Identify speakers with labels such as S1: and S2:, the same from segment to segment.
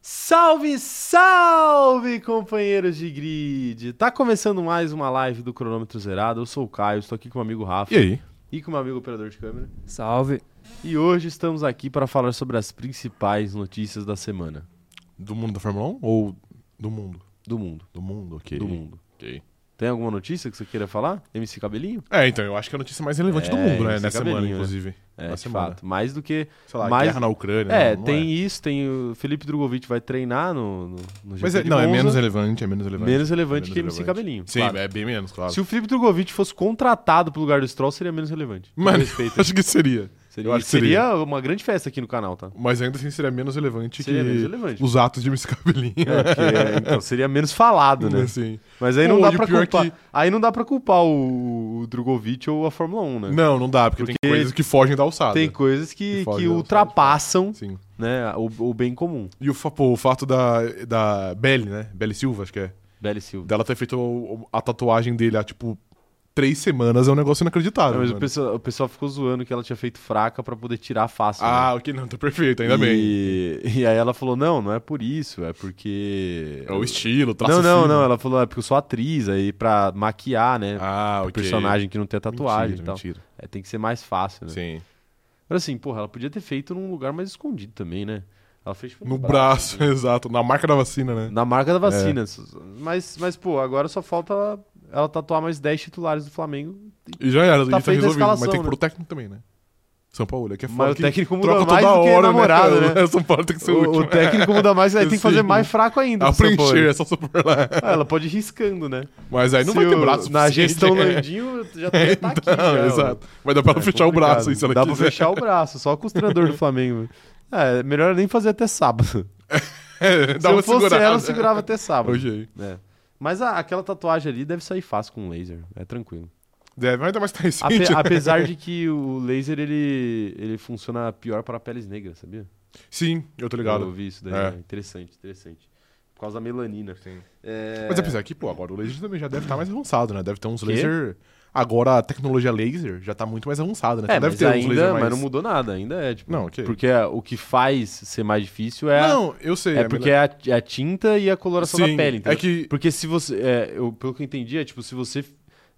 S1: Salve, salve, companheiros de grid! Tá começando mais uma live do Cronômetro Zerado. Eu sou o Caio, estou aqui com o amigo Rafa
S2: E aí?
S1: e com o meu amigo operador de câmera.
S3: Salve.
S1: E hoje estamos aqui para falar sobre as principais notícias da semana
S2: Do mundo da Fórmula 1 ou do mundo?
S1: do mundo.
S2: Do mundo, ok.
S1: Do mundo.
S2: Ok.
S1: Tem alguma notícia que você queira falar? MC Cabelinho?
S2: É, então, eu acho que é a notícia mais relevante do
S1: É,
S2: mundo, né?
S1: esse
S2: Nessa semana,
S1: cabelinho, né?
S2: inclusive.
S1: É,
S2: Na
S1: de
S2: semana.
S1: fato. Mais do que.
S2: Sei lá,
S1: Mas-
S2: guerra na Ucrânia.
S1: é,
S2: né? Não
S1: tem isso, tem o Felipe Drogovic vai treinar no, no, no GP
S2: Mas é,
S1: de
S2: não, é
S1: Monza.
S2: menos relevante, é menos relevante.
S1: Menos relevante
S2: É menos
S1: que MC Cabelinho.
S2: Sim,
S1: claro.
S2: é bem menos, claro.
S1: Se o Felipe Drogovic fosse contratado pro lugar do Stroll, seria menos relevante. Com
S2: Mano,
S1: respeito.
S2: acho que seria.
S1: Seria,
S2: eu acho que
S1: seria uma grande festa aqui no canal, tá?
S2: Mas ainda assim seria menos relevante
S1: Seria
S2: que
S1: menos relevante.
S2: os atos de MC Cabelinho.
S1: É, porque, então, seria menos falado, né?
S2: Assim.
S1: Mas aí não
S2: Pô,
S1: dá
S2: e o
S1: pra
S2: pior é
S1: culpar.
S2: que-
S1: Aí não dá pra culpar o, o Drogovic ou a Fórmula 1, né?
S2: Não, não dá, porque,
S1: Porque
S2: tem coisas que fogem da alçada.
S1: Tem coisas que,
S2: Que foge,
S1: que
S2: né?
S1: ultrapassam
S2: Sim.
S1: né, o, o bem comum.
S2: E o, fa- pô, o fato da, da Belly, né? Belly Silva, acho que é.
S1: Belle Silva.
S2: Dela ter feito o- o- a tatuagem dele há, tipo, três semanas é um negócio inacreditável.
S1: Não, mas o
S2: mano.
S1: pessoal, o pessoal ficou zoando que ela tinha feito fraca pra poder tirar fácil. né?
S2: Ah, ok, não, tá perfeito, ainda bem.
S1: e... E aí ela falou: não, não é por isso, é porque.
S2: É o estilo, o traço
S1: Não, não,
S2: fino.
S1: não. Ela falou: é porque eu sou atriz, aí pra maquiar, né?
S2: Ah, ok.
S1: Personagem que não tem tatuagem
S2: mentira,
S1: e tal.
S2: mentira.
S1: É, tem que ser mais fácil, né?
S2: Sim.
S1: Mas assim, porra, ela podia ter feito num lugar mais escondido também, né? Ela fez tipo,
S2: No braço, exato. Na marca da vacina, né?
S1: Na marca da vacina. Mas, mas, pô, agora só falta ela, ela tatuar mais 10 titulares do Flamengo.
S2: E já era,
S1: Tá
S2: e tá
S1: feita a
S2: resolvido. Mas
S1: escalação,
S2: tem que
S1: né?
S2: pôr o técnico também, né? São Paulo, é que é
S1: Mas
S2: foda
S1: o
S2: que
S1: técnico muda
S2: troca
S1: mais
S2: toda
S1: do que
S2: hora,
S1: namorado, né?
S2: É, São Paulo tem que ser o,
S1: O,
S2: último.
S1: o técnico muda mais, aí tem que fazer
S2: Sim.
S1: mais fraco ainda.
S2: A
S1: pro São Paulo.
S2: preencher, é só supor lá.
S1: Ah, ela pode ir riscando, né?
S2: Mas aí não
S1: Se
S2: vai ter
S1: o-
S2: braço
S1: Na
S2: suficiente,
S1: gestão
S2: né?
S1: Landinho já tem tá aqui.
S2: Não,
S1: já, ó.
S2: exato. Mas dá pra ela
S1: É
S2: fechar o
S1: complicado.
S2: braço aí, se ela
S1: Dá pra
S2: quiser.
S1: fechar o braço, só com os treinadores do Flamengo. É, melhor nem fazer até sábado.
S2: É,
S1: Se
S2: dá uma
S1: eu fosse
S2: segurada.
S1: ela, eu segurava até sábado.
S2: Ok.
S1: É. Mas a- aquela tatuagem ali deve sair fácil com laser, é tranquilo.
S2: É, mas ainda mais tá
S1: Ape-
S2: recente. né?
S1: apesar de que o laser ele, ele funciona pior para peles negras, sabia?
S2: Sim, eu tô
S1: Eu
S2: ligado.
S1: ouvi isso daí,
S2: É.
S1: né? interessante, interessante. Por causa da melanina.
S2: Sim.
S1: É...
S2: Mas apesar que, pô, agora o laser também já deve estar mais avançado, né? Deve ter uns
S1: Quê?
S2: laser. Agora a tecnologia laser já tá muito mais avançada, né?
S1: É,
S2: Então deve
S1: mas
S2: ter uns
S1: ainda,
S2: laser
S1: mas
S2: mais.
S1: não mudou nada, ainda é tipo.
S2: Não, ok.
S1: Porque é, o que faz ser mais difícil é,
S2: Não, eu sei.
S1: é porque é a, é a tinta e a coloração
S2: Sim,
S1: da pele, entendeu?
S2: é que-
S1: Porque se você. é, eu, pelo que eu entendi, é tipo, se você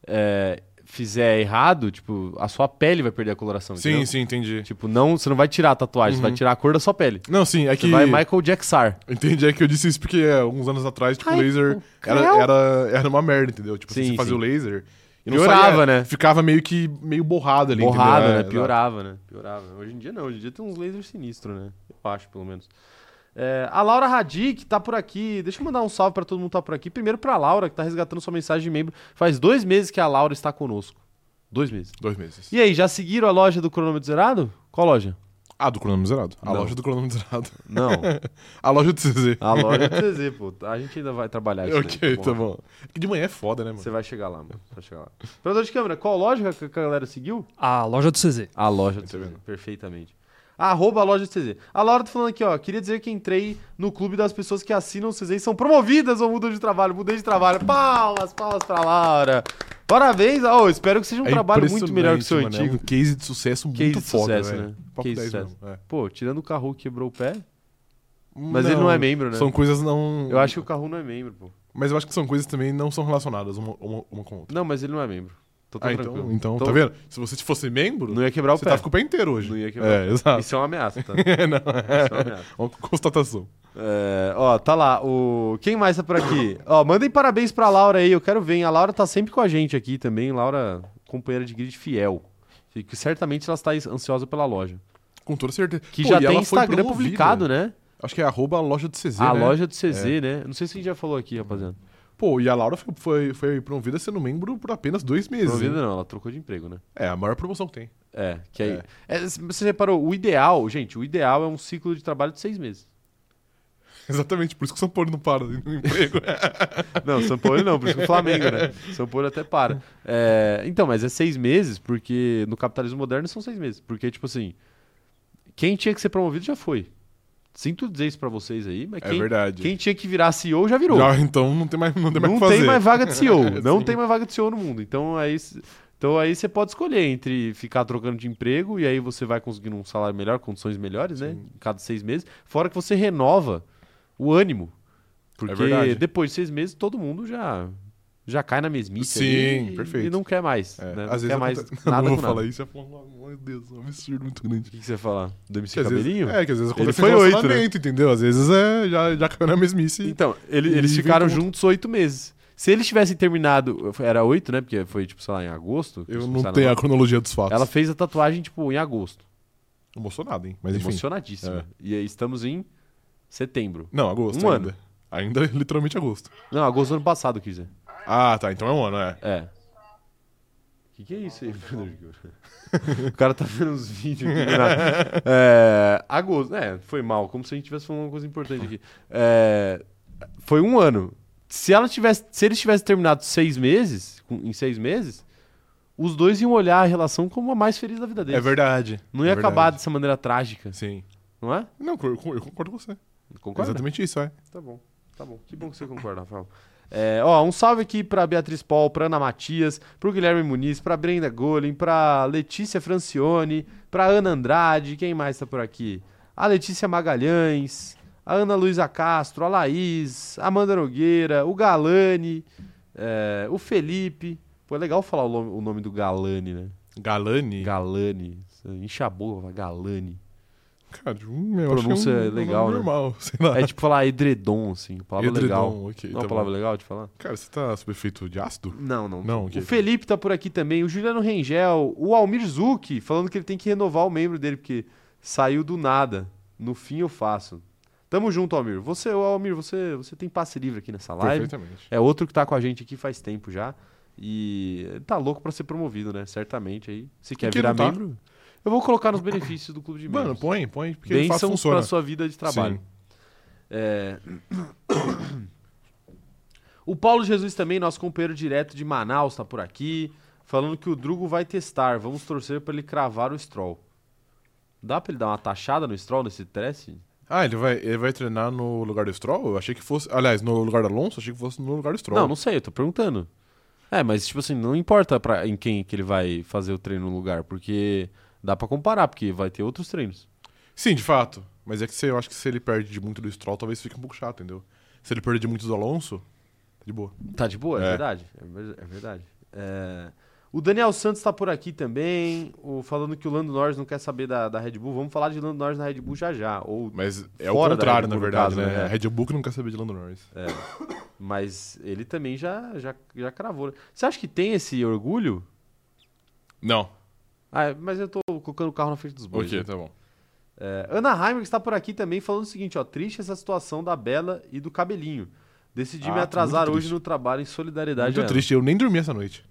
S1: é, fizer errado, tipo, a sua pele vai perder a coloração.
S2: Sim,
S1: entendeu?
S2: sim, entendi.
S1: Tipo, não, você não vai tirar a tatuagem, você vai tirar a cor da sua pele.
S2: Não, sim, é
S1: Você
S2: Uhum. que.
S1: vai Michael Jacksar.
S2: Entendi, é que eu disse isso porque é, alguns anos atrás, tipo,
S1: Ai,
S2: o laser
S1: o
S2: era,
S1: creu.
S2: era, era uma merda, entendeu? Tipo, assim,
S1: Sim,
S2: você fazia
S1: sim.
S2: o laser. E
S1: Piorava,
S2: saía-
S1: né?
S2: Ficava meio que meio borrado ali.
S1: Borrado, né?
S2: entendeu? É,
S1: Piorava, né? Piorava. Hoje em dia não, hoje em dia tem uns lasers sinistros, né? Eu acho, pelo menos. É, a Laura Radic tá por aqui. Deixa eu mandar um salve pra todo mundo que tá por aqui. Primeiro pra Laura, que tá resgatando sua mensagem de membro. Faz dois meses que a Laura está conosco. Dois meses.
S2: Dois meses.
S1: E aí, já seguiram a loja do cronômetro zerado? Qual loja?
S2: Ah, do cronômetro zerado. A
S1: Não.
S2: loja do cronômetro zerado.
S1: Não,
S2: A loja do CZ.
S1: a loja do TZ, pô. A gente ainda vai trabalhar isso.
S2: ok,
S1: daí, é
S2: tá bom. Que de manhã é foda, né, mano?
S1: Você vai chegar lá, mano. Você Vai chegar lá. Operador de câmera, qual loja que a galera seguiu?
S3: A loja do CZ.
S1: A loja do
S2: Tá
S1: CZ,
S2: vendo?
S1: perfeitamente. Arroba a loja do CZ. A Laura tá falando aqui, ó. Queria dizer que entrei no clube das pessoas que assinam o CZ e são promovidas ou mudam de trabalho. Mudei de trabalho. Palmas, palmas pra Laura. Parabéns. ó espero que seja um
S2: É
S1: trabalho muito melhor que o seu
S2: impressionante, mano.
S1: antigo.
S2: É um case de sucesso muito
S1: Case de
S2: foda,
S1: sucesso,
S2: velho.
S1: né?
S2: Papo
S1: Case de
S2: 10
S1: sucesso.
S2: mesmo, é.
S1: Pô, tirando o carro que quebrou o pé. Mas ele não é membro, né?
S2: São coisas não...
S1: Eu acho que o carro não é membro, pô.
S2: Mas eu acho que são coisas que também não são relacionadas uma, uma, uma com a outra.
S1: Não, mas ele não é membro. Tô, tô
S2: ah,
S1: tranquilo.
S2: então, então,
S1: Tô-
S2: tá vendo? Se você fosse membro,
S1: Não ia quebrar o
S2: você
S1: pé.
S2: tá tava com o pé inteiro hoje.
S1: Não ia quebrar o
S2: É, exato.
S1: Isso é uma ameaça, tá? Isso é uma
S2: não,
S1: ameaça.
S2: é uma constatação.
S1: É, ó, tá lá. O... Quem mais tá por aqui? ó, mandem parabéns pra Laura aí, eu quero ver. hein? A Laura tá sempre com a gente aqui também. Laura, companheira de grid fiel. E Que certamente ela está ansiosa pela loja.
S2: Com toda certeza.
S1: Que
S2: Pô,
S1: já
S2: e
S1: tem
S2: ela foi
S1: Instagram
S2: promovida.
S1: publicado, né?
S2: Acho que é arroba a loja do CZ,
S1: a
S2: né?
S1: loja do CZ, né? Não sei se a gente já falou aqui, rapaziada.
S2: Pô, e a Laura foi, foi, foi promovida sendo membro por apenas dois meses.
S1: Não,
S2: hein?
S1: não, ela trocou de emprego, né?
S2: É, a maior promoção que tem.
S1: É, que aí.
S2: É.
S1: É, você reparou, o ideal, gente, o ideal é um ciclo de trabalho de seis meses.
S2: Exatamente, por isso que o São Paulo não para no emprego.
S1: Não, São Paulo não, por isso que o Flamengo, né? São Paulo até para. É, então, mas é seis meses, porque no capitalismo moderno são seis meses. Porque, tipo assim, quem tinha que ser promovido já foi. Sinto dizer isso pra vocês aí, mas
S2: É
S1: quem,
S2: verdade.
S1: quem tinha que virar CEO já virou.
S2: Já, então não tem mais não tem mais
S1: não
S2: o que fazer.
S1: tem mais vaga de CEO. não
S2: Sim.
S1: tem mais vaga de CEO no mundo. Então aí, c- então aí você pode escolher entre ficar trocando de emprego e aí você vai conseguindo um salário melhor, condições melhores, né? Cada seis meses. Fora que você renova o ânimo. Porque
S2: É verdade.
S1: depois de seis meses, todo mundo já, já cai na mesmice.
S2: Sim,
S1: ali e-
S2: perfeito.
S1: E não quer mais.
S2: É,
S1: né? Não
S2: às
S1: quer
S2: vezes
S1: mais
S2: acontece-
S1: nada
S2: não vou
S1: com nada.
S2: falar isso, eu falo, meu Deus, é um absurdo muito grande.
S1: O que, que você ia falar? Do MC
S2: Que às vezes-
S1: Cabelinho?
S2: é, que às vezes
S1: Ele
S2: acontece
S1: foi
S2: um
S1: oito, né?
S2: relacionamento, entendeu? Às vezes é, já, já caiu na mesmice.
S1: Então, ele-
S2: E
S1: eles
S2: vem
S1: ficaram
S2: com-
S1: juntos oito meses. Se eles tivessem terminado, era oito, né? Porque foi, tipo, sei lá, em agosto. que
S2: eu
S1: eles
S2: não
S1: começaram
S2: tenho
S1: a
S2: a cronologia dos fatos.
S1: Ela fez a tatuagem, tipo, em agosto.
S2: Emocionada, hein? Mas enfim.
S1: Emocionadíssima.
S2: É.
S1: E aí estamos em setembro.
S2: Não, agosto
S1: Um
S2: ainda. Ainda é literalmente agosto.
S1: Não, agosto do ano passado, quer dizer.
S2: Ah, tá. Então é um ano, é.
S1: É. O que, que é isso aí, Pedro Júnior? O cara tá vendo uns vídeos aqui. do nada. É, agosto. É, foi mal. Como se a gente tivesse falando uma coisa importante aqui. É, foi um ano. Se, ela tivesse, se eles tivessem terminado seis meses, com- em seis meses, os dois iam olhar a relação como a mais feliz da vida deles.
S2: É verdade.
S1: Não ia
S2: É
S1: acabar
S2: verdade.
S1: dessa maneira trágica,
S2: Sim.
S1: não é?
S2: Não, eu, eu concordo com você.
S1: Concorda?
S2: Exatamente isso, é.
S1: Tá bom, tá bom. Que bom que você concorda, Rafael. É, ó, um salve aqui pra Beatriz Paul, pra Ana Matias, pro Guilherme Muniz, pra Brenda Golem, pra Letícia Francione, pra Ana Andrade, quem mais tá por aqui? A Letícia Magalhães, a Ana Luísa Castro, a Laís, a Amanda Nogueira, o Galane, é, o Felipe. Pô, é legal falar o nome, o nome do Galane, né?
S2: Galani.
S1: Galane. Enche a boca, Galane.
S2: Cara, um, eu acho que é um,
S1: Pronúncia
S2: um
S1: legal,
S2: nome
S1: né?
S2: normal, sei lá.
S1: É tipo falar edredom, assim, palavra legal.
S2: Edredom,
S1: Não
S2: ok,
S1: é
S2: tá
S1: uma palavra
S2: bom.
S1: legal de falar?
S2: Cara, você tá sob efeito de ácido?
S1: Não, não.
S2: Não, ok.
S1: O Felipe tá por aqui também, o Juliano Rengel, o Almir Zucchi, falando que ele tem que renovar o membro dele, porque saiu do nada. No fim eu faço. Tamo junto, Almir. Você, ô, Almir, você, você tem passe livre aqui nessa live.
S2: Perfeitamente.
S1: É outro que tá com a gente aqui faz tempo já. E ele tá louco pra ser promovido, né? Certamente aí. Se quer
S2: que
S1: virar
S2: não tá?
S1: membro, eu vou colocar nos benefícios do clube de membros.
S2: Mano, põe, põe, porque ele faz
S1: Bênçãos
S2: funciona.
S1: pra sua vida de trabalho. É. O Paulo Jesus também, nosso companheiro direto de Manaus, tá por aqui, falando que o Drugo vai testar. Vamos torcer pra ele cravar o Stroll. Dá pra ele dar uma taxada no Stroll nesse teste?
S2: Ah, ele vai, ele vai treinar no lugar do Stroll? Eu achei que fosse. Aliás, no lugar do Alonso, eu achei que fosse no lugar do Stroll.
S1: Não, não sei, eu tô perguntando. É, mas tipo assim, não importa pra, em quem que ele vai fazer o treino no lugar, porque dá pra comparar, porque vai ter outros treinos.
S2: Sim, de fato. Mas é que se- eu acho que se ele perde de muito do Stroll, talvez fique um pouco chato, entendeu? Se ele perde de muito do Alonso, tá de boa.
S1: Tá de boa, é,
S2: É.
S1: verdade. É, ver- é verdade. É, O Daniel Santos tá por aqui também, o, falando que o Lando Norris não quer saber da, da Red Bull. Vamos falar de Lando Norris na Red Bull já já. Ou,
S2: Mas é
S1: Fora da Red
S2: o
S1: Bull,
S2: contrário, na
S1: no
S2: verdade,
S1: caso,
S2: né?
S1: né?
S2: A Red Bull que não quer saber de Lando Norris.
S1: mas ele também já, já, já cravou. né? Você acha que tem esse orgulho?
S2: Não.
S1: Ah, é, mas eu tô colocando o carro na frente dos bois.
S2: Ok,
S1: né?
S2: tá bom.
S1: É, Ana Heimer está por aqui também falando o seguinte, ó. Triste essa situação da Bela e do cabelinho. Decidi
S2: Ah,
S1: me
S2: muito
S1: atrasar
S2: triste.
S1: hoje no trabalho em solidariedade a
S2: Muito
S1: ela.
S2: triste, eu nem dormi essa noite.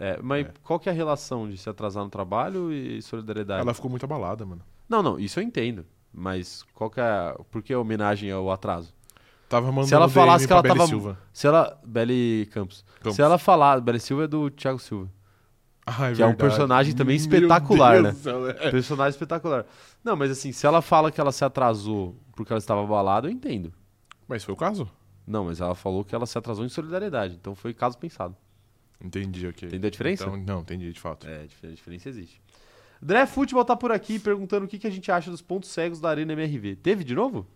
S1: É, mas qual que é a relação de se atrasar no trabalho e solidariedade?
S2: Ela ficou muito abalada, mano.
S1: Não, não, isso eu entendo. Mas qual que é. Por que a homenagem ao atraso?
S2: Tava mandando
S1: ela
S2: DM
S1: falasse que
S2: pra
S1: ela
S2: Beli
S1: tava-
S2: Silva.
S1: Se ela. Beli Campos.
S2: Campos.
S1: Se ela falar. Beli Silva é do Thiago Silva.
S2: Ah,
S1: que é um
S2: verdade.
S1: personagem também
S2: Meu
S1: espetacular, né?
S2: Deus do céu, é.
S1: Personagem espetacular. Não, mas assim, se ela fala que ela se atrasou porque ela estava abalada, eu entendo.
S2: Mas foi o caso?
S1: Não, mas ela falou que ela se atrasou em solidariedade. Então foi caso pensado.
S2: Entendi, ok.
S1: Entendeu a diferença?
S2: Então, não, entendi, de fato.
S1: É, a dif- a diferença existe. Dré Futebol tá por aqui perguntando o que, que a gente acha dos pontos cegos da Arena MRV. Teve de novo?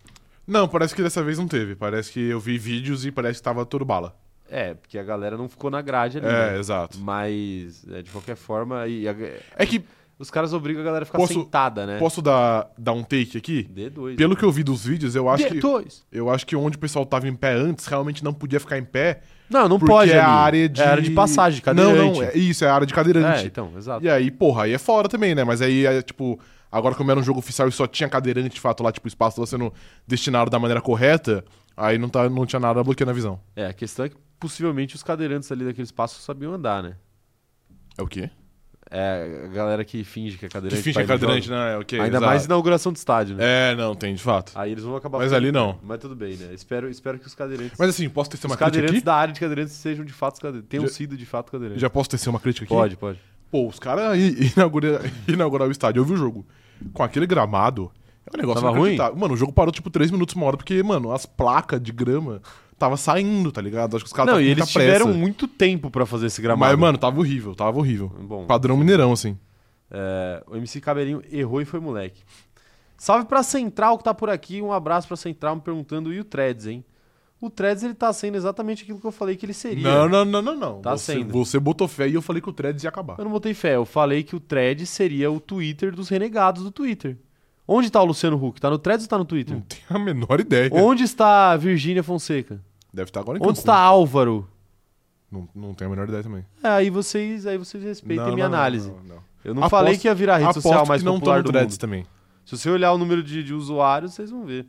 S2: Não, parece que dessa vez não teve. Parece que eu vi vídeos e parece que tava tudo bala.
S1: É, porque a galera não ficou na grade ali.
S2: É,
S1: né?
S2: exato.
S1: Mas, é, de qualquer forma, e a-
S2: É que
S1: Os caras obrigam a galera a ficar
S2: Posso-
S1: sentada, né?
S2: posso dar, dar um take aqui?
S1: D2.
S2: Pelo que eu vi dos vídeos, eu
S1: é
S2: acho que
S1: D2.
S2: eu acho que onde o pessoal tava em pé antes realmente não podia ficar em pé.
S1: Não, não
S2: porque
S1: pode.
S2: é a
S1: amigo.
S2: área de
S1: É área de passagem, cadeirante.
S2: Não, não, é isso, é a área de
S1: É,
S2: cadeirante.
S1: então, exato.
S2: E aí, porra, aí é fora também, né? Mas aí é tipo, agora como era um jogo oficial e só tinha cadeirante de fato lá, tipo, o espaço tava sendo destinado da maneira correta, aí não, tá, não tinha nada bloqueando a visão.
S1: É, a questão é que possivelmente os cadeirantes ali daquele espaço sabiam andar, né?
S2: É o quê?
S1: É, a galera que finge que é
S2: Que
S1: cadeirante.
S2: finge
S1: pra
S2: que é
S1: ir no
S2: cadeirante,
S1: jogo.
S2: né? É, ok,
S1: Ainda
S2: exato.
S1: mais inauguração de estádio, né?
S2: É, não, tem, de fato.
S1: Aí eles vão acabar.
S2: Mas
S1: ficando-
S2: ali não.
S1: Mas tudo bem, né? Espero, espero que os cadeirantes.
S2: Mas assim, posso tecer uma
S1: os
S2: crítica
S1: cadeirantes
S2: aqui?
S1: da área de cadeirantes sejam de fato os cadeirantes. Tenham
S2: Já-
S1: sido de fato cadeirantes.
S2: Já posso tecer uma crítica aqui?
S1: Pode, pode.
S2: Pô, os caras i- inaugura- inauguraram o estádio, eu vi o jogo. Com aquele gramado, é um negócio
S1: Tava ruim?
S2: inacreditável. Mano, o jogo parou tipo 3 minutos, uma hora, porque, mano, as placas de grama tava saindo, tá ligado? Acho que os caras
S1: não,
S2: tavam
S1: e
S2: com muita
S1: eles tiveram
S2: pressa.
S1: muito tempo pra fazer esse gramado.
S2: Mas, mano, tava horrível, tava horrível.
S1: Bom,
S2: Padrão mineirão, assim.
S1: É, o MC Cabelinho errou e foi moleque. Salve pra Central que tá por aqui. Um abraço pra Central me perguntando. E o Threads, hein? O Threads ele tá sendo exatamente aquilo que eu falei que ele seria.
S2: Não, não, não, não, não.
S1: Tá
S2: você,
S1: sendo.
S2: você botou fé e eu falei que o Threads ia acabar.
S1: Eu não botei fé. Eu falei que o Threads seria o Twitter dos renegados do Twitter. Onde tá o Luciano Huck? Tá no Threads ou tá no Twitter?
S2: Não tenho a menor ideia.
S1: Onde está a Virgínia Fonseca?
S2: Deve estar agora em
S1: Onde tá?
S2: Cancún.
S1: está Álvaro?
S2: Não, não tenho a menor ideia também.
S1: É, aí vocês, aí vocês respeitem
S2: Não,
S1: minha
S2: não, não,
S1: análise.
S2: não, não.
S1: Eu não
S2: Aposto-
S1: falei que ia virar a rede
S2: Aposto
S1: social mais
S2: que não
S1: popular
S2: tô
S1: do
S2: no Threads
S1: mundo.
S2: também.
S1: Se você olhar o número de, de usuários, vocês vão ver.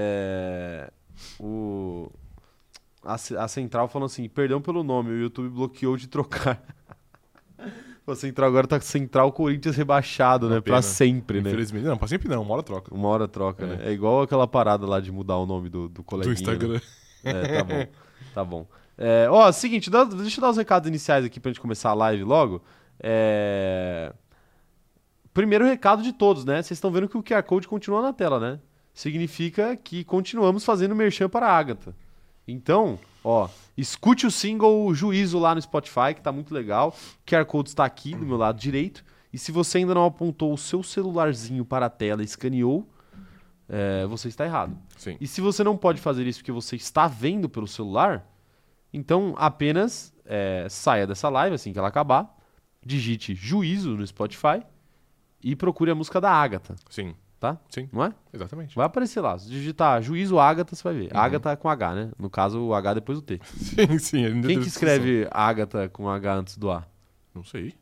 S1: É, o, a, ce- a Central falando assim, perdão pelo nome, o YouTube bloqueou de trocar. a Central agora tá com Central Corinthians rebaixado,
S2: Uma
S1: né? Pra
S2: pena.
S1: sempre, né?
S2: Infelizmente. Não, pra sempre não. Uma hora troca.
S1: Uma hora troca,
S2: É.
S1: né? É igual aquela parada lá de mudar o nome do, do coleguinha.
S2: Do Instagram.
S1: né? É, tá bom. Tá bom. É, ó, seguinte, dá- deixa eu dar os recados iniciais aqui pra gente começar a live logo. É... Primeiro recado de todos, né? Vocês estão vendo que o QR Code continua na tela, né? Significa que continuamos fazendo merchan para a Agatha. Então, ó, escute o single Juízo lá no Spotify, que tá muito legal. O QR Code está aqui do meu lado direito. E se você ainda não apontou o seu celularzinho para a tela e escaneou, é, você está errado.
S2: Sim.
S1: E se você não pode fazer isso porque você está vendo pelo celular, então apenas é, saia dessa live assim que ela acabar, digite juízo no Spotify e procure a música da Agatha,
S2: Sim.
S1: tá?
S2: Sim.
S1: Não é?
S2: Exatamente.
S1: Vai aparecer lá. Se digitar juízo Agatha, você vai ver.
S2: Uhum.
S1: Agatha com H, né? No caso, o H depois do T.
S2: Sim, sim. ainda
S1: Quem
S2: teve
S1: que
S2: discussão.
S1: escreve Agatha com H antes do A?
S2: Não sei.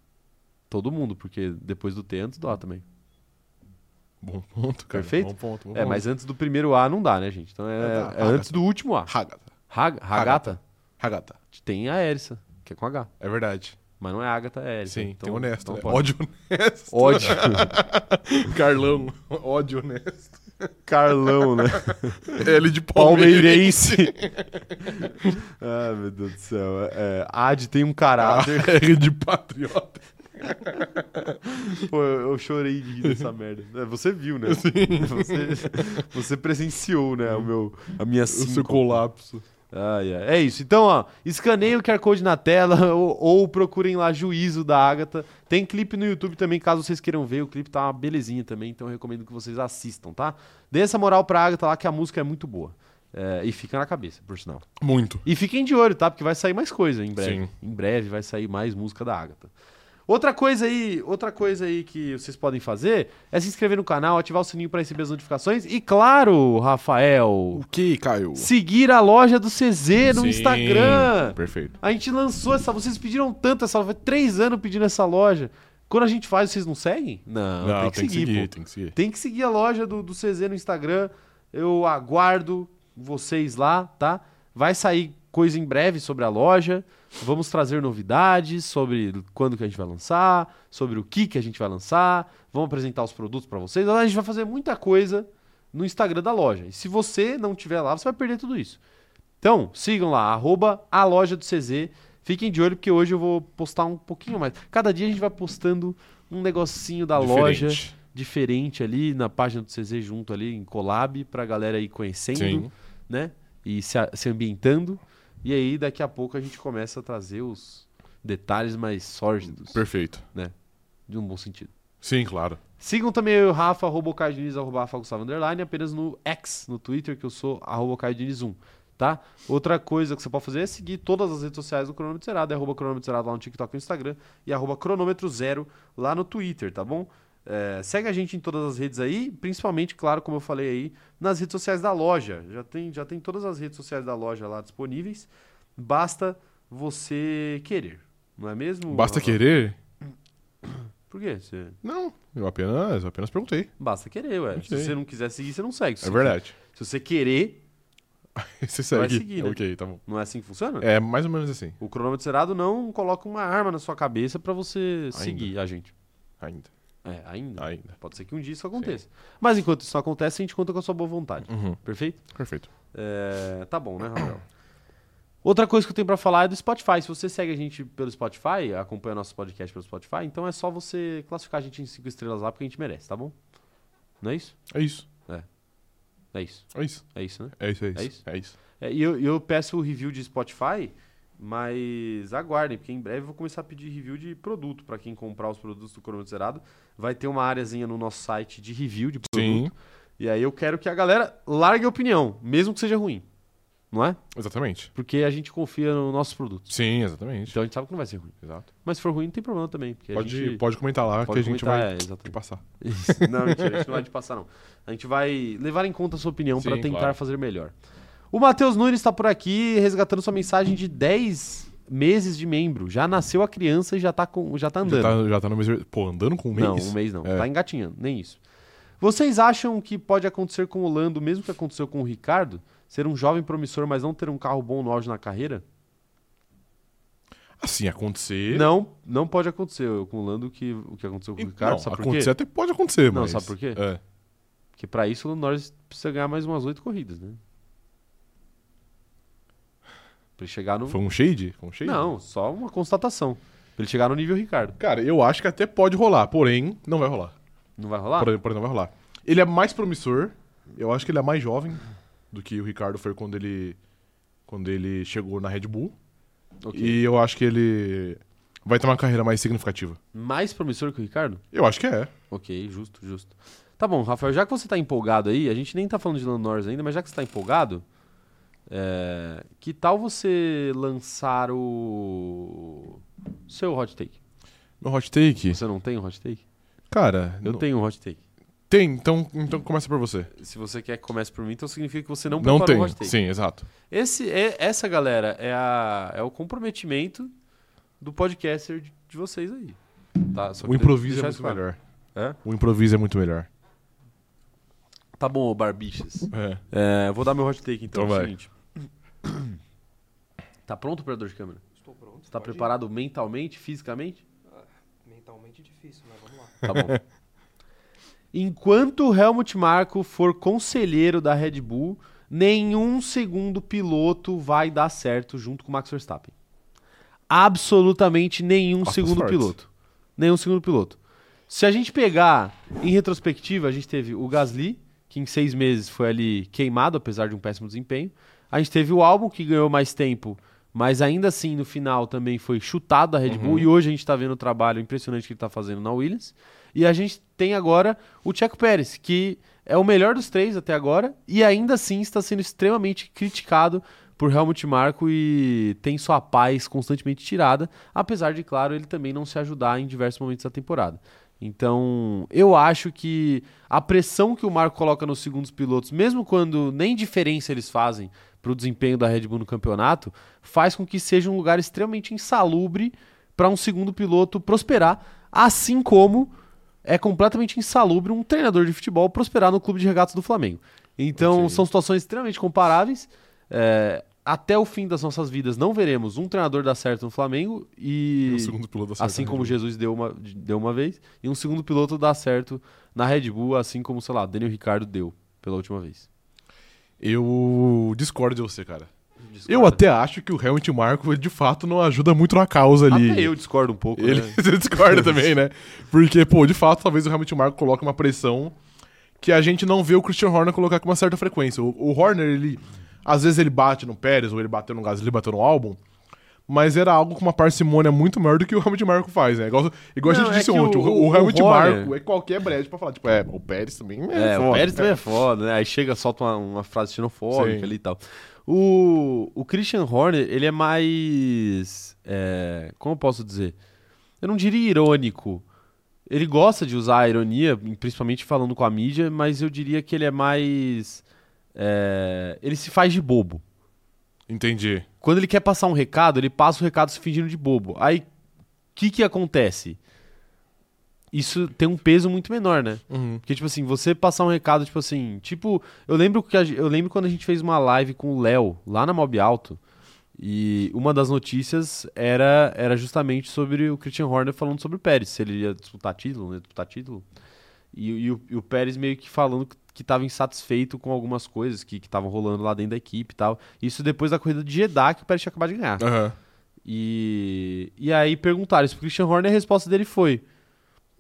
S1: Todo mundo, porque depois do T é antes do A também.
S2: Bom ponto, cara.
S1: Perfeito?
S2: Bom ponto. Bom
S1: É, mas antes do primeiro A não dá, né, gente? Então é,
S2: É da
S1: é antes do último A.
S2: Hagata.
S1: Hag- Hagata.
S2: Hagata.
S1: Tem a Erissa, que é com H.
S2: É verdade.
S1: Mas não é Agatha, é Erika.
S2: Sim, tem honesto.
S1: então
S2: né?
S1: pode.
S2: Ódio honesto.
S1: Ódio.
S2: Carlão. Ódio né? honesto.
S1: Carlão, né?
S2: L de Palmeiras.
S1: Palmeirense. ah, meu Deus do céu. É, Ad tem um
S2: Ah.
S1: caráter.
S2: R de patriota.
S1: Pô, eu eu chorei de rir dessa merda. É, Você viu, né? Você, você presenciou, né? O meu, a minha
S2: O seu
S1: síncope.
S2: colapso.
S1: Ai, ai. É isso. Então, ó, escaneie o QR Code na tela ou, ou procurem lá Juízo da Agatha. Tem clipe no YouTube também, caso vocês queiram ver. O clipe tá uma belezinha também, então eu recomendo que vocês assistam, tá? Dê essa moral pra Agatha lá, que a música é muito boa. É, e fica na cabeça, por sinal.
S2: Muito.
S1: E fiquem de olho, tá? Porque vai sair mais coisa em breve.
S2: Sim.
S1: Em breve vai sair mais música da Agatha. Outra coisa aí, outra coisa aí que vocês podem fazer é se inscrever no canal, ativar o sininho pra receber as notificações e claro, Rafael,
S2: O que, Caio?
S1: seguir a loja do CZ é no
S2: Sim,
S1: Instagram.
S2: Perfeito.
S1: A gente lançou essa, vocês pediram tanto essa loja, três anos pedindo essa loja. Quando a gente faz, vocês não seguem? Não,
S2: Não,
S1: tem que seguir, pô.
S2: tem que seguir.
S1: Tem que seguir a loja do, do CZ no Instagram. Eu aguardo vocês lá, tá? Vai sair coisa em breve sobre a loja. Vamos trazer novidades sobre quando que a gente vai lançar, sobre o que que a gente vai lançar. Vamos apresentar os produtos pra vocês. A gente vai fazer muita coisa no Instagram da loja. E se você não tiver lá, você vai perder tudo isso. Então, sigam lá, arroba a loja do CZ. Fiquem de olho, porque hoje eu vou postar um pouquinho mais. Cada dia a gente vai postando um negocinho da loja
S2: Diferente.
S1: diferente ali na página do CZ junto ali em collab pra galera ir conhecendo,
S2: Sim.
S1: né? E se, a- se ambientando. E aí daqui a pouco a gente começa a trazer os detalhes mais sórdidos,
S2: Perfeito.
S1: de um bom sentido.
S2: Sim, claro.
S1: Sigam também eu, e o Rafa, arroba o Caio Diniz, arroba Rafa Gustavo Underline, apenas no X, no Twitter, que eu sou arroba Caio Diniz 1, tá? Outra coisa que você pode fazer é seguir todas as redes sociais do Cronômetro Zerado, é arroba Cronômetro Zerado lá no TikTok e no Instagram, e arroba Cronômetro Zero lá no Twitter, tá bom? É, segue a gente em todas as redes aí, principalmente, claro, como eu falei aí, nas redes sociais da loja. Já tem, já tem todas as redes sociais da loja lá disponíveis, basta você querer, não é mesmo?
S2: Basta
S1: Rafa?
S2: querer?
S1: Por quê? Você...
S2: Não. Eu apenas, eu apenas perguntei.
S1: Basta querer, ué. Se
S2: Ok.
S1: você não quiser seguir, você não segue. Se
S2: É
S1: você
S2: verdade.
S1: Se você querer,
S2: Você segue.
S1: seguir, né?
S2: Ok, tá bom.
S1: não é assim que funciona?
S2: É mais ou menos assim.
S1: O cronômetro zerado não coloca uma arma na sua cabeça pra você seguir a gente.
S2: Ainda.
S1: É, ainda.
S2: Ainda.
S1: Pode ser que um dia isso aconteça. Mas enquanto isso não acontece, a gente conta com a sua boa vontade.
S2: Uhum.
S1: Perfeito?
S2: Perfeito.
S1: É, tá bom, né, Rafael? Outra coisa que eu tenho pra falar é do Spotify. Se você segue a gente pelo Spotify, acompanha nosso podcast pelo Spotify, então é só você classificar a gente em cinco estrelas lá, porque a gente merece, tá bom? Não é isso?
S2: É isso.
S1: É isso.
S2: É isso.
S1: É isso, né?
S2: É isso, é isso.
S1: É isso?
S2: É isso.
S1: É, e eu, e eu peço o review de Spotify Mas aguardem, porque em breve eu vou começar a pedir review de produto para quem comprar os produtos do Cronômetro Zerado. Vai ter uma áreazinha no nosso site de review de produto.
S2: Sim,
S1: E aí eu quero que a galera largue a opinião, mesmo que seja ruim. Não é?
S2: exatamente.
S1: Porque a gente confia nos nossos produtos.
S2: Sim, exatamente.
S1: Então a gente sabe que não vai ser ruim.
S2: Exato.
S1: Mas se for ruim, não tem problema também. Porque
S2: Pode,
S1: a gente...
S2: pode comentar lá
S1: pode
S2: que a gente
S1: comentar,
S2: vai
S1: é, exatamente.
S2: te passar.
S1: Isso. Não, mentira, a gente não vai te passar, não. A gente vai levar em conta a sua opinião
S2: Sim,
S1: para tentar
S2: claro.
S1: fazer melhor. O Matheus Nunes está por aqui resgatando sua mensagem de 10 meses de membro. Já nasceu a criança e já tá, com, já tá andando.
S2: Já tá, já tá no mesmo. Pô, andando com um mês?
S1: Não, um mês não.
S2: É.
S1: Tá engatinhando, nem isso. Vocês acham que pode acontecer com o Lando, o mesmo que aconteceu com o Ricardo? Ser um jovem promissor, mas não ter um carro bom no auge na carreira?
S2: Assim, acontecer.
S1: Não, não pode acontecer com o Lando que, o que aconteceu com o
S2: Não,
S1: Ricardo. sabe por
S2: acontecer
S1: quê?
S2: até pode acontecer,
S1: Não,
S2: mas...
S1: sabe por quê?
S2: É.
S1: Porque pra isso o Lando Norris precisa ganhar mais umas oito corridas, né? Pra ele chegar no.
S2: Foi um shade? Foi um shade?
S1: Não, só uma constatação. Pra ele chegar no nível Ricardo.
S2: Cara, eu acho que até pode rolar, porém, não vai rolar.
S1: Não vai rolar?
S2: Porém, porém, não vai rolar. Ele é mais promissor, eu acho que ele é mais jovem do que o Ricardo foi quando ele, quando ele chegou na Red Bull.
S1: Ok.
S2: E eu acho que ele vai ter uma carreira mais significativa.
S1: Mais promissor que o Ricardo?
S2: Eu acho que é.
S1: Ok, justo, justo. Tá bom, Rafael, já que você tá empolgado aí, a gente nem tá falando de Lando Norris ainda, mas já que você tá empolgado, é, que tal você lançar o seu hot take?
S2: Meu hot take.
S1: Você não tem um hot take?
S2: Cara,
S1: Eu
S2: não-
S1: tenho um hot take.
S2: Tem, então, então começa por você.
S1: Se você quer que comece por mim, então significa que você não
S2: Não,
S1: preparou um
S2: tem.
S1: hot take.
S2: Sim, exato.
S1: Esse, é- essa, galera, é, a- é o comprometimento do podcaster de, de vocês aí. Tá? Só
S2: O
S1: queria
S2: improviso é
S1: deixar isso
S2: muito
S1: claro.
S2: melhor.
S1: É?
S2: O improviso é muito melhor.
S1: Tá bom, ô Barbichas.
S2: É.
S1: É, eu vou dar meu hot take então.
S2: Então
S1: é o
S2: vai.
S1: seguinte. Tá pronto, operador de câmera? Estou pronto. Você tá preparado mentalmente, fisicamente?
S3: Mentalmente difícil, mas vamos lá.
S1: Tá bom. Enquanto o Helmut Marko for conselheiro da Red Bull, nenhum segundo piloto vai dar certo junto com o Max Verstappen. Absolutamente nenhum
S2: Nossa,
S1: segundo
S2: sorte.
S1: piloto. Nenhum segundo piloto. Se a gente pegar em retrospectiva, a gente teve o Gasly, que em seis meses foi ali queimado, apesar de um péssimo desempenho. A gente teve o Albon, que ganhou mais tempo, mas ainda assim no final também foi chutado da Red Bull. E hoje a gente está vendo o trabalho impressionante que ele está fazendo na Williams. E a gente tem agora o Checo Pérez, que é o melhor dos três até agora e ainda assim está sendo extremamente criticado por Helmut Marko e tem sua paz constantemente tirada, apesar de, claro, ele também não se ajudar em diversos momentos da temporada. Então, eu acho que a pressão que o Marco coloca nos segundos pilotos, mesmo quando nem diferença eles fazem para o desempenho da Red Bull no campeonato, faz com que seja um lugar extremamente insalubre para um segundo piloto prosperar, assim como é completamente insalubre um treinador de futebol prosperar no clube de regatas do Flamengo. Então,
S2: Ok.
S1: são situações extremamente comparáveis. É, até o fim das nossas vidas não veremos um treinador dar certo no Flamengo e
S2: é O segundo piloto acerta,
S1: assim
S2: né?
S1: como Jesus deu uma, deu uma vez, e um segundo piloto dá certo na Red Bull, assim como, sei lá, Daniel Ricardo deu pela última vez.
S2: Eu discordo de você, cara. Eu até acho que o Helmut Marko, ele, de fato, não ajuda muito na causa ali.
S1: Até eu discordo um pouco,
S2: Ele
S1: né?
S2: discorda também, né? Porque, pô, de fato, talvez o Hamilton Marco coloque uma pressão que a gente não vê o Christian Horner colocar com uma certa frequência. O, o Horner, ele. Às vezes ele bate no Pérez, ou ele bateu no Gasly, ele bateu no álbum. Mas era algo com uma parcimônia muito maior do que o Hamilton Marco faz, né? Igual, igual a
S1: Não,
S2: gente
S1: é
S2: disse
S1: que
S2: ontem,
S1: o-
S2: o,
S1: o
S2: o, Hamilton
S1: Horner-
S2: Marco é qualquer brejo pra falar, tipo, é, o Pérez também é.
S1: É, o
S2: foda.
S1: Pérez também é foda, né? Aí chega, solta uma, uma frase xenofóbica
S2: Sim.
S1: ali e tal. O, o Christian Horner, ele é mais. é, como eu posso dizer? Eu não diria irônico. Ele gosta de usar a ironia, principalmente falando com a mídia, mas eu diria que ele é mais. é, ele se faz de bobo.
S2: Entendi.
S1: Quando ele quer passar um recado, ele passa o recado se fingindo de bobo. Aí, o que que acontece? Isso tem um peso muito menor, né?
S2: Uhum.
S1: Porque, tipo assim, você passar um recado, tipo assim, tipo, eu lembro que a ge- eu lembro quando a gente fez uma live com o Léo lá na Mob Alto, e uma das notícias era, era justamente sobre o Christian Horner falando sobre o Pérez, se ele ia disputar título, não ia disputar título. E, e o, e o Pérez meio que falando que- que estava insatisfeito com algumas coisas que que estavam rolando lá dentro da equipe e tal. Isso depois da corrida de Jeddah, que o Pérez tinha acabado de ganhar.
S2: Aham.
S1: E, e aí perguntaram isso pro Christian Horner e a resposta dele foi: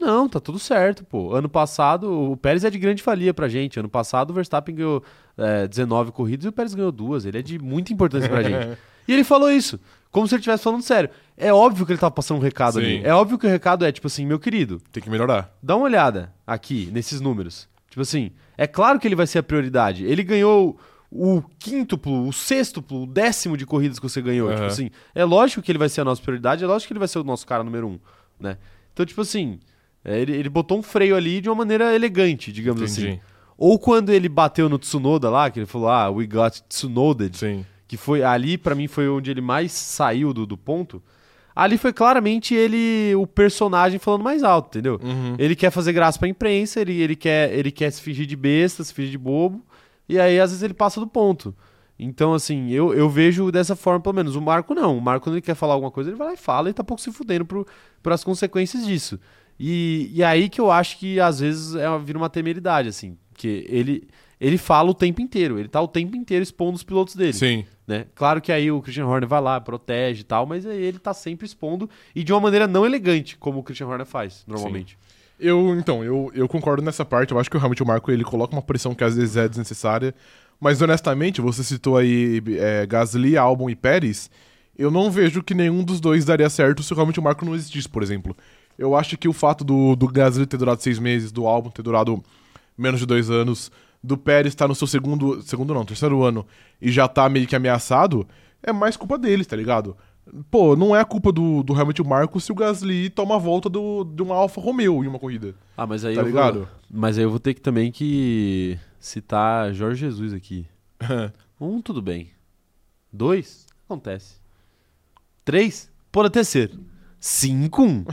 S1: Não, tá tudo certo, pô. Ano passado, o Pérez é de grande valia pra gente. Ano passado, o Verstappen ganhou é, 19 corridas e o Pérez ganhou duas. Ele é de muita importância pra gente. E ele falou isso, como se ele estivesse falando sério. É óbvio que ele tava passando um recado
S2: Sim.
S1: ali. É óbvio que o recado é, tipo assim, meu querido,
S2: Tem que melhorar.
S1: dá uma olhada aqui nesses números. Tipo assim, é claro que ele vai ser a prioridade. Ele ganhou o quíntuplo, o sextuplo, o décimo de corridas que você ganhou.
S2: Aham.
S1: Tipo assim, é lógico que ele vai ser a nossa prioridade, é lógico que ele vai ser o nosso cara número um, né? Então, tipo assim, é, ele, ele botou um freio ali de uma maneira elegante, digamos assim.
S2: Entendi.
S1: Ou quando ele bateu no Tsunoda lá, que ele falou, ah, we got Tsunoded
S2: Sim.
S1: que foi ali pra mim foi onde ele mais saiu do, do ponto. Ali foi claramente ele, o personagem falando mais alto, entendeu? Uhum. Ele quer fazer graça pra imprensa, ele, ele, quer, ele quer se fingir de besta, se fingir de bobo, e aí às vezes ele passa do ponto. Então, assim, eu, eu vejo dessa forma, pelo menos. O Marco não. O Marco, quando ele quer falar alguma coisa, ele vai lá e fala e tá pouco se fudendo pro, pras consequências disso. E, e aí que eu acho que às vezes é uma, vira uma temeridade, assim. Porque ele, ele fala o tempo inteiro, ele tá o tempo inteiro expondo os pilotos dele
S2: Sim.
S1: né? Claro que aí o Christian Horner vai lá, protege e tal, mas aí ele tá sempre expondo e de uma maneira não elegante, como o Christian Horner faz normalmente.
S2: Eu, então, eu, eu concordo nessa parte. Eu acho que realmente o Marco ele coloca uma pressão que às vezes é desnecessária. Mas honestamente, você citou aí é, Gasly, Albon e Pérez. Eu não vejo que nenhum dos dois daria certo se realmente o Marco não existisse, por exemplo. Eu acho que o fato do, do Gasly ter durado seis meses, do Albon ter durado menos de dois anos, do Pérez estar no seu segundo. Segundo não, terceiro ano e já tá meio que ameaçado, é mais culpa deles, tá ligado? Pô, não é a culpa do, do Hamilton Marco se o Gasly toma a volta do, de uma Alfa Romeo em uma corrida.
S1: Ah, mas aí
S2: Tá
S1: eu
S2: ligado?
S1: Vou, mas aí eu vou ter que também que citar Jorge Jesus aqui. Um, tudo bem. Dois, acontece. Três, por acontecer. Cinco, Um.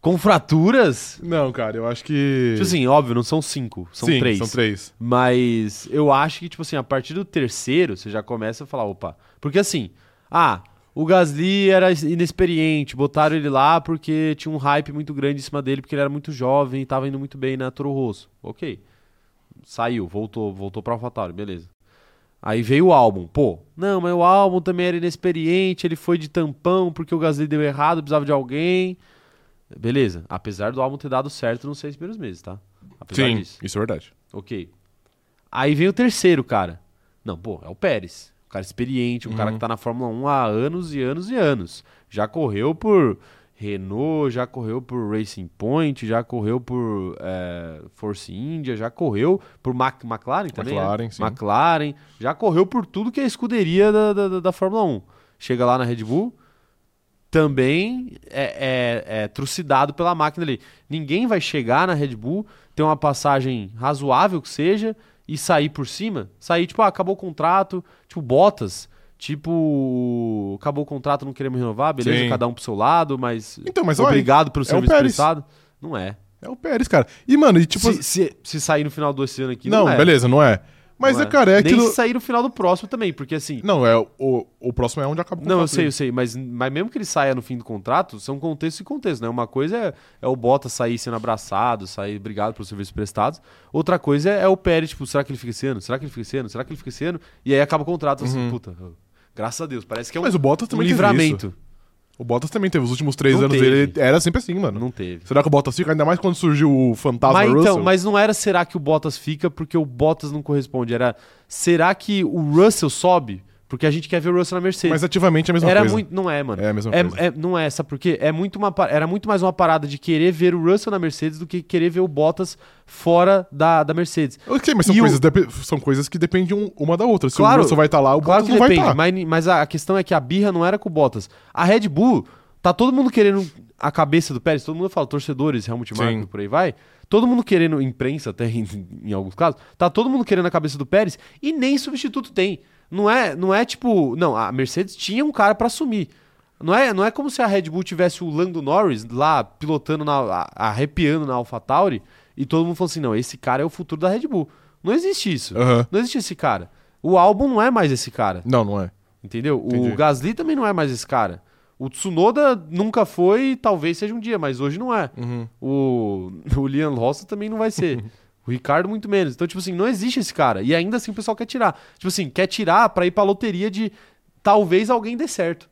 S1: com fraturas.
S2: Não, cara, eu acho que.
S1: Tipo assim, óbvio, não são cinco, são
S2: Sim,
S1: três.
S2: São três.
S1: Mas eu acho que, tipo assim, a partir do terceiro, você já começa a falar, opa. Porque assim, ah, o Gasly era inexperiente, botaram ele lá porque tinha um hype muito grande em cima dele, porque ele era muito jovem e tava indo muito bem na Toro Rosso. Ok. Saiu, voltou, voltou pra AlphaTauri, beleza. Aí veio o álbum, pô. Não, mas o álbum também era inexperiente, ele foi de tampão porque o Gasly deu errado, precisava de alguém. Beleza, apesar do álbum ter dado certo nos seis primeiros meses, tá? Apesar
S2: Sim,
S1: disso.
S2: isso é verdade.
S1: Ok. Aí vem o terceiro, cara. Não, pô, é o Pérez. Um cara experiente, um
S2: Uhum.
S1: cara que tá na Fórmula 1 há anos e anos e anos. Já correu por Renault, já correu por Racing Point, já correu por eh, Force India, já correu por Mac McLaren também. né?
S2: McLaren, sim.
S1: McLaren, já correu por tudo que é escuderia da, da, da- da Fórmula 1. Chega lá na Red Bull, também é, é, é trucidado pela máquina ali. Ninguém vai chegar na Red Bull, ter uma passagem razoável que seja e sair por cima. Sair, tipo, ah, acabou o contrato, tipo, botas. Tipo, acabou o contrato, não queremos renovar, beleza,
S2: Sim.
S1: cada um pro seu lado, mas
S2: Então, mas olha.
S1: obrigado pelo
S2: é o
S1: serviço
S2: Pérez.
S1: prestado. Não é.
S2: É o Pérez, cara. E, mano, e tipo.
S1: se, se, se sair no final do ano aqui,
S2: não,
S1: não, é.
S2: beleza, não é. Mas
S1: Não
S2: é, cara, é
S1: Nem
S2: aquilo.
S1: se sair no final do próximo também, porque assim,
S2: Não, é o, o próximo é onde acaba o
S1: Não, eu
S2: contrato
S1: sei, eu
S2: dele.
S1: sei, mas, mas mesmo que ele saia no fim do contrato, são contexto e contexto, né? Uma coisa é, é o Bota sair sendo abraçado, sair obrigado pelos serviços prestados. Outra coisa é, é o Pérez, tipo, será que ele fica esse ano? Será que ele fica esse ano? Será que ele fica esse ano? E aí acaba o contrato, assim, puta, graças a Deus, parece que é um,
S2: Uhum. Mas o Bottas
S1: um
S2: também teve isso.
S1: livramento.
S2: O Bottas também teve. Os últimos três
S1: Não
S2: anos
S1: teve.
S2: dele era sempre assim, mano.
S1: Não teve.
S2: Será que o Bottas fica? Ainda mais quando surgiu o fantasma
S1: Mas
S2: Russell.
S1: então, mas não era será que o Bottas fica porque o Bottas não corresponde, era será que o Russell sobe porque a gente quer ver o Russell na Mercedes.
S2: Mas ativamente é a mesma
S1: era
S2: coisa.
S1: muito, não é, mano.
S2: É a mesma
S1: é,
S2: coisa.
S1: é- não é, sabe por quê? É muito uma, pa- era muito mais uma parada de querer ver o Russell na Mercedes do que querer ver o Bottas fora da, da Mercedes.
S2: Ok, mas são,
S1: E o-
S2: coisas, depe- são coisas que dependem um- uma da outra. Se
S1: Claro.
S2: o Russell vai estar lá, o
S1: Claro
S2: Bottas
S1: que
S2: não vai tá.
S1: depende,
S2: estar.
S1: mas, mas a a questão é que a birra não era com o Bottas. A Red Bull, tá todo mundo querendo a cabeça do Pérez, todo mundo fala, torcedores, Helmut Marko,
S2: Sim.
S1: por aí vai. Todo mundo querendo, imprensa até em, em alguns casos, tá todo mundo querendo a cabeça do Pérez e nem substituto tem. Não é, não é tipo, não, a Mercedes tinha um cara pra assumir. Não é, não é como se a Red Bull tivesse o Lando Norris lá pilotando, na, a- arrepiando na AlphaTauri e todo mundo falando assim, não, esse cara é o futuro da Red Bull. Não existe isso.
S2: Aham.
S1: Não existe esse cara. O álbum não é mais esse cara,
S2: Não, não é.
S1: entendeu?
S2: Entendi.
S1: O Gasly também não é mais esse cara. O Tsunoda nunca foi, talvez seja um dia, mas hoje não é.
S2: Uhum.
S1: O, o Liam Lawson também não vai ser. o Ricardo muito menos. Então, tipo assim, não existe esse cara. E ainda assim o pessoal quer tirar. Tipo assim, quer tirar pra ir pra loteria de talvez alguém dê certo.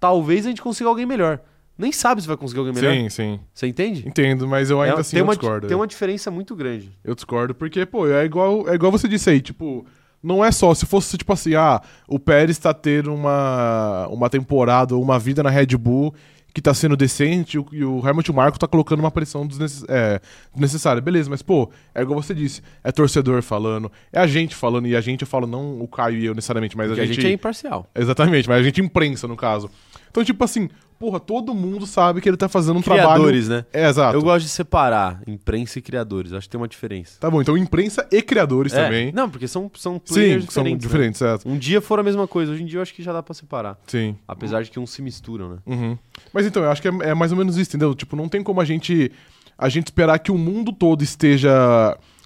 S1: Talvez a gente consiga alguém melhor. Nem sabe se vai conseguir alguém melhor.
S2: Sim, sim.
S1: Você entende?
S2: Entendo, mas eu ainda
S1: É,
S2: assim
S1: tem,
S2: eu
S1: uma,
S2: discordo.
S1: tem uma diferença muito grande.
S2: Eu discordo porque, pô, é igual, é igual você disse aí, tipo, Não é só, se fosse tipo assim, ah, o Pérez tá tendo uma, uma temporada, uma vida na Red Bull que tá sendo decente e o- e o Hamilton Marco tá colocando uma pressão desnecess- é, desnecessária. Beleza, mas pô, é igual você disse, é torcedor falando, é a gente falando, e a gente eu falo não o Caio e eu necessariamente, mas
S1: Porque a gente é imparcial.
S2: Exatamente, mas a gente é imprensa, no caso. Então, tipo assim, porra, todo mundo sabe que ele tá fazendo um trabalho.
S1: Criadores, né?
S2: É, exato.
S1: Eu gosto de separar imprensa e criadores. Acho que tem uma diferença.
S2: Tá bom, então imprensa e criadores
S1: É,
S2: também.
S1: Não, porque são, são
S2: Sim,
S1: players
S2: são
S1: diferentes. né?
S2: diferentes, exato.
S1: Um dia foram a mesma coisa, hoje em dia eu acho que já dá pra separar.
S2: Sim.
S1: Apesar de que uns se misturam, né?
S2: Uhum. Mas então, eu acho que é, é mais ou menos isso, entendeu? Tipo, não tem como a gente a gente esperar que o mundo todo esteja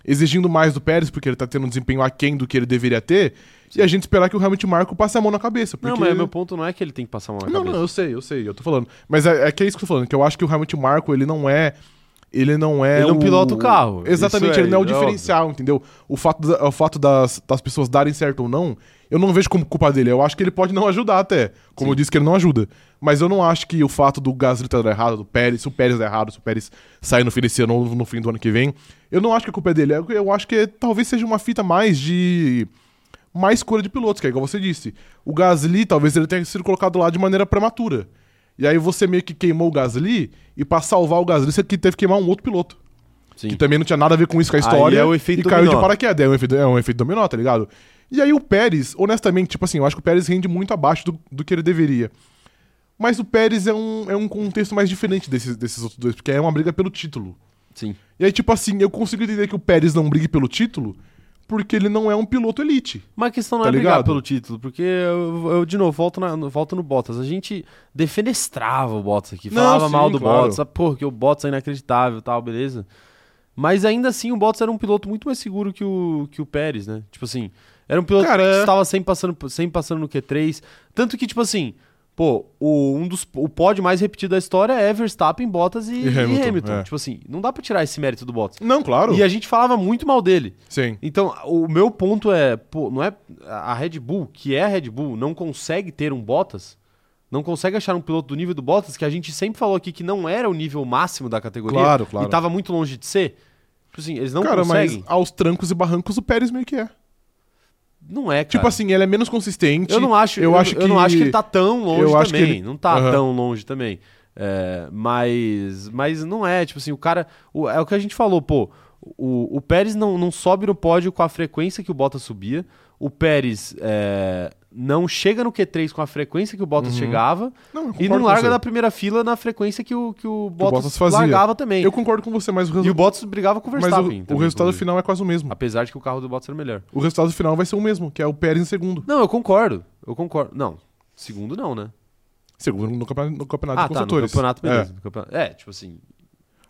S2: exigindo mais do Pérez, porque ele tá tendo um desempenho aquém do que ele deveria ter, e a gente esperar que o Hamilton Marco passe a mão na cabeça. Porque...
S1: Não, mas meu ponto não é que ele tem que passar uma na
S2: Não,
S1: cabeça.
S2: não, eu sei, eu sei, eu tô falando. Mas é, é que é isso que eu tô falando, que eu acho que o Hamilton Marco, ele não é. Ele não é.
S1: Ele não pilota o carro.
S2: Exatamente,
S1: Isso
S2: ele
S1: é-
S2: não é o
S1: é óbvio.
S2: diferencial, entendeu? O fato, da- o fato das, das pessoas darem certo ou não, eu não vejo como culpa dele. Eu acho que ele pode não ajudar até. Como eu disse que ele não ajuda. Mas eu não acho que o fato do Gasly tá dando errado, do Pérez, se o Pérez tá errado, se o Pérez sair no fim desse ano ou no fim do ano que vem, eu não acho que a culpa é dele. Eu- Eu acho que talvez seja uma fita mais de mais escolha de pilotos, que é igual você disse. O Gasly, talvez ele tenha sido colocado lá de maneira prematura. E aí você meio que queimou o Gasly, e pra salvar o Gasly, você que teve que queimar um outro piloto.
S1: Sim.
S2: Que também não tinha nada a ver com isso com a
S1: Aí
S2: história.
S1: é o efeito
S2: e caiu de
S1: dominó.
S2: paraquedas. É um efeito, é um efeito dominó, tá ligado? E aí o Pérez, honestamente, tipo assim, eu acho que o Pérez rende muito abaixo do, do que ele deveria. Mas o Pérez é um, é um contexto mais diferente desses, desses outros dois, porque é uma briga pelo título.
S1: Sim.
S2: E aí, tipo assim, eu consigo entender que o Pérez não brigue pelo título, porque ele não é um piloto elite.
S1: Mas a questão não
S2: Tá
S1: é
S2: ligado?
S1: brigar pelo título, porque eu, eu, de novo, volto, na- no- volto no Bottas. A gente defenestrava o Bottas aqui,
S2: Não,
S1: falava
S2: sim,
S1: mal do
S2: claro.
S1: Bottas, ah, porra, que o Bottas é inacreditável e tal, beleza. Mas ainda assim, o Bottas era um piloto muito mais seguro que o, que o Pérez, né? Tipo assim, era um piloto
S2: Cara,
S1: que
S2: é.
S1: estava sempre passando, sempre passando no Q3. Tanto que, tipo assim, pô, o, um dos, o pódio mais repetido da história é Verstappen, Bottas e,
S2: E
S1: e Hamilton.
S2: Hamilton, é.
S1: Tipo assim, não dá pra tirar esse mérito do Bottas.
S2: Não, claro.
S1: E a gente falava muito mal dele.
S2: Sim.
S1: Então, o meu ponto é, pô, não é a Red Bull, que é a Red Bull, não consegue ter um Bottas, não consegue achar um piloto do nível do Bottas, que a gente sempre falou aqui que não era o nível máximo da categoria
S2: Claro, claro.
S1: e tava muito longe de ser. Tipo assim, eles não
S2: cara,
S1: conseguem.
S2: mas aos trancos e barrancos o Pérez meio que é.
S1: Não é, cara.
S2: Tipo assim, ele é menos consistente.
S1: eu não acho,
S2: eu
S1: eu,
S2: acho
S1: eu não
S2: que-
S1: acho que ele tá tão longe
S2: eu acho que
S1: também,
S2: ele-
S1: não tá
S2: Aham.
S1: tão longe também. É, mas mas não é, tipo assim, o cara, o- é o que a gente falou, pô, o, o Pérez não, não sobe no pódio com a frequência que o Bottas subia, o Pérez é, não chega no Q3 com a frequência que o Bottas chegava e
S2: Não, eu Uhum. concordo
S1: não
S2: com
S1: larga
S2: você.
S1: da primeira fila na frequência que o, que o
S2: o
S1: Bottas,
S2: Bottas fazia.
S1: largava também.
S2: Eu concordo com você, mas o, resu-
S1: E o Bottas brigava com o
S2: mas o-
S1: Verstappen.
S2: o
S1: também,
S2: resultado
S1: inclusive. Ah.
S2: final é quase o mesmo.
S1: Apesar de que o carro do Bottas era melhor.
S2: O resultado final vai ser o mesmo, que é o Pérez em segundo.
S1: Não, eu concordo, eu concordo. Não, segundo não, né?
S2: Segundo no campeonato, no campeonato
S1: ah,
S2: de
S1: tá, no
S2: construtores.
S1: campeonato, beleza.
S2: É.
S1: No campeonato- É, tipo assim,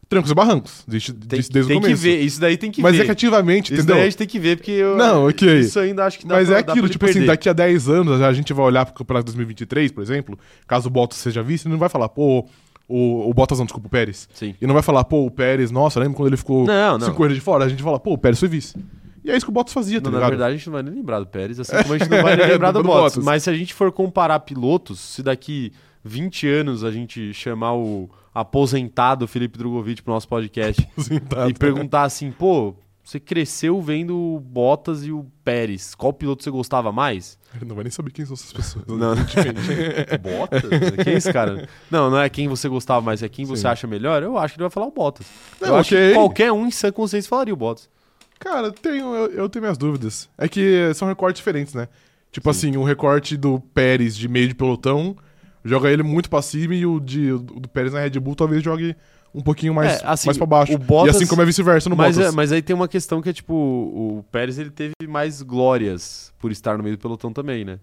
S2: Trancos e barrancos. Desde,
S1: tem,
S2: desde, desde
S1: tem
S2: o começo.
S1: que ver, isso daí tem que
S2: mas
S1: ver.
S2: é que ativamente,
S1: isso
S2: entendeu?
S1: daí a gente tem que ver, porque eu,
S2: Não, ok.
S1: isso ainda acho que dá
S2: Mas
S1: pra,
S2: é
S1: dá pra
S2: aquilo,
S1: ele
S2: tipo assim,
S1: perder.
S2: daqui a 10 anos a gente vai olhar pro campeonato 2023, por exemplo, caso o Bottas seja vice, ele não vai falar, pô, o, o Bottas não, desculpa, o Pérez.
S1: Sim.
S2: E não vai falar, pô, o Pérez, nossa, lembra quando ele ficou
S1: Não, não.
S2: cinco corridas de fora? A gente fala, pô, o Pérez foi vice. E é isso que o Bottas fazia, tá
S1: Não, na
S2: ligado?
S1: verdade, a gente não vai nem lembrar do Pérez, assim como a gente não vai nem lembrar do,
S2: Do
S1: Bottas.
S2: Bottas.
S1: Mas se a gente for comparar pilotos, se daqui 20 anos a gente chamar o aposentado Felipe Drogovic pro nosso podcast
S2: Aposentado.
S1: e perguntar assim, pô, você cresceu vendo o Bottas e o Pérez, qual piloto você gostava mais?
S2: Ele não vai nem saber quem são essas pessoas.
S1: Não, Tipo, Bottas? Quem é esse cara? Não, não é quem você gostava mais, é quem você
S2: Sim.
S1: acha melhor. Eu acho que ele vai falar o Bottas.
S2: Não,
S1: eu acho
S2: ok.
S1: que qualquer um em sã consciência falaria o Bottas.
S2: Cara, eu tenho, eu, eu tenho minhas dúvidas. É que são recortes diferentes, né? Tipo assim, o recorte do Pérez de meio de pelotão joga ele muito pra cima e o, de, o do Pérez na Red Bull talvez jogue um pouquinho mais,
S1: É, assim,
S2: mais pra baixo.
S1: o Bottas-
S2: e assim como é vice-versa no
S1: Mas, é-
S2: Bottas.
S1: mas aí tem uma questão que é tipo, o Pérez ele teve mais glórias por estar no meio do pelotão também, né?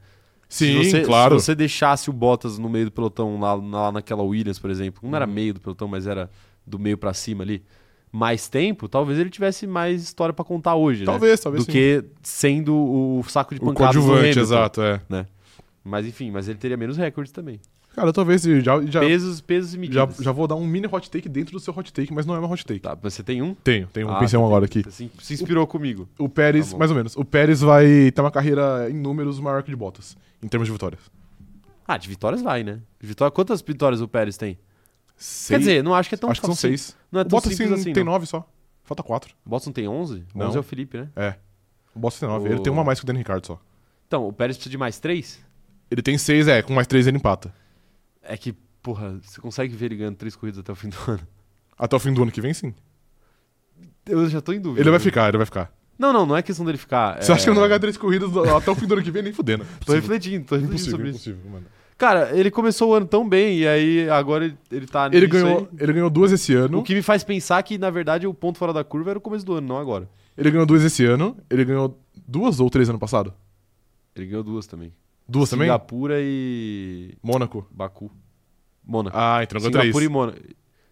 S2: Sim,
S1: se você,
S2: claro.
S1: Se você deixasse o Bottas no meio do pelotão lá, lá naquela Williams, por exemplo, não era
S2: Uhum.
S1: meio do pelotão, mas era do meio pra cima ali, mais tempo, talvez ele tivesse mais história pra contar hoje, né?
S2: Talvez, talvez
S1: Do
S2: sim.
S1: que sendo o saco de
S2: O
S1: pancadas do
S2: coadjuvante,
S1: Hamilton.
S2: exato, é.
S1: Mas enfim, mas ele teria menos recordes também.
S2: Cara, talvez eu já, já,
S1: pesos, pesos e
S2: já,
S1: medidas.
S2: já vou dar um mini hot take dentro do seu hot take, mas não é uma hot take.
S1: Tá, mas você tem um?
S2: Tenho, tenho um
S1: Ah,
S2: pincel agora aqui.
S1: Você se- se inspirou comigo.
S2: O Pérez,
S1: Tá bom.
S2: mais ou menos, o Pérez vai ter uma carreira em números maior que de Bottas, em termos de vitórias.
S1: Ah, de vitórias vai, né? De vitória, quantas vitórias o Pérez tem?
S2: Sei-
S1: Quer dizer, não acho que é tão
S2: acho que são
S1: fácil.
S2: seis.
S1: Não é
S2: o
S1: tão
S2: Bottas
S1: simples
S2: tem,
S1: assim.
S2: tem
S1: não.
S2: nove só. Falta quatro.
S1: Bottas não tem 11?
S2: Não.
S1: 11 é o Felipe, né?
S2: É. O Bottas tem nove.
S1: O-
S2: Ele tem uma a mais que o Daniel Ricardo só.
S1: Então, o Pérez precisa de mais três?
S2: Ele tem seis, é, com mais três ele empata.
S1: É que, porra, você consegue ver ele ganhando três corridas até o fim do ano?
S2: Até o fim do ano que vem, sim.
S1: Eu já tô em dúvida.
S2: Ele vai ficar, ele vai ficar.
S1: Não, não, não é questão dele ficar.
S2: Você
S1: Uhum. é-
S2: acha que ele não vai ganhar três corridas do- até o fim do ano que vem? Nem fudendo.
S1: Tô refletindo, tô refletindo
S2: Impossível,
S1: sobre isso.
S2: impossível, mano.
S1: Cara, ele começou o ano tão bem e aí agora ele, ele tá
S2: Ele
S1: nisso
S2: ganhou,
S1: aí.
S2: ele ganhou duas esse ano.
S1: O que me faz pensar que, na verdade, o ponto fora da curva era o começo do ano, não agora.
S2: Ele ganhou duas esse ano. Ele ganhou duas ou três ano passado?
S1: Ele ganhou duas também.
S2: Duas também?
S1: Singapura e.
S2: Mônaco.
S1: Baku. Mônaco.
S2: Ah, então ganhou
S1: Singapura
S2: três.
S1: e Mônaco.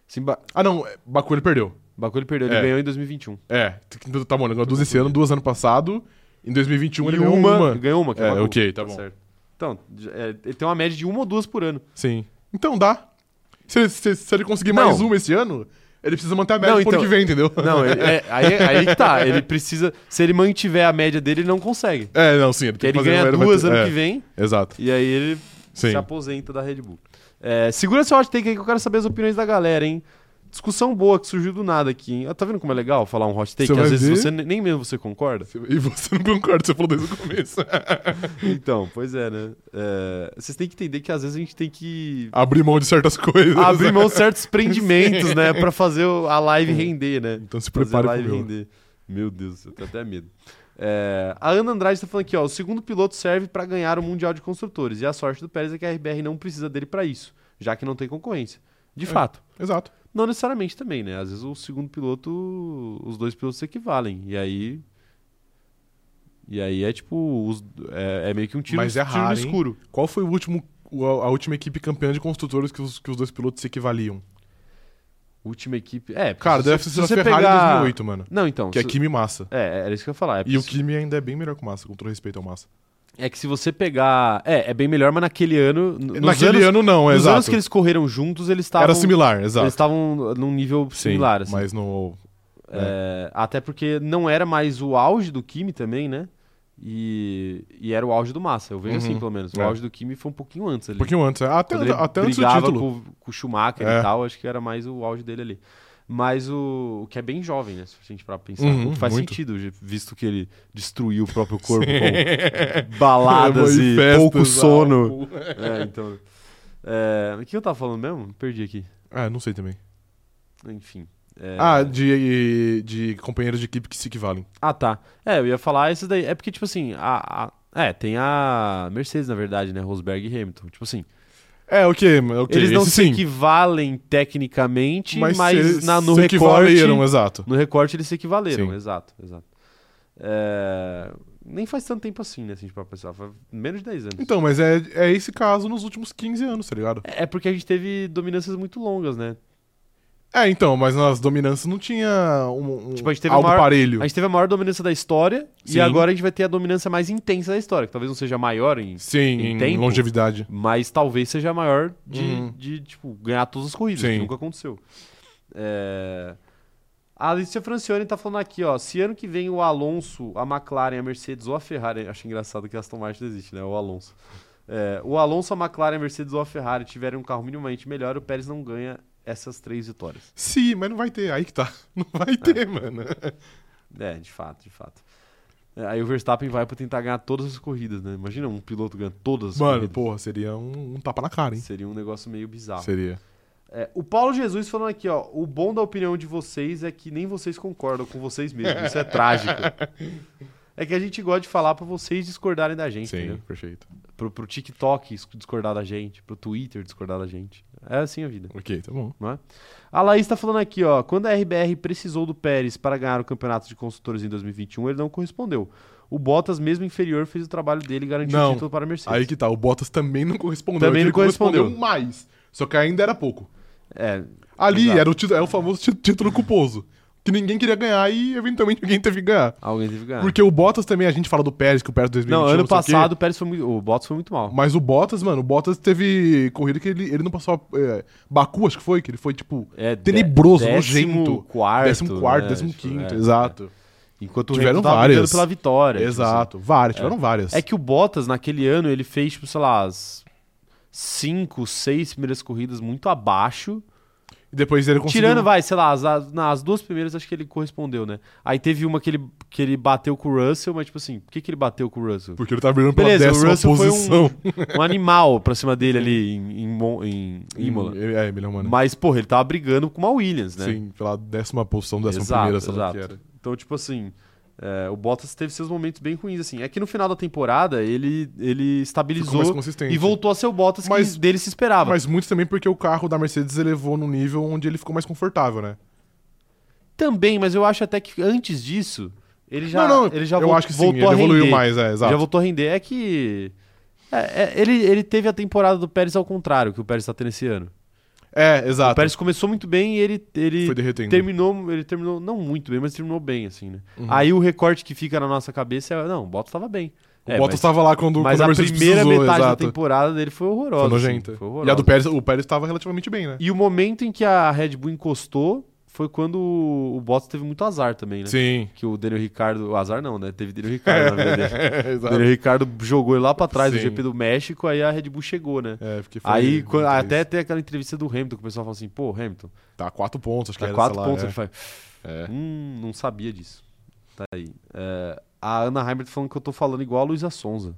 S1: Simba...
S2: Ah, não. é, Baku ele perdeu.
S1: Baku ele perdeu, ele
S2: É.
S1: ganhou em 2021.
S2: É, t- então tá bom. Ele ganhou duas esse ano, duas ano passado. Em 2021 ele
S1: E
S2: ganhou uma.
S1: Ganhou uma, que é,
S2: É,
S1: Baku.
S2: ok, tá bom.
S1: certo. Então, j- é, ele tem uma média de uma ou duas por ano.
S2: Sim. Então dá. Se ele, se- se ele conseguir
S1: Não.
S2: mais uma esse ano, ele precisa manter a média
S1: Não,
S2: pro ano
S1: então-
S2: que vem, entendeu?
S1: Não, ele- é, aí, aí que tá. Ele precisa. Se ele mantiver a média dele, ele não consegue.
S2: É, não, sim. Ele
S1: Porque
S2: tem que
S1: ele
S2: fazer
S1: ganha
S2: uma- vai
S1: duas
S2: ter-
S1: ano
S2: é,
S1: que vem
S2: Exato.
S1: e aí ele
S2: Sim.
S1: se aposenta da Red Bull. É, segura seu hot take aí que eu quero saber as opiniões da galera, hein? Discussão boa que surgiu do nada aqui, hein? Ah, Tá vendo como é legal falar um hot take?
S2: Você
S1: que Às
S2: vai
S1: vezes
S2: ver-
S1: você ne- nem mesmo você concorda.
S2: E você não concorda, você falou desde o começo.
S1: Então, pois é, né? É, vocês têm que entender que às vezes a gente tem que
S2: Abrir mão de certas coisas.
S1: abrir mão de certos prendimentos, né? Pra fazer o- a live render, né?
S2: Então se
S1: Fazer a
S2: prepare
S1: live
S2: pro meu.
S1: render. Meu Deus, eu tenho até medo. É, a Ana Andrade tá falando aqui, ó. O segundo piloto serve pra ganhar o Mundial de Construtores. E a sorte do Pérez é que a RBR não precisa dele pra isso, já que não tem concorrência. De
S2: É.
S1: fato.
S2: Exato.
S1: Não necessariamente também, né? Às vezes o segundo piloto, os dois pilotos se equivalem. E aí. E aí é tipo. os- é, é meio que um tiro,
S2: Mas é
S1: tiro no
S2: raro, hein?
S1: escuro.
S2: Qual foi o último, o- a última equipe campeã de construtores que os, que os dois pilotos se equivaliam?
S1: Última equipe. É, porque
S2: Cara,
S1: se-
S2: deve
S1: se
S2: ser a
S1: você
S2: Ferrari em
S1: pegar-
S2: 2008, mano.
S1: Não, então.
S2: Que é
S1: se-
S2: Kimi e Massa.
S1: É, era isso que eu ia falar. É,
S2: E o
S1: se-
S2: Kimi ainda é bem melhor que o Massa, com todo respeito ao Massa.
S1: é que se você pegar. É, é bem melhor, mas naquele ano. n- nos
S2: Naquele
S1: anos-
S2: ano não,
S1: Nos
S2: exato.
S1: anos que eles correram juntos, eles estavam.
S2: Era similar,
S1: Eles
S2: exato.
S1: estavam num nível
S2: Sim,
S1: similar, assim.
S2: Mas no...
S1: É, até porque não era mais o auge do Kimi também, né? E, e era o auge do Massa, eu vejo
S2: Uhum.
S1: assim pelo menos. O
S2: É.
S1: auge do Kimi foi um pouquinho antes ali.
S2: Um pouquinho antes. é. Até,
S1: Quando ele
S2: até antes do
S1: brigava
S2: título.
S1: Com, com o Schumacher e
S2: É.
S1: tal, acho que era mais o auge dele ali. Mas o, o que é bem jovem, né? Se a gente parar pra pensar.
S2: Uhum,
S1: o que faz
S2: muito.
S1: sentido, de- visto que ele destruiu o próprio corpo com baladas e
S2: festas, ah,
S1: pouco sono.
S2: álcool.
S1: É, então. É, o que eu tava falando mesmo? Perdi aqui.
S2: Ah, não sei também.
S1: Enfim. é-
S2: Ah, de, de companheiros de equipe que se equivalem.
S1: Ah, tá. É, eu ia falar isso daí. É porque, tipo assim, a, a- É, tem a Mercedes, na verdade, né? Rosberg e Hamilton. Tipo assim,
S2: É, ok, ok.
S1: eles não
S2: esse
S1: se
S2: sim.
S1: equivalem tecnicamente, mas,
S2: se-
S1: na, no
S2: se
S1: recorte...
S2: equivaleram, exato.
S1: No recorte eles se equivaleram,
S2: Sim.
S1: exato, exato. É, Nem faz tanto tempo assim, né? Se a gente for pensar, faz menos de 10 anos.
S2: Então, mas é, é esse caso nos últimos 15 anos, tá ligado?
S1: É porque a gente teve dominâncias muito longas, né?
S2: É, então, mas nas dominâncias não tinha um, um-
S1: Tipo, a gente teve
S2: algo
S1: a maior-
S2: parelho.
S1: A gente teve a maior dominância da história e
S2: Sim.
S1: agora a gente vai ter a dominância mais intensa da história, que talvez não seja a maior em
S2: Sim,
S1: em
S2: em,
S1: tempo.
S2: longevidade.
S1: Mas talvez seja a maior de,
S2: Uhum.
S1: de, tipo, ganhar todas as corridas,
S2: Sim.
S1: que nunca aconteceu. É... A Alicia Francione tá falando aqui, ó. Se ano que vem o Alonso, a McLaren, a Mercedes ou a Ferrari. Acho engraçado que a Aston Martin existe, né? O Alonso. É, o Alonso, a McLaren, a Mercedes ou a Ferrari tiverem um carro minimamente melhor, o Pérez não ganha essas três vitórias.
S2: Sim, mas não vai ter, aí que tá. Não vai ter, mano.
S1: É, de fato, de fato. É, aí o Verstappen vai pra tentar ganhar todas as corridas, né? Imagina um piloto ganhando todas as
S2: Mano,
S1: corridas.
S2: porra, seria um, um tapa na cara, hein?
S1: Seria um negócio meio bizarro.
S2: Seria.
S1: É, o Paulo Jesus falando aqui, ó. O bom da opinião de vocês é que nem vocês concordam com vocês mesmos. Isso é trágico. É que a gente gosta de falar pra vocês discordarem da gente,
S2: Sim,
S1: entendeu?
S2: perfeito.
S1: Pro, pro TikTok es- discordar da gente, pro Twitter discordar da gente. É assim a vida.
S2: Ok, tá bom.
S1: A Laís tá falando aqui, ó. Quando a RBR precisou do Pérez para ganhar o campeonato de construtores em 2021, ele não correspondeu. O Bottas, mesmo inferior, fez o trabalho dele e garantiu o
S2: Não.
S1: título para a Mercedes.
S2: Aí que tá, o Bottas também não correspondeu.
S1: Também
S2: Ele
S1: não correspondeu.
S2: mais. Só que ainda era pouco.
S1: É,
S2: Ali
S1: Exato.
S2: era o, título, era o famoso tí- título culposo. Que ninguém queria ganhar e eventualmente alguém teve que ganhar.
S1: alguém teve que ganhar.
S2: Porque o Bottas também, a gente fala do Pérez, que o Pérez 2021
S1: É. Não,
S2: sei
S1: ano
S2: o quê.
S1: passado o Pérez foi muito. O Bottas foi muito mal.
S2: Mas o Bottas, mano, o Bottas teve corrida que ele, ele não passou. É, Baku, acho que foi, que ele foi tipo.
S1: É, de-
S2: Tenebroso,
S1: décimo
S2: nojento.
S1: Quarto,
S2: 14, 15,
S1: Tipo, é.
S2: exato.
S1: Enquanto
S2: Tiveram
S1: o Hamilton tava
S2: várias.
S1: brigando pela vitória. tipo
S2: exato. Várias, tiveram várias.
S1: assim. É que o Bottas, naquele ano, ele fez, tipo, sei lá, as cinco, seis primeiras corridas muito abaixo.
S2: E depois ele conseguiu. um
S1: Tirando, vai, sei lá, as, as- na- as duas primeiras acho que ele correspondeu, né? Aí teve uma que ele, que ele bateu com o Russell, mas tipo assim, por que, que ele bateu com o Russell?
S2: Porque ele tá brigando pela
S1: Beleza, o
S2: décima
S1: Russell foi um-
S2: posição.
S1: Um animal pra cima dele ali em, em, Mon- em Imola.
S2: Ele- É, Emílio Mano.
S1: Mas, porra, ele tava brigando com uma Williams, né?
S2: Sim, pela décima posição, décima
S1: Exato,
S2: primeira, sei lá o
S1: exato.
S2: que era.
S1: Então, tipo assim, é, o Bottas teve seus momentos bem ruins, assim. É que no final da temporada ele, ele
S2: Ficou mais
S1: estabilizou
S2: consistente.
S1: e voltou a ser o Bottas
S2: Mas-
S1: que dele se esperava.
S2: Mas muito também porque o carro da Mercedes elevou num nível onde ele ficou mais confortável, né?
S1: Também, mas eu acho até que antes disso, ele já,
S2: não, não,
S1: ele já
S2: eu
S1: vol-
S2: acho que sim,
S1: voltou
S2: ele
S1: a
S2: evoluiu
S1: render.
S2: mais, é, exato.
S1: Já voltou a render. É que. é, é, ele, ele teve a temporada do Pérez ao contrário que o Pérez tá tendo esse ano.
S2: É,
S1: O
S2: exato.
S1: Pérez começou muito bem e ele, ele
S2: Foi derretendo.
S1: terminou, ele terminou, não muito bem, mas terminou bem, assim, né?
S2: Uhum.
S1: Aí o recorte que fica na nossa cabeça é, não, o Bottas tava bem.
S2: O
S1: É,
S2: Bottas
S1: mas-
S2: tava lá quando,
S1: Mas
S2: quando
S1: a
S2: a Mercedes
S1: primeira
S2: precisou,
S1: metade
S2: exato.
S1: da temporada dele foi horrorosa.
S2: Foi
S1: assim,
S2: nojenta.
S1: foi
S2: e
S1: horrorosa.
S2: a do Pérez, o Pérez tava relativamente bem, né?
S1: E o momento em que a Red Bull encostou foi quando o o Bottas teve muito azar também, né?
S2: Sim.
S1: Que o Daniel Ricardo. Azar não, né? Teve Daniel Ricardo na vida dele.
S2: É,
S1: O
S2: exato.
S1: Daniel Ricardo jogou ele lá pra trás do
S2: Sim.
S1: GP do México, aí a Red Bull chegou, né?
S2: É, porque foi
S1: Aí,
S2: muito
S1: quando-
S2: triste.
S1: até tem aquela entrevista do Hamilton que o pessoal fala assim: pô, Hamilton,
S2: Tá, quatro pontos, acho que
S1: tá
S2: era,
S1: quatro
S2: sei lá,
S1: pontos.
S2: é.
S1: Ele fala,
S2: É.
S1: hum, não sabia disso. Tá aí. É, a Ana Heimert falando que eu tô falando igual a Luísa Sonza.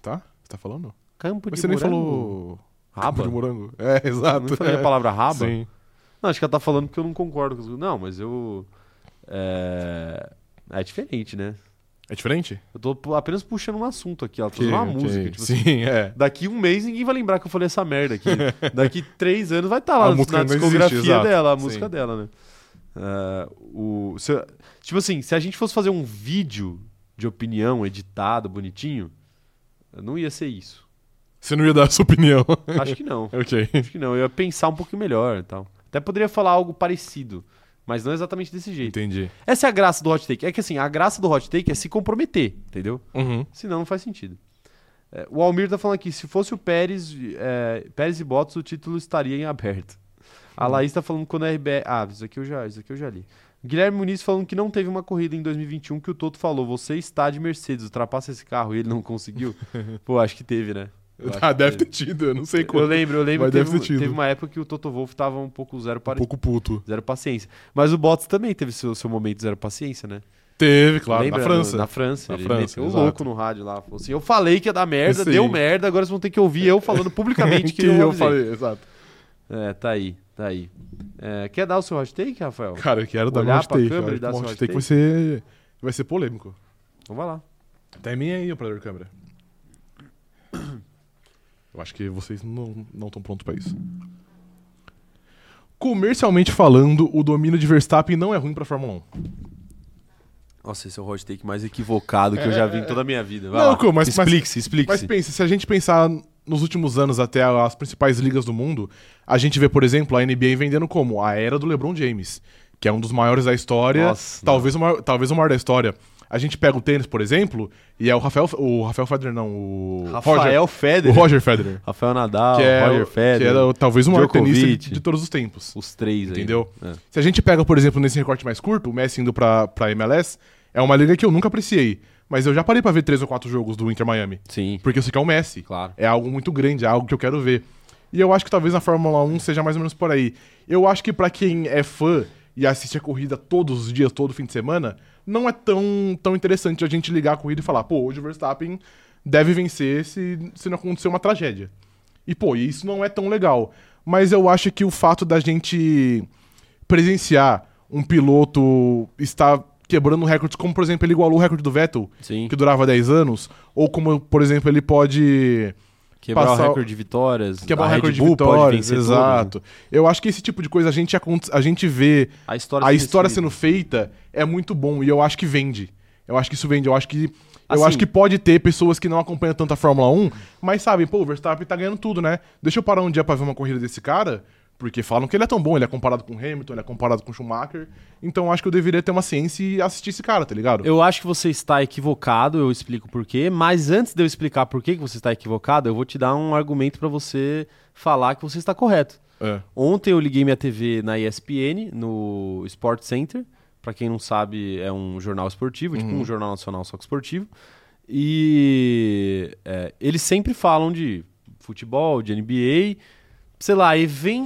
S2: Tá? Você tá falando?
S1: Campo de
S2: Mas você nem
S1: morango.
S2: falou...
S1: Raba?
S2: Campo de morango. É, exato.
S1: Eu não falei a palavra
S2: É.
S1: raba?
S2: Sim.
S1: Não, acho que ela tá falando porque eu não concordo com isso. Não, mas eu. É, é diferente, né?
S2: É diferente?
S1: Eu tô pu- apenas puxando um assunto aqui. Ela tá fazendo uma
S2: Que-
S1: música.
S2: que-
S1: Tipo assim,
S2: Sim, é.
S1: daqui um mês ninguém vai lembrar que eu falei essa merda aqui. daqui três anos vai estar lá
S2: A
S1: na-
S2: música
S1: na
S2: não existe,
S1: discografia
S2: exato.
S1: dela, a
S2: Sim.
S1: música dela, né? É, o, se- tipo assim, se a gente fosse fazer um vídeo de opinião editado, bonitinho, não ia ser isso.
S2: Você não ia dar a sua opinião.
S1: Acho que não.
S2: ok.
S1: Acho que não, eu ia pensar um pouquinho melhor e tal. Até poderia falar algo parecido, mas não exatamente desse jeito.
S2: Entendi.
S1: Essa é a graça do hot take. É que assim, a graça do hot take é se comprometer, entendeu?
S2: Uhum.
S1: Senão não faz sentido. É, o Almir tá falando aqui, se fosse o Pérez, é, Pérez e Bottas, o título estaria em aberto. A
S2: Hum.
S1: Laís tá falando quando a RBR... Ah, isso aqui eu já, isso aqui eu já li. Guilherme Muniz falando que não teve uma corrida em 2021 que o Toto falou, você está de Mercedes, ultrapassa esse carro e ele não conseguiu. Pô, acho que teve, né? Eu acho
S2: Ah,
S1: que
S2: deve
S1: teve.
S2: ter tido, eu não sei
S1: Eu
S2: quanto.
S1: lembro, eu lembro.
S2: Mas
S1: que Teve,
S2: deve ter
S1: um-
S2: tido.
S1: teve uma época que o Toto Wolff tava um pouco zero,
S2: Um
S1: para...
S2: pouco puto.
S1: zero paciência. Mas o Bottas também teve seu, seu momento zero paciência, né?
S2: Teve, claro,
S1: Lembra?
S2: na
S1: No-
S2: França.
S1: Na França.
S2: Na
S1: ele
S2: França,
S1: meteu o
S2: exato.
S1: louco no rádio lá. Falou assim, eu falei que ia dar merda,
S2: Sim.
S1: deu merda, agora vocês vão ter que ouvir eu falando publicamente que,
S2: que
S1: eu,
S2: eu
S1: avisei."
S2: falei, exato.
S1: É, tá aí, tá aí. É, quer dar o seu hot take, Rafael?
S2: Cara, eu quero dar meu
S1: Olhar
S2: hot
S1: pra
S2: take.
S1: câmera e dar
S2: cara.
S1: seu
S2: Um
S1: hot
S2: hot take vai
S1: take?
S2: ser, vai ser polêmico.
S1: Então vai lá.
S2: Até Tá mim aí, operador de câmera. Eu acho que vocês não estão prontos pra isso. Comercialmente falando, o domínio de Verstappen não é ruim pra Fórmula 1.
S1: Nossa, esse é o hot take mais equivocado que eu já vi em toda a minha vida. Vai
S2: Não,
S1: lá.
S2: Cu, mas- mas-
S1: explique-se,
S2: Mas
S1: explique-se.
S2: pensa, se a gente pensar nos últimos anos até as principais ligas do mundo, a gente vê, por exemplo, a NBA vendendo como a era do LeBron James, que é um dos maiores da história,
S1: Nossa,
S2: talvez, o maior, talvez o maior da história. A gente pega o tênis, por exemplo, e é o Rafael, o Rafael Federer não, o
S1: Rafael
S2: Roger, o
S1: Federer.
S2: Roger Federer,
S1: Rafael Nadal,
S2: que é
S1: Ah, Roger
S2: o- que
S1: Federer.
S2: era o- talvez o maior
S1: Djokovic.
S2: tenista de, de todos os tempos.
S1: Os três aí.
S2: Entendeu?
S1: É.
S2: Se a gente pega, por exemplo, nesse recorte mais curto, o Messi indo pra, pra MLS, é uma liga que eu nunca apreciei. Mas eu já parei pra ver três ou quatro jogos do Inter Miami.
S1: Sim,
S2: Porque eu sei que é o Messi.
S1: claro.
S2: É algo muito grande, é algo que eu quero ver. E eu acho que talvez na Fórmula 1 seja mais ou menos por aí. Eu acho que pra quem é fã e assiste a corrida todos os dias, todo fim de semana, não é tão, tão interessante a gente ligar a corrida e falar, pô, hoje o Verstappen deve vencer se, se não acontecer uma tragédia. E, pô, e isso não é tão legal. Mas eu acho que o fato da gente presenciar um piloto estar quebrando recordes, como por exemplo ele igualou o recorde do Vettel,
S1: Sim.
S2: que durava 10 anos, ou como, por exemplo, ele pode
S1: Quebrar
S2: passar
S1: o
S2: o-
S1: recorde de vitórias.
S2: quebrar
S1: a
S2: o
S1: Red
S2: recorde de
S1: Bull pode
S2: vitórias,
S1: vencer todas, né?
S2: exato. Eu acho que esse tipo de coisa a gente, acon- a gente vê
S1: A história,
S2: a
S1: sendo
S2: história
S1: escrita.
S2: sendo feita é muito bom e eu acho que vende. Eu acho que isso vende, eu acho que eu
S1: Assim-
S2: acho que pode ter pessoas que não acompanham tanto a Fórmula 1, mas sabem, pô, o Verstappen tá ganhando tudo, né? Deixa eu parar um dia pra ver uma corrida desse cara, porque falam que ele é tão bom, ele é comparado com Hamilton, ele é comparado com Schumacher. Então eu acho que eu deveria ter uma ciência e assistir esse cara, tá ligado?
S1: Eu acho que você está equivocado, eu explico por quê, mas antes de eu explicar por que que você está equivocado, eu vou te dar um argumento para você falar que você está correto.
S2: É.
S1: Ontem eu liguei minha TV na ESPN, no Sport Center. Pra quem não sabe, é um jornal esportivo, tipo um jornal nacional só que esportivo. E é, eles sempre falam de futebol, de NBA, sei lá,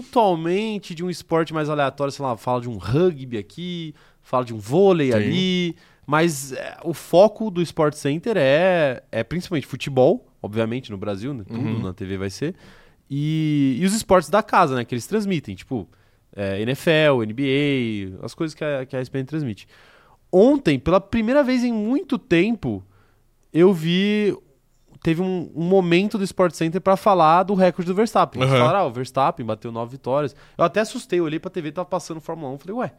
S1: eventualmente de um esporte mais aleatório, sei lá, fala de um rugby aqui, fala de um vôlei
S2: Sim.
S1: ali, mas é, o foco do Sport Center é, é principalmente futebol, obviamente no Brasil, né, tudo na TV vai ser, e, e os esportes da casa, né, que eles transmitem, tipo é, NFL, NBA, as coisas que a, que a ESPN transmite. Ontem, pela primeira vez em muito tempo, eu vi teve um, um momento do Sport Center pra falar do recorde do Verstappen. Eles
S2: Aham.
S1: falaram, ah, o Verstappen bateu nove vitórias. Eu até assustei, eu olhei pra TV, tava passando Fórmula 1, falei, ué.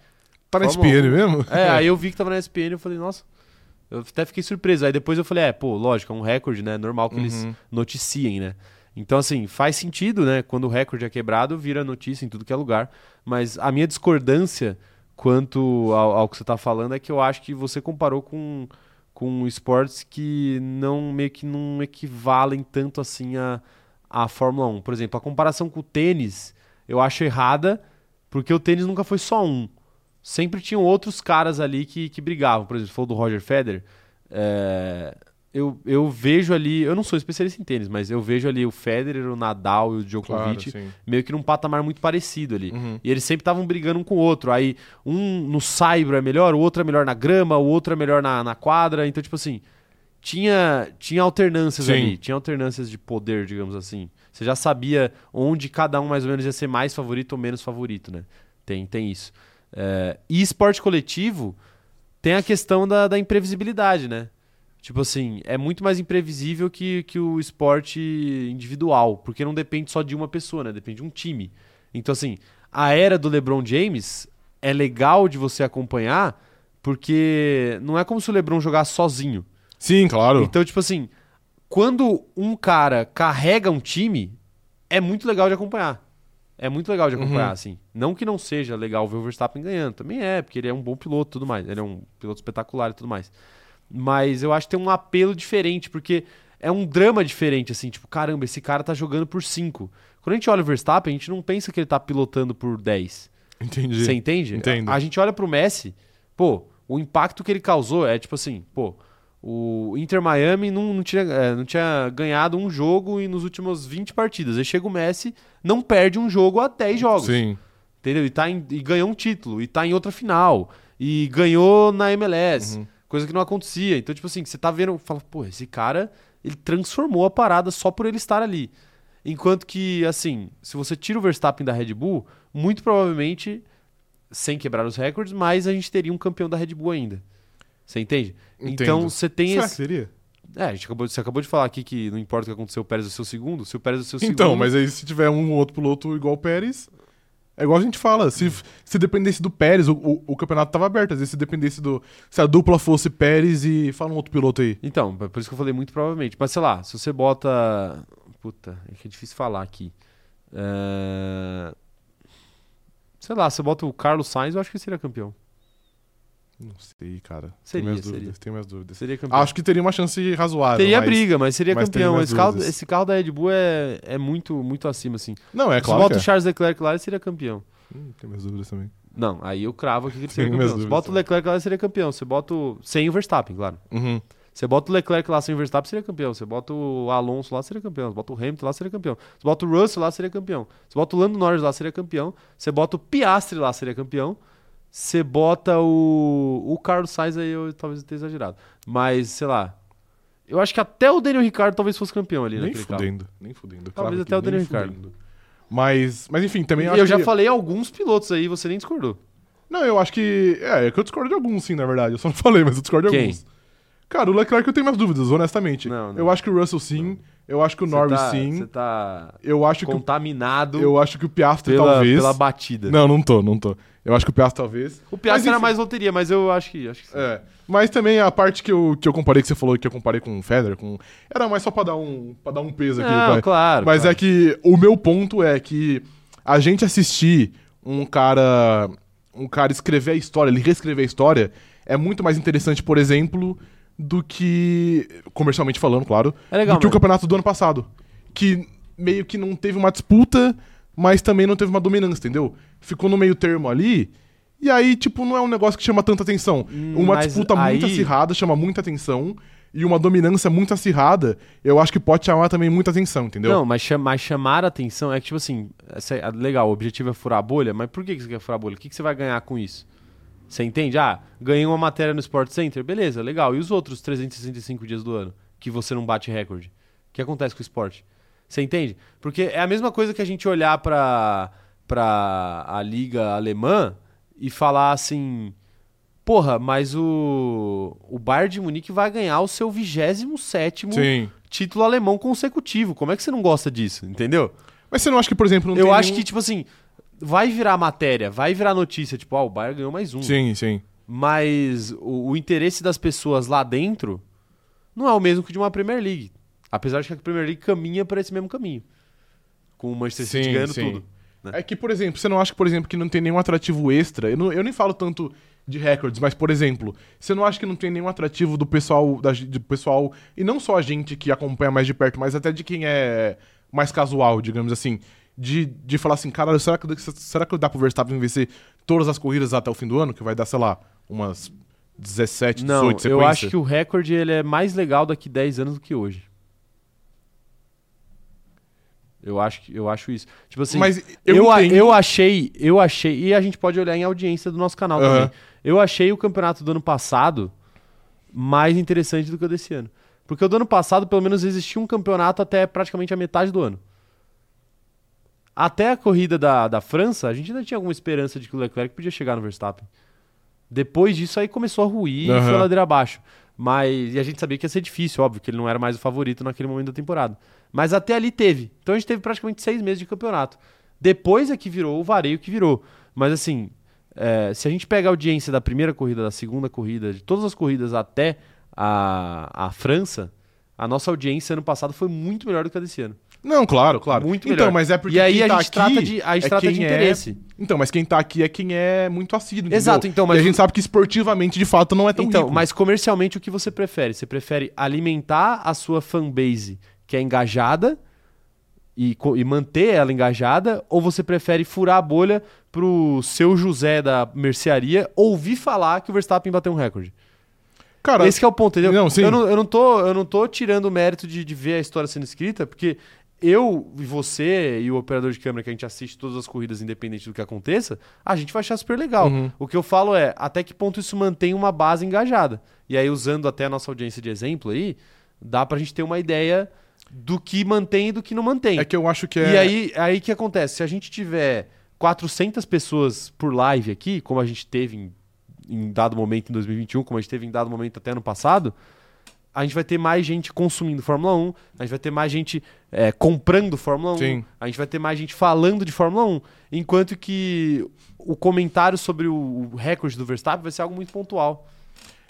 S2: Tá na
S1: Fórmula
S2: SPN mesmo?
S1: É, aí eu vi que tava na ESPN, eu falei, nossa. Eu até fiquei surpreso. Aí depois eu falei, é, pô, lógico, é um recorde, né? É Normal que eles noticiem, né? Então, assim, faz sentido, né? Quando o recorde é quebrado, vira notícia em tudo que é lugar. Mas a minha discordância quanto ao, ao que você tá falando é que eu acho que você comparou com, com esportes que não meio que não equivalem tanto assim a, a Fórmula 1. Por exemplo, a comparação com o tênis eu acho errada, porque o tênis nunca foi só um. Sempre tinham outros caras ali que, que brigavam. Por exemplo, você falou do Roger Federer. É, eu, eu vejo ali, eu não sou especialista em tênis, mas eu vejo ali o Federer, o Nadal e o
S2: Claro,
S1: Djokovic
S2: sim.
S1: meio que num patamar muito parecido ali. E eles sempre estavam brigando um com o outro. Aí um no saibro é melhor, o outro é melhor na grama, o outro é melhor na, na quadra. Então, tipo assim, tinha, tinha alternâncias
S2: Sim.
S1: ali, tinha alternâncias de poder, digamos assim. Você já sabia onde cada um mais ou menos ia ser mais favorito ou menos favorito, né? Tem, tem isso. É, e esporte coletivo tem a questão da, da imprevisibilidade, né? Tipo assim, é muito mais imprevisível que, que o esporte individual, porque não depende só de uma pessoa, né? Depende de um time. Então, assim, a era do LeBron James é legal de você acompanhar, porque não é como se o LeBron jogasse sozinho.
S2: Sim, claro.
S1: Então, tipo assim, quando um cara carrega um time, é muito legal de acompanhar. É muito legal de acompanhar, assim. Não que não seja legal ver o Verstappen ganhando, também é, porque ele é um bom piloto e tudo mais. Ele é um piloto espetacular e tudo mais. Mas eu acho que tem um apelo diferente, porque é um drama diferente, assim. Tipo, caramba, esse cara tá jogando por 5. Quando a gente olha o Verstappen, a gente não pensa que ele tá pilotando por 10.
S2: Entendi.
S1: Você entende?
S2: Entendo.
S1: A, a gente olha pro Messi, pô, o impacto que ele causou é tipo assim, pô, o Inter Miami não, não tinha, é, não tinha ganhado um jogo e nos últimos 20 partidas. Aí chega o Messi, não perde um jogo há 10 jogos.
S2: Sim.
S1: Entendeu? E, tá em- e ganhou um título, e tá em outra final, e ganhou na MLS,
S2: Uhum.
S1: coisa que não acontecia. Então, tipo assim, você tá vendo, fala, pô, esse cara, ele transformou a parada só por ele estar ali. Enquanto que, assim, se você tira o Verstappen da Red Bull, muito provavelmente, sem quebrar os recordes, mas a gente teria um campeão da Red Bull ainda. Você entende?
S2: Entendo. assim.
S1: Então, você tem
S2: Será que
S1: esse.
S2: seria?
S1: É, a gente acabou, você acabou de falar aqui que não importa o que aconteceu, o Pérez é o seu segundo. Se o Pérez é o seu segundo.
S2: Então, mas aí se tiver um outro piloto igual o Pérez, é igual a gente fala. Se, se dependesse do Pérez, o, o- o campeonato tava aberto. Às vezes se dependesse do. Se a dupla fosse Pérez e. Fala um outro piloto aí.
S1: Então, por isso que eu falei muito provavelmente. Mas sei lá, se você bota. Puta, é que é difícil falar aqui. É, Sei lá, se você bota o Carlos Sainz, eu acho que ele seria campeão.
S2: Não sei, cara.
S1: Seria,
S2: tenho minhas
S1: seria.
S2: dúvidas, tenho minhas dúvidas.
S1: Seria campeão.
S2: Acho que teria uma chance razoável.
S1: teria
S2: mas-
S1: briga, mas seria
S2: mas tenho
S1: campeão.
S2: minhas
S1: Esse carro,
S2: dúvidas.
S1: esse carro da Red Bull é, é muito, muito acima, assim.
S2: Não, é
S1: se
S2: claro.
S1: bota
S2: Que
S1: o Charles Leclerc lá, ele seria campeão.
S2: é. Hum, tenho minhas dúvidas também.
S1: Não, aí eu cravo aqui que ele seria
S2: Tenho minhas
S1: campeão. Se
S2: dúvidas
S1: bota o
S2: também.
S1: Leclerc lá, ele seria campeão. Você bota o... Sem o Verstappen, claro.
S2: Uhum.
S1: Você bota o Leclerc lá sem o Verstappen, seria campeão. Você bota o Alonso lá, seria campeão. Você bota o Hamilton lá, seria campeão. Você bota o Russell lá, seria campeão. Você bota o Lando Norris lá, seria campeão. Você bota o Piastri lá, seria campeão. Você bota o. O Carlos Sainz aí, eu talvez eu tenha exagerado. Mas, sei lá. Eu acho que até o Daniel Ricciardo talvez fosse campeão ali
S2: Nem
S1: naquele carro.
S2: fudendo, nem fudendo. É
S1: Talvez
S2: Claro
S1: até
S2: que
S1: o Daniel
S2: nem
S1: Ricciardo.
S2: fudendo. Mas, mas enfim, também
S1: E
S2: acho
S1: eu já
S2: que...
S1: falei alguns pilotos aí, você nem discordou.
S2: Não, eu acho que. É, é que eu discordo de alguns, sim, na verdade. Eu só não falei, mas eu discordo de
S1: Quem?
S2: alguns. Cara, o Leclerc eu tenho minhas dúvidas, honestamente.
S1: Não, não.
S2: Eu acho que o Russell sim. Eu acho que o
S1: Você
S2: Norris
S1: tá- Você
S2: sim.
S1: tá
S2: Eu acho que o,
S1: contaminado
S2: eu acho que o Piastri
S1: pela,
S2: talvez.
S1: pela batida.
S2: Não, não tô, não tô. Eu acho que o Piastri talvez.
S1: O Piastri
S2: Mas,
S1: era
S2: enfim.
S1: mais loteria, mas eu acho que. Acho que sim.
S2: É. Mas também a parte que eu, que eu comparei, que você falou que eu comparei com o Federer, com. Era mais só pra dar um, pra dar um peso aqui.
S1: Não,
S2: vai.
S1: claro.
S2: Mas
S1: claro.
S2: é que o meu ponto é que a gente assistir um cara um cara escrever a história, ele reescrever a história é muito mais interessante, por exemplo, do que comercialmente falando, claro,
S1: É legal,
S2: do que o
S1: mano.
S2: campeonato do ano passado, que meio que não teve uma disputa, mas também não teve uma dominância, entendeu? Ficou no meio termo ali. E aí, tipo, não é um negócio que chama tanta atenção.
S1: Hum,
S2: Uma
S1: mas
S2: disputa muito
S1: aí-
S2: acirrada chama muita atenção. e uma dominância muito acirrada, eu acho que pode chamar também muita atenção, entendeu?
S1: Não, mas, cha- mas chamar a atenção é que, tipo assim, essa é- legal, o objetivo é furar a bolha, mas por que que você quer furar a bolha? O que que você vai ganhar com isso? Você entende? Ah, ganhei uma matéria no Sport Center, beleza, legal. E os outros 365 dias do ano que você não bate recorde? O que acontece com o esporte? Você entende? Porque é a mesma coisa que a gente olhar pra, pra a liga alemã e falar assim... Porra, mas o, o Bayern de Munique vai ganhar o seu 27º
S2: Sim.
S1: título alemão consecutivo. Como é que você não gosta disso? Entendeu?
S2: Mas você não acha que, por exemplo, não
S1: Eu
S2: tem
S1: acho
S2: nenhum-
S1: que, tipo assim, vai virar matéria, vai virar notícia, tipo, ah, o Bayern ganhou mais um.
S2: Sim, sim.
S1: Mas o, o interesse das pessoas lá dentro não é o mesmo que de uma Premier League. Apesar de que a Premier League caminha para esse mesmo caminho. Com o Manchester City
S2: Sim,
S1: ganhando
S2: sim.
S1: tudo. né?
S2: É que, por exemplo, você não acha, por exemplo, que não tem nenhum atrativo extra? Eu, não- eu nem falo tanto de recordes, mas, por exemplo, você não acha que não tem nenhum atrativo do pessoal, da, ge- do pessoal, e não só a gente que acompanha mais de perto, mas até de quem é mais casual, digamos assim, de, de falar assim, caralho, será que, será que dá pro Verstappen vencer todas as corridas até o fim do ano? Que vai dar, sei lá, umas 17, 18
S1: Não,
S2: sequências?
S1: eu acho que o recorde ele é mais legal daqui 10 anos do que hoje. Eu acho, que- eu acho isso. Tipo assim,
S2: Mas eu,
S1: Eu, a-
S2: entendo-
S1: eu achei, eu achei, e a gente pode olhar em audiência do nosso canal
S2: Aham.
S1: também. Eu achei o campeonato do ano passado mais interessante do que o desse ano. Porque o do ano passado, pelo menos, existia um campeonato até praticamente a metade do ano. Até a corrida da, da França, a gente ainda tinha alguma esperança de que o Leclerc podia chegar no Verstappen. Depois disso, aí começou a ruir e
S2: Aham.
S1: foi a ladeira abaixo. Mas, e a gente sabia que ia ser difícil, óbvio, que ele não era mais o favorito naquele momento da temporada. Mas até ali teve. Então a gente teve praticamente seis meses de campeonato. Depois é que virou o vareio que virou. Mas assim, é, se a gente pega a audiência da primeira corrida, da segunda corrida, de todas as corridas até a, a França, a nossa audiência ano passado foi muito melhor do que a desse ano.
S2: Não, claro, claro.
S1: Muito
S2: então,
S1: melhor.
S2: mas é porque
S1: e aí
S2: quem
S1: a
S2: tá
S1: gente trata
S2: aqui
S1: de, a gente
S2: é
S1: trata de
S2: quem é-
S1: interesse.
S2: Então, mas quem tá aqui é quem é muito assíduo, entendeu?
S1: Exato, então, mas-
S2: E a gente sabe que esportivamente, de fato, não é tão
S1: então,
S2: rico.
S1: mas comercialmente o que você prefere? Você prefere alimentar a sua fanbase que é engajada e, co- e manter ela engajada? Ou você prefere furar a bolha pro seu José da mercearia ouvir falar que o Verstappen bateu um recorde?
S2: Cara,
S1: Esse que é o ponto, entendeu?
S2: Não, sim.
S1: Eu, não, eu, não tô, eu não tô tirando o mérito de, de ver a história sendo escrita, porque eu e você e o operador de câmera que a gente assiste todas as corridas, independente do que aconteça, a gente vai achar super legal.
S2: Uhum.
S1: O que eu falo é até que ponto isso mantém uma base engajada. E aí, usando até a nossa audiência de exemplo aí, dá pra gente ter uma ideia do que mantém e do que não mantém.
S2: é que eu acho que é...
S1: E aí, aí que acontece? Se a gente tiver 400 pessoas por live aqui, como a gente teve em, em dado momento em 2021, como a gente teve em dado momento até ano passado, a gente vai ter mais gente consumindo Fórmula 1, a gente vai ter mais gente é, comprando Fórmula 1,
S2: Sim.
S1: a gente vai ter mais gente falando de Fórmula 1, enquanto que o comentário sobre o, o recorde do Verstappen vai ser algo muito pontual.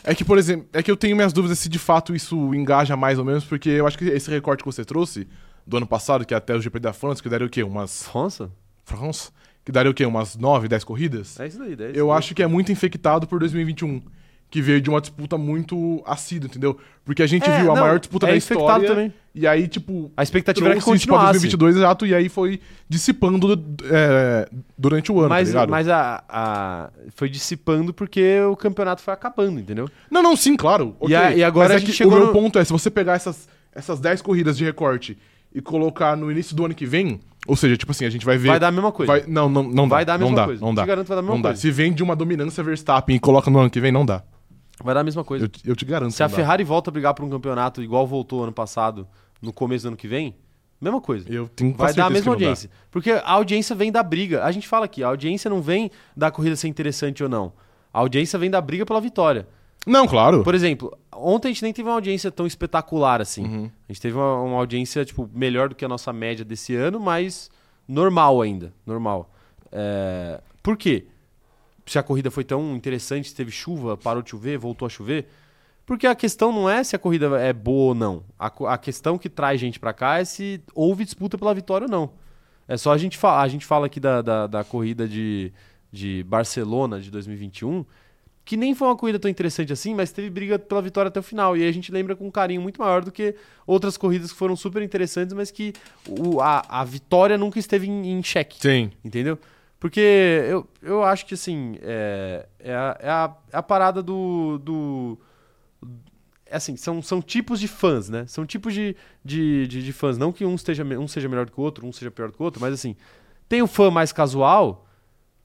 S2: É que, por exemplo, é que eu tenho minhas dúvidas se de fato isso engaja mais ou menos, porque eu acho que esse recorte que você trouxe do ano passado, que é até o GP da França, que daria o quê? Umas...
S1: França?
S2: France? Que daria o quê? Umas 9, 10 corridas?
S1: É isso daí, é isso
S2: Eu
S1: daí.
S2: acho que é muito infectado por 2021, que veio de uma disputa muito assídua, entendeu? Porque a gente
S1: É,
S2: viu a
S1: não,
S2: maior disputa
S1: é
S2: da
S1: infectado
S2: história.
S1: também.
S2: E aí, tipo,
S1: A expectativa era que assim.
S2: trouxe isso pra
S1: continuasse.
S2: 2022, exato, e aí foi dissipando é, durante o ano, tá
S1: Mas,
S2: ligado?
S1: mas a, a- foi dissipando porque o campeonato foi acabando, entendeu?
S2: Não, não, sim, claro.
S1: E
S2: ok.
S1: a- e agora
S2: mas
S1: a
S2: é
S1: gente
S2: que
S1: chegou
S2: O meu
S1: no-
S2: ponto é, se você pegar essas, essas 10 corridas de recorte e colocar no início do ano que vem, ou seja, tipo assim, a gente vai ver...
S1: Vai dar a mesma coisa.
S2: vai- não, não, não dá.
S1: Vai dar a
S2: não
S1: mesma
S2: dá,
S1: coisa.
S2: Não dá,
S1: Te garanto, vai dar a mesma
S2: não dá.
S1: coisa.
S2: Se vem de uma dominância Verstappen e coloca no ano que vem, não dá.
S1: Vai dar a mesma coisa.
S2: Eu, te- eu te garanto.
S1: Se a
S2: não dá.
S1: Ferrari volta a brigar por um campeonato igual voltou ano passado, no começo do ano que vem, mesma coisa.
S2: Eu tenho
S1: Vai
S2: quase
S1: dar a
S2: certeza que
S1: mesma
S2: não dá.
S1: audiência. Porque a audiência vem da briga. A gente fala aqui, a audiência não vem da corrida ser interessante ou não. A audiência vem da briga pela vitória.
S2: Não, claro.
S1: Por exemplo, ontem a gente nem teve uma audiência tão espetacular assim. A gente teve uma, uma audiência, tipo, melhor do que a nossa média desse ano, mas normal ainda. Normal. É, Por quê? Se a corrida foi tão interessante, se teve chuva, parou de chover, voltou a chover. Porque a questão não é se a corrida é boa ou não. A, co- a questão que traz gente pra cá é se houve disputa pela vitória ou não. É só a gente falar. A gente fala aqui da, da, da corrida de, de Barcelona de 2021, que nem foi uma corrida tão interessante assim, mas teve briga pela vitória até o final. E aí a gente lembra com um carinho muito maior do que outras corridas que foram super interessantes, mas que o, a, a vitória nunca esteve em, em xeque.
S2: Sim.
S1: Entendeu? Porque eu, eu acho que, assim, é, é, a, é, a, é a parada do, do. assim, são, são tipos de fãs, né? São tipos de, de, de, de fãs. Não que um, esteja, me- um seja melhor que o outro, um seja pior que o outro, mas assim, tem o fã mais casual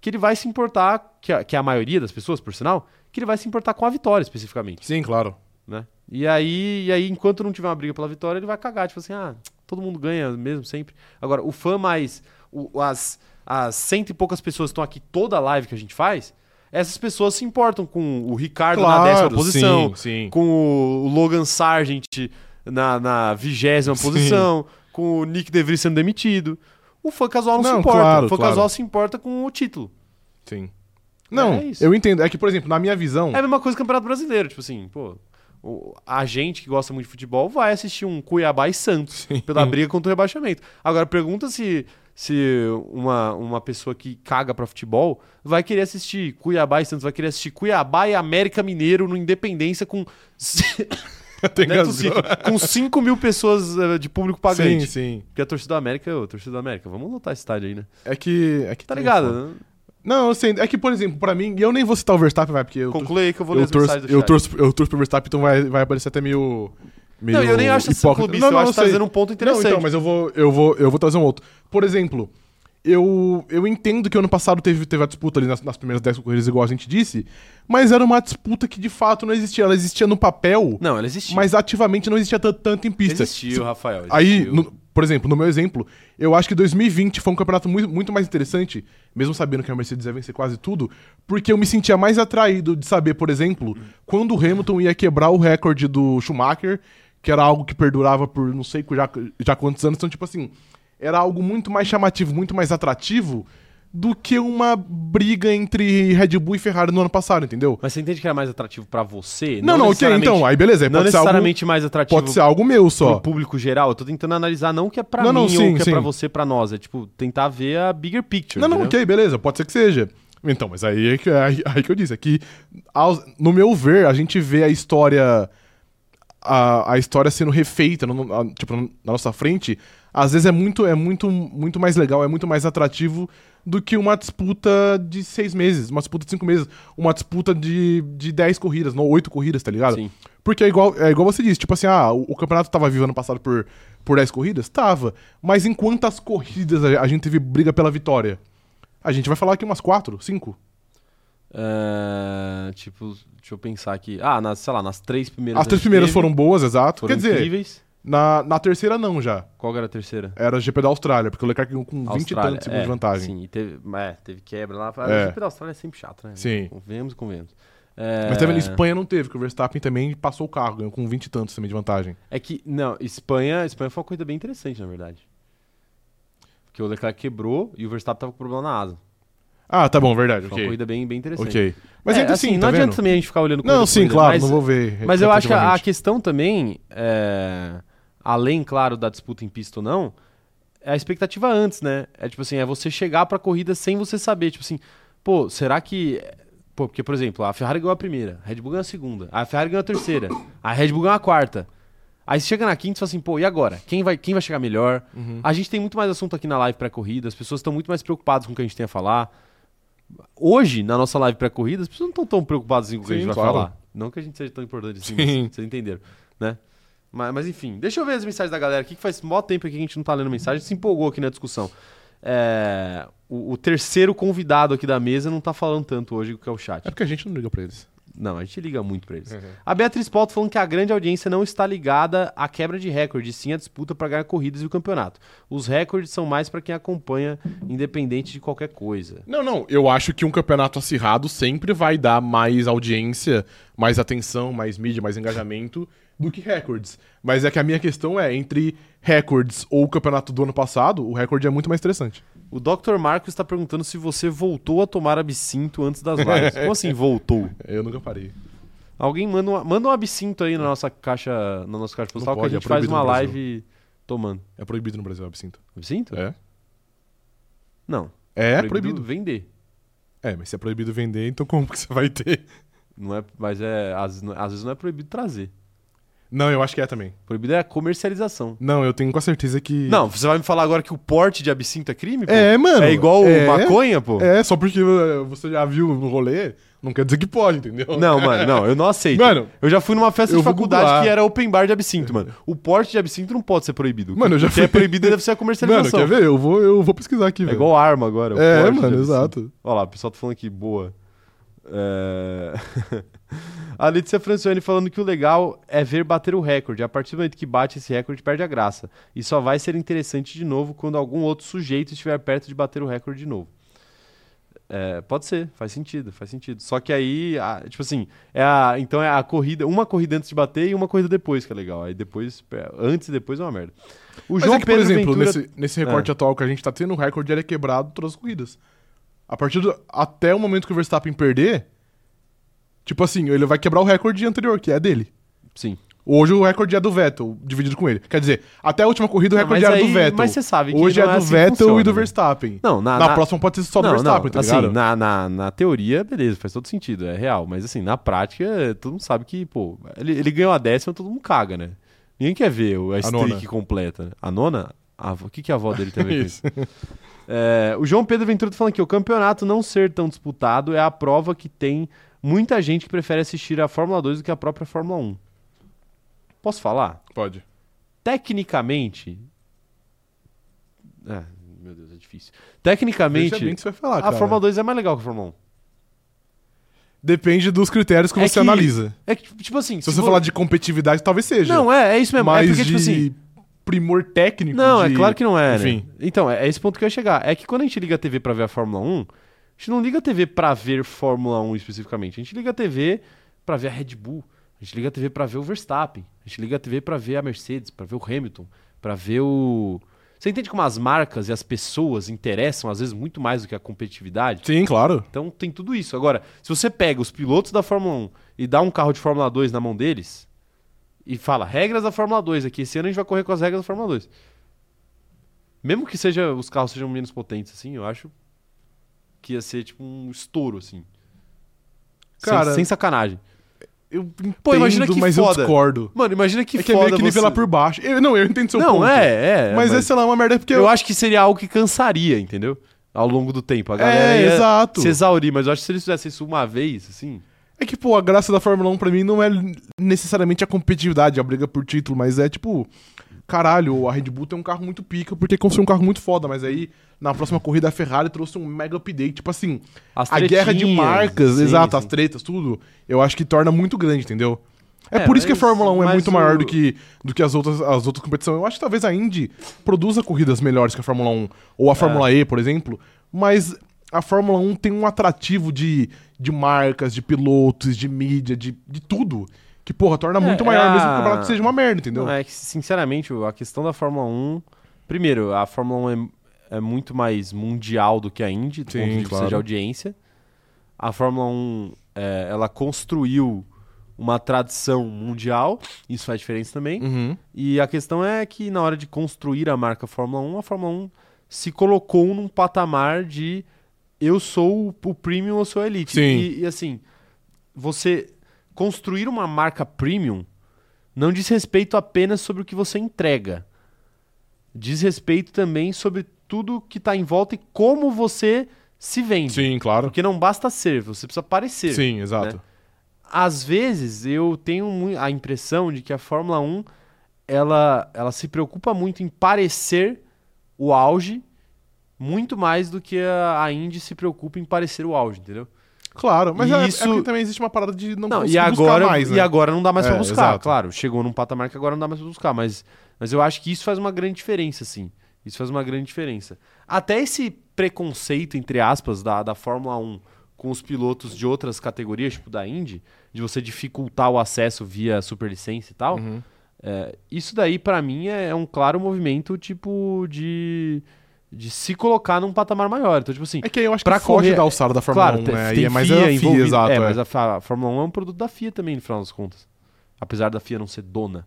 S1: que ele vai se importar, que, a- que é a maioria das pessoas, por sinal, que ele vai se importar com a vitória especificamente,
S2: Sim, claro.
S1: né? E aí, e aí, enquanto não tiver uma briga pela vitória, ele vai cagar, tipo assim, ah, todo mundo ganha mesmo sempre. Agora, o fã mais. o- as, as cento e poucas pessoas que estão aqui toda a live que a gente faz, essas pessoas se importam com o Ricardo na décima posição,
S2: Sim, sim.
S1: com o Logan Sargent na, na vigésima
S2: Sim.
S1: posição, com o Nick DeVries sendo demitido. O fã casual não, se
S2: Não,
S1: importa.
S2: claro,
S1: o fã
S2: claro.
S1: casual se importa com o título.
S2: sim. Não,
S1: É isso.
S2: eu entendo. É que, por exemplo, na minha visão.
S1: É a mesma coisa que o Campeonato Brasileiro. Tipo assim, pô, o- a gente que gosta muito de futebol vai assistir um Cuiabá e Santos pela
S2: Uhum.
S1: briga contra o rebaixamento. Agora, pergunta se, se uma, uma pessoa que caga pra futebol vai querer assistir Cuiabá e Santos, vai querer assistir Cuiabá e América Mineiro no Independência com
S2: Tem
S1: Neto Zico, com 5 mil pessoas eh, de público pagante.
S2: Sim, sim.
S1: Porque a torcida do América, ô, torcida do América, vamos lotar esse estádio aí, né?
S2: É que. É que
S1: Tá
S2: tem foda.
S1: ligado? né?
S2: Não, eu sei. É que, por exemplo, pra mim, e eu nem vou citar o Verstappen, vai, porque eu. torço-
S1: Conclui aí que eu vou ler
S2: Eu
S1: as mensagens
S2: torço,
S1: do
S2: eu,
S1: chat.
S2: torço, eu torço pro Verstappen, então vai, vai aparecer até meio. meio
S1: Não, eu nem acho esse
S2: hipócrita.
S1: clubista, eu acho que tá
S2: sei.
S1: fazendo um ponto interessante.
S2: Não, então, mas eu vou, eu vou, eu vou trazer um outro. Por exemplo, eu, eu entendo que ano passado teve, teve a disputa ali nas, nas primeiras 10 corridas, igual a gente disse, mas era uma disputa que de fato não existia. Ela existia no papel,
S1: Não, ela existiu.
S2: mas ativamente não existia tan- tanto em pista.
S1: Existiu, Rafael.
S2: Aí,
S1: existiu.
S2: no- por exemplo, no meu exemplo, eu acho que 2020 foi um campeonato muito, muito mais interessante, mesmo sabendo que a Mercedes ia vencer quase tudo, porque eu me sentia mais atraído de saber, por exemplo, quando o Hamilton ia quebrar o recorde do Schumacher, que era algo que perdurava por não sei já, já quantos anos. Então, tipo assim, era algo muito mais chamativo, muito mais atrativo do que uma briga entre Red Bull e Ferrari no ano passado, entendeu?
S1: Mas você entende que era mais atrativo pra você?
S2: Não, não, ok,
S1: necessariamente-
S2: então, aí beleza, aí
S1: Não
S2: pode ser, algo,
S1: necessariamente mais atrativo
S2: pode ser algo meu só.
S1: pro público geral. Eu tô tentando analisar não o que é pra
S2: Não,
S1: mim
S2: não,
S1: ou
S2: sim,
S1: o que
S2: sim.
S1: é pra você, pra nós. É, tipo, tentar ver a bigger picture,
S2: Não, não,
S1: entendeu?
S2: ok, beleza, pode ser que seja. Então, mas aí é que, aí, aí que eu disse, é que, aos- no meu ver, a gente vê a história. A, a história sendo refeita, no- no- a- tipo, na nossa frente, às vezes é muito, é muito, muito mais legal, é muito mais atrativo do que uma disputa de seis meses, uma disputa de cinco meses, uma disputa de, de dez corridas, não, oito corridas, tá ligado?
S1: Sim.
S2: Porque é igual, é igual você disse, tipo assim, ah, o, o campeonato tava vivo ano passado por, por 10 corridas? Tava. Mas em quantas corridas a, a gente teve briga pela vitória? A gente vai falar aqui umas 4, 5.
S1: É, tipo, deixa eu pensar aqui. Ah, nas, sei lá, nas três primeiras.
S2: As três
S1: a gente
S2: primeiras
S1: teve,
S2: foram boas, exato.
S1: foram
S2: Quer dizer,
S1: incríveis.
S2: na, na terceira não já.
S1: Qual que era a terceira?
S2: Era GP da Austrália, porque o Leclerc ganhou com 20 e
S1: Austrália,
S2: tantos segundos
S1: é,
S2: de vantagem.
S1: Sim, e teve, é, teve quebra lá.
S2: É.
S1: A equipe da Austrália é sempre chato, né?
S2: Sim.
S1: Convenhamos, e convenhamos. É,
S2: Mas tá vendo, Espanha não teve, porque o Verstappen também passou o carro, ganhou com 20 e tantos também de vantagem.
S1: É que, não, Espanha, Espanha foi uma coisa bem interessante, na verdade. Porque o Leclerc quebrou e o Verstappen tava com problema na asa.
S2: Ah, tá bom, verdade,
S1: Foi uma
S2: ok.
S1: corrida bem, bem interessante.
S2: Ok. Mas
S1: É,
S2: ainda assim,
S1: não
S2: tá
S1: adianta
S2: vendo?
S1: também a gente ficar olhando
S2: Não,
S1: corrida,
S2: sim,
S1: corrida,
S2: claro,
S1: mas-
S2: não vou ver.
S1: Mas eu acho que a, a
S2: retroativamente.
S1: questão também, é, além, claro, da disputa em pista ou não, é a expectativa antes, né? É tipo assim, é você chegar pra corrida sem você saber. Tipo assim, pô, será que. Pô, porque, por exemplo, a Ferrari ganhou a primeira, a Red Bull ganhou a segunda, a Ferrari ganhou a terceira, a Red Bull ganhou a quarta. Aí você chega na quinta e fala assim, pô, e agora? Quem vai, quem vai chegar melhor?
S2: Uhum.
S1: A gente tem muito mais assunto aqui na live pré-corrida, as pessoas estão muito mais preocupadas com o que a gente tem a falar. Hoje, na nossa live pré-corrida, as pessoas não estão tão preocupadas assim com o que a
S2: Sim,
S1: gente vai
S2: claro.
S1: falar. Não que a gente seja tão importante assim,
S2: Sim.
S1: mas vocês entenderam, né? Mas, mas enfim, deixa eu ver as mensagens da galera aqui, que faz mó tempo aqui que a gente não tá lendo mensagem, se empolgou aqui na discussão. É, o, o terceiro convidado aqui da mesa não tá falando tanto hoje que é o chat.
S2: É porque a gente não liga pra eles.
S1: Não, a gente liga muito pra eles. A Beatriz Paulo falando que a grande audiência não está ligada à quebra de recorde, sim à disputa para ganhar corridas e o campeonato. Os recordes são mais para quem acompanha, independente de qualquer coisa.
S2: Não, não. Eu acho que um campeonato acirrado sempre vai dar mais audiência, mais atenção, mais mídia, mais engajamento do que recordes. Mas é que a minha questão é, entre recordes ou o campeonato do ano passado, o recorde é muito mais interessante.
S1: O Dr. Marcos está perguntando se você voltou a tomar absinto antes das lives. Como assim voltou?
S2: Eu nunca parei.
S1: Alguém manda, um- manda um absinto aí na nossa caixa, na nossa caixa postal
S2: É. pode,
S1: que a
S2: é
S1: gente faz
S2: proibido
S1: uma
S2: no Brasil.
S1: live tomando.
S2: É proibido no Brasil, absinto.
S1: Absinto?
S2: É?
S1: Não.
S2: É proibido.
S1: vender.
S2: É, mas se é proibido vender, então como que você vai ter?
S1: Não é, mas é às, às vezes não é proibido trazer.
S2: Não, eu acho que é também.
S1: Proibido é a comercialização.
S2: Não, eu tenho com certeza que.
S1: Não, você vai me falar agora que o porte de absinto é crime? pô?
S2: É, mano.
S1: É igual
S2: é,
S1: maconha, pô?
S2: É, só porque uh, você já viu no rolê, não quer dizer que pode, entendeu?
S1: Não, mano, não, eu não aceito.
S2: Mano,
S1: eu já fui numa festa
S2: eu
S1: de
S2: vou
S1: faculdade
S2: googlar. É.
S1: que era open bar de absinto, mano. O porte de absinto não pode ser proibido.
S2: Mano, eu já
S1: O que é
S2: fui-
S1: proibido deve ser a
S2: Mano,
S1: comercialização.
S2: quer ver? Eu vou, eu vou pesquisar aqui,
S1: É
S2: velho.
S1: igual arma agora. o
S2: É,
S1: porte de
S2: mano,
S1: absinto.
S2: exato.
S1: Olha lá, o pessoal tá falando que boa. É... a Letícia Francione falando que o legal é ver bater o recorde. A partir do momento que bate esse recorde, perde a graça. E só vai ser interessante de novo quando algum outro sujeito estiver perto de bater o recorde de novo. É, pode ser, faz sentido, faz sentido. Só que aí, a- tipo assim, é a, então é a corrida, uma corrida antes de bater e uma corrida depois, que é legal. Aí depois, é, antes e depois é uma merda. O
S2: Mas
S1: João é.
S2: é que, por
S1: Pedro
S2: exemplo,
S1: Ventura
S2: nesse, nesse recorte atual que a gente tá tendo, o recorde ele é quebrado todas as corridas. A partir do, até o momento que o Verstappen perder, tipo assim, ele vai quebrar o recorde anterior, que é dele.
S1: Sim.
S2: Hoje o recorde é do Vettel, dividido com ele. Quer dizer, até a última corrida o
S1: Ah,
S2: recorde
S1: mas
S2: era
S1: aí-
S2: do Vettel.
S1: mas você sabe que
S2: Hoje é
S1: não
S2: do
S1: é assim que
S2: Vettel
S1: funciona,
S2: e do
S1: né?
S2: Verstappen.
S1: Não, na,
S2: na,
S1: na-
S2: próxima pode ser só do
S1: não,
S2: Verstappen,
S1: não,
S2: tá
S1: assim,
S2: ligado?
S1: Na, na, na teoria, beleza, faz todo sentido, é real. Mas assim, na prática, é, todo mundo sabe que, pô, ele, ele ganhou a décima, todo mundo caga, né? Ninguém quer ver o- a,
S2: nona.
S1: streak completa. né? A nona? A avó- o que, que a avó dele tem a ver com
S2: Isso.
S1: isso? É, o João Pedro Ventura tá falando que o campeonato não ser tão disputado é a prova que tem muita gente que prefere assistir a Fórmula 2 do que a própria Fórmula 1. Posso falar?
S2: Pode.
S1: Tecnicamente. Ah, meu Deus, é difícil.
S2: Veja
S1: Tecnicamente,
S2: bem o que você vai falar,
S1: a
S2: Ah, cara.
S1: Fórmula 2 é mais legal que a Fórmula 1.
S2: Depende dos critérios que
S1: É
S2: você
S1: que-
S2: analisa.
S1: É que, tipo assim.
S2: Se você falar de competitividade, talvez seja.
S1: Não, é, é isso mesmo.
S2: mas
S1: é porque, tipo
S2: de
S1: assim.
S2: primor técnico.
S1: Não,
S2: de-
S1: é claro que não é. né?
S2: enfim.
S1: Então, é, é esse ponto que eu ia chegar. É que quando a gente liga a TV pra ver a Fórmula 1, a gente não liga a TV pra ver Fórmula 1 especificamente. A gente liga a TV pra ver a Red Bull. A gente liga a TV pra ver o Verstappen. A gente liga a TV pra ver a Mercedes, pra ver o Hamilton, pra ver o. Você entende como as marcas e as pessoas interessam, às vezes, muito mais do que a competitividade?
S2: Sim, claro.
S1: Então tem tudo isso. Agora, se você pega os pilotos da Fórmula 1 e dá um carro de Fórmula 2 na mão deles e fala, regras da Fórmula 2 aqui, esse ano a gente vai correr com as regras da Fórmula 2. Mesmo que seja os carros sejam menos potentes, assim, eu acho que ia ser tipo um estouro, assim. Sem-
S2: Cara-
S1: sem, sacanagem.
S2: Eu entendo,
S1: imagina que
S2: mas eu
S1: foda.
S2: discordo.
S1: Mano, imagina que
S2: é que é
S1: foda
S2: meio que
S1: você...
S2: nivelar por baixo. Eu, não, eu entendo seu
S1: Não,
S2: ponto.
S1: é, é.
S2: Mas, esse sei lá, é uma merda porque...
S1: eu acho que seria algo que cansaria, entendeu? Ao longo do tempo. A galera
S2: É,
S1: ia
S2: exato.
S1: se exaurir, mas eu acho que se eles fizessem isso uma vez, assim...
S2: É que, pô, a graça da Fórmula 1 pra mim não é necessariamente a competitividade, a briga por título, mas é tipo... Caralho, a Red Bull tem um carro muito pica porque construiu um carro muito foda, mas aí na próxima corrida a Ferrari trouxe um mega update. Tipo assim,
S1: As
S2: a guerra de
S1: tretinhas,
S2: marcas,
S1: sim,
S2: exato,
S1: sim.
S2: as tretas, tudo, eu acho que torna muito grande, entendeu? É,
S1: É,
S2: por isso que a
S1: mas-
S2: Fórmula 1 é
S1: mas
S2: muito
S1: o-
S2: maior do que, do que as, outras, as outras competições. Eu acho que talvez a Indy produza corridas melhores que a Fórmula 1,
S1: É.
S2: ou a Fórmula E, por exemplo, mas a Fórmula 1 tem um atrativo de, de marcas, de pilotos, de mídia, de, de tudo, que, porra, torna muito
S1: é
S2: maior,
S1: a-
S2: mesmo que o campeonato seja uma merda, entendeu?
S1: Não, é que, sinceramente, a questão da Fórmula 1. Primeiro, a Fórmula 1 é, é muito mais mundial do que a Indy, do
S2: Sim,
S1: ponto de vista
S2: claro.
S1: de audiência. A Fórmula 1 é, ela construiu uma tradição mundial, isso faz diferença também.
S2: Uhum.
S1: E a questão é que na hora de construir a marca Fórmula 1, a Fórmula 1 se colocou num patamar de eu sou o- o premium, eu sou a elite.
S2: Sim.
S1: E, e, assim, você construir uma marca premium não diz respeito apenas sobre o que você entrega. Diz respeito também sobre tudo que está em volta e como você se vende.
S2: Sim, claro.
S1: Porque não basta ser, você precisa parecer
S2: Sim, exato.
S1: Né? às vezes eu tenho mui- a impressão de que a Fórmula 1 ela, ela se preocupa muito em parecer o auge muito mais do que a, a Indy se preocupa em parecer o auge, entendeu?
S2: Claro, mas
S1: E
S2: é,
S1: isso-
S2: é porque também existe uma parada de não,
S1: Não,
S2: conseguir
S1: e agora,
S2: buscar mais, né?
S1: e agora não dá mais
S2: É,
S1: pra buscar,
S2: exato.
S1: claro. Chegou num patamar que agora não dá mais pra buscar, mas, mas eu acho que isso faz uma grande diferença, sim. Isso faz uma grande diferença. Até esse preconceito, entre aspas, da, da Fórmula 1 com os pilotos de outras categorias, tipo da Indy, de você dificultar o acesso via superlicença e tal,
S2: Uhum.
S1: é, isso daí, pra mim, é um claro movimento, tipo, de, de se colocar num patamar maior. Então, tipo assim,
S2: É que aí eu acho
S1: Pra
S2: que foge
S1: correr-
S2: da alçada da Fórmula 1,
S1: tem-
S2: né?
S1: tem
S2: E é mais a FIA,
S1: envolvida.
S2: exato.
S1: É,
S2: é.
S1: mas a, Fa- a Fórmula 1 é um produto da FIA também, no final das contas. Apesar da FIA não ser dona.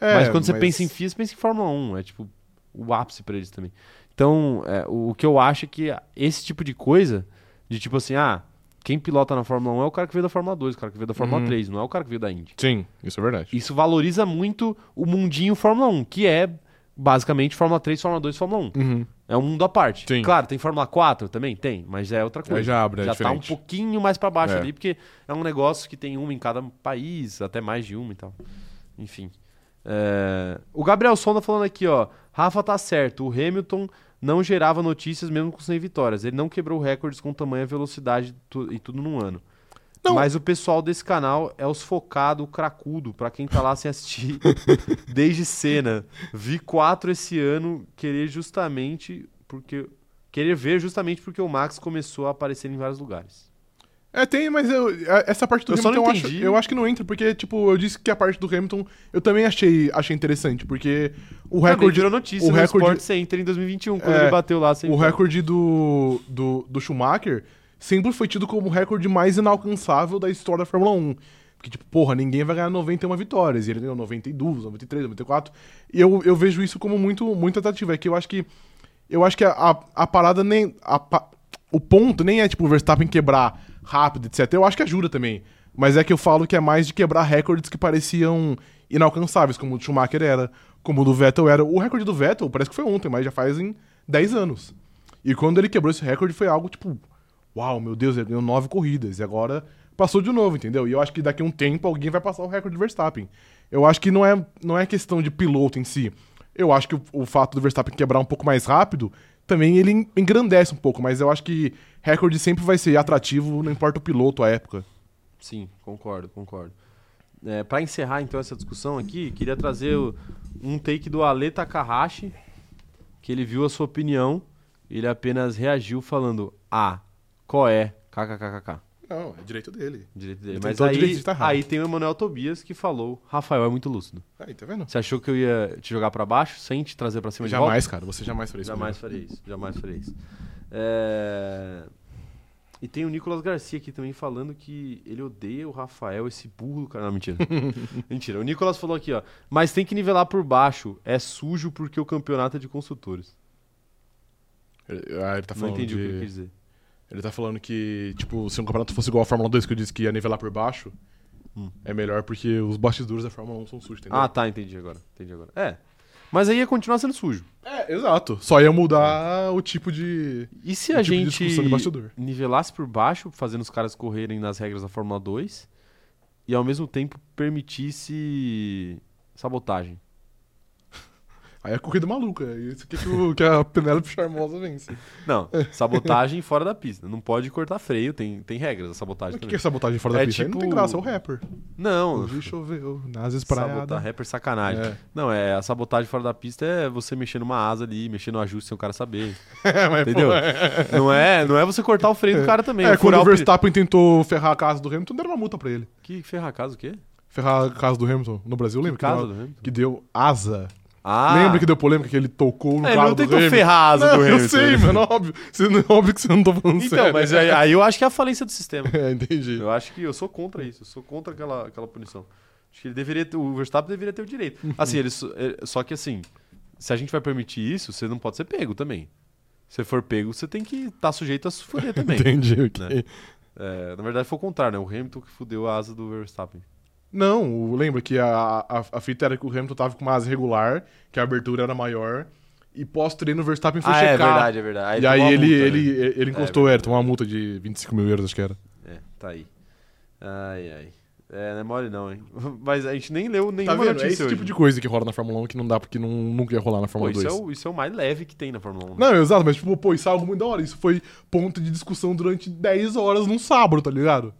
S2: É,
S1: mas quando você
S2: mas-
S1: pensa em FIA, você pensa em Fórmula 1. É tipo o ápice pra eles também. Então, é, o, o que eu acho é que esse tipo de coisa, de tipo assim, ah, quem pilota na Fórmula 1 é o cara que veio da Fórmula 2, o cara que veio da Fórmula
S2: Uhum.
S1: 3, não é o cara que veio da Indy.
S2: Sim, isso é verdade.
S1: Isso valoriza muito o mundinho Fórmula 1, que é basicamente Fórmula 3, Fórmula 2, Fórmula 1.
S2: Uhum.
S1: É um mundo à parte.
S2: Sim.
S1: Claro, tem Fórmula 4 também? Tem, mas é outra coisa.
S2: Aí já abre, é
S1: já tá um
S2: diferente.
S1: pouquinho mais pra baixo
S2: É.
S1: ali, porque é um negócio que tem uma em cada país, até mais de uma e tal. Enfim. É, O Gabriel Sonda falando aqui, ó. Rafa tá certo, o Hamilton não gerava notícias mesmo com 100 vitórias. Ele não quebrou recordes com tamanha velocidade tu- e tudo num ano.
S2: Não.
S1: Mas o pessoal desse canal é os focado, cracudo, pra quem tá lá sem assistir desde cena. Vi quatro esse ano, querer justamente porque querer ver justamente porque o Max começou a aparecer em vários lugares.
S2: É, tem, mas eu- a- essa parte do
S1: Eu só
S2: Hamilton
S1: não
S2: eu, acho,
S1: entendi.
S2: eu acho que não entra, porque, tipo, eu disse que a parte do Hamilton eu também achei, achei interessante, porque o
S1: Também
S2: recorde,
S1: virou notícia
S2: o
S1: no
S2: recorde-
S1: Sport Center em 2021 quando
S2: É,
S1: ele bateu lá sem
S2: o recorde do, do, do Schumacher sempre foi tido como o recorde mais inalcançável da história da Fórmula 1. Porque, tipo, porra, ninguém vai ganhar 91 vitórias. E ele ganhou 92, 93, 94. E eu, eu vejo isso como muito, muito atrativo. É que eu acho que. Eu acho que a, a, a parada nem. a pa- o ponto nem é, tipo, o Verstappen quebrar rápido, etc. Eu acho que ajuda também. Mas é que eu falo que é mais de quebrar recordes que pareciam inalcançáveis, como o do Schumacher era, como o do Vettel era. O recorde do Vettel parece que foi ontem, mas já fazem 10 anos. E quando ele quebrou esse recorde foi algo tipo, uau, meu Deus, ele ganhou nove corridas e agora passou de novo, entendeu? E eu acho que daqui a um tempo alguém vai passar o recorde do Verstappen. Eu acho que não é, não é questão de piloto em si. Eu acho que o, o fato do Verstappen quebrar um pouco mais rápido também ele en- engrandece um pouco, mas eu acho que recorde sempre vai ser atrativo, não importa o piloto, a época.
S1: Sim, concordo, concordo. É, para encerrar então essa discussão aqui, queria trazer o- um take do Ale Takahashi, que ele viu a sua opinião, ele apenas reagiu falando: "Ah, qual é?" kkkk.
S2: Não, é direito dele.
S1: Direito dele.
S2: Ele tem
S1: Mas
S2: todo o
S1: aí,
S2: direito de estar errado.
S1: aí tem o Emanuel Tobias que falou: "Rafael é muito lúcido.
S2: Aí, tá vendo?
S1: Você achou que eu ia te jogar pra baixo sem te trazer pra cima de volta?"
S2: Jamais, cara, você jamais faria isso. né?
S1: Jamais faria isso, jamais faria isso. É, E tem o Nicolas Garcia aqui também falando que ele odeia o Rafael, esse burro do cara. Não, mentira. mentira. O Nicolas falou aqui, ó. Mas tem que nivelar por baixo. É sujo porque o campeonato é de construtores.
S2: comigo. Ah, ele tá
S1: não
S2: falando
S1: entendi o que
S2: de-
S1: ele quis dizer.
S2: Ele tá falando que, tipo, se um campeonato fosse igual a Fórmula 2, que eu disse que ia nivelar por baixo,
S1: Hum.
S2: é melhor porque os bastidores da Fórmula 1 são sujos, entendeu?
S1: Ah, tá, entendi agora. Entendi agora. É. Mas aí ia continuar sendo sujo.
S2: É, exato. Só ia mudar o tipo de.
S1: E se
S2: Um
S1: a
S2: tipo de
S1: gente
S2: discussão de bastidor.
S1: nivelasse por baixo, fazendo os caras correrem nas regras da Fórmula 2 e ao mesmo tempo permitisse sabotagem?
S2: Aí é corrida maluca. Isso aqui é que, o- que a Penélope Charmosa vence.
S1: Não, sabotagem fora da pista. Não pode cortar freio, tem, tem regras da
S2: Mas
S1: sabotagem
S2: o que, que
S1: também.
S2: é sabotagem fora
S1: É
S2: da pista? Aí não tem
S1: tipo-
S2: graça, é o rapper.
S1: Não,
S2: Hoje choveu,
S1: sabotar
S2: nas espraiadas.
S1: rapper sacanagem.
S2: É.
S1: Não, é a sabotagem fora da pista é você mexer numa asa ali, mexer no ajuste sem o cara saber.
S2: É, Mas, pô,
S1: Entendeu? não, é, não é você cortar o freio do cara também.
S2: É, quando
S1: furar
S2: o
S1: pneu.
S2: Verstappen tentou ferrar a casa do Hamilton, deram uma multa pra ele.
S1: Que ferrar casa, o quê?
S2: Ferrar a casa do Hamilton no Brasil, lembra? que
S1: casa
S2: deu-
S1: do Hamilton?
S2: Que deu asa.
S1: Ah,
S2: Lembra que deu polêmica que ele tocou no
S1: é, ele
S2: carro
S1: não
S2: do
S1: tentou
S2: Hamilton?
S1: ferrar a asa
S2: Não,
S1: do Hamilton. né?
S2: Eu sei, mano, óbvio. Você não, óbvio que você não tá falando
S1: Então,
S2: sério.
S1: mas aí, aí eu acho que é a falência do sistema.
S2: É, entendi.
S1: Eu acho que eu sou contra isso. Eu sou contra aquela, aquela punição. Acho que ele deveria ter, o Verstappen deveria ter o direito. Assim, ele, só- é, só que assim, se a gente vai permitir isso, você não pode ser pego também. Se for pego, você tem que estar sujeito a se fuder também.
S2: Entendi o que.
S1: Né? É, na verdade, foi o contrário, né? O Hamilton que fudeu a asa do Verstappen.
S2: Não, lembra que a, a, a fita era que o Hamilton tava com uma asa regular, que a abertura era maior, e pós-treino o Verstappen foi checar.
S1: é verdade.
S2: e aí
S1: tomou a
S2: ele,
S1: multa, né?
S2: ele, ele encostou, era, tomou uma multa de 25 mil euros, acho que era.
S1: É, tá aí. Ai, ai. É, não é mole não, hein? Mas a gente nem leu nenhuma
S2: É
S1: notícia
S2: esse
S1: hoje.
S2: tipo de coisa que rola na Fórmula 1 que não dá porque não, nunca ia rolar na
S1: Pô,
S2: Fórmula
S1: isso,
S2: 2.
S1: é o, isso é o mais leve que tem na Fórmula 1. né?
S2: Não, exato, mas tipo, pô, isso é algo muito da hora. Isso foi ponto de discussão durante 10 horas num sábado, tá ligado?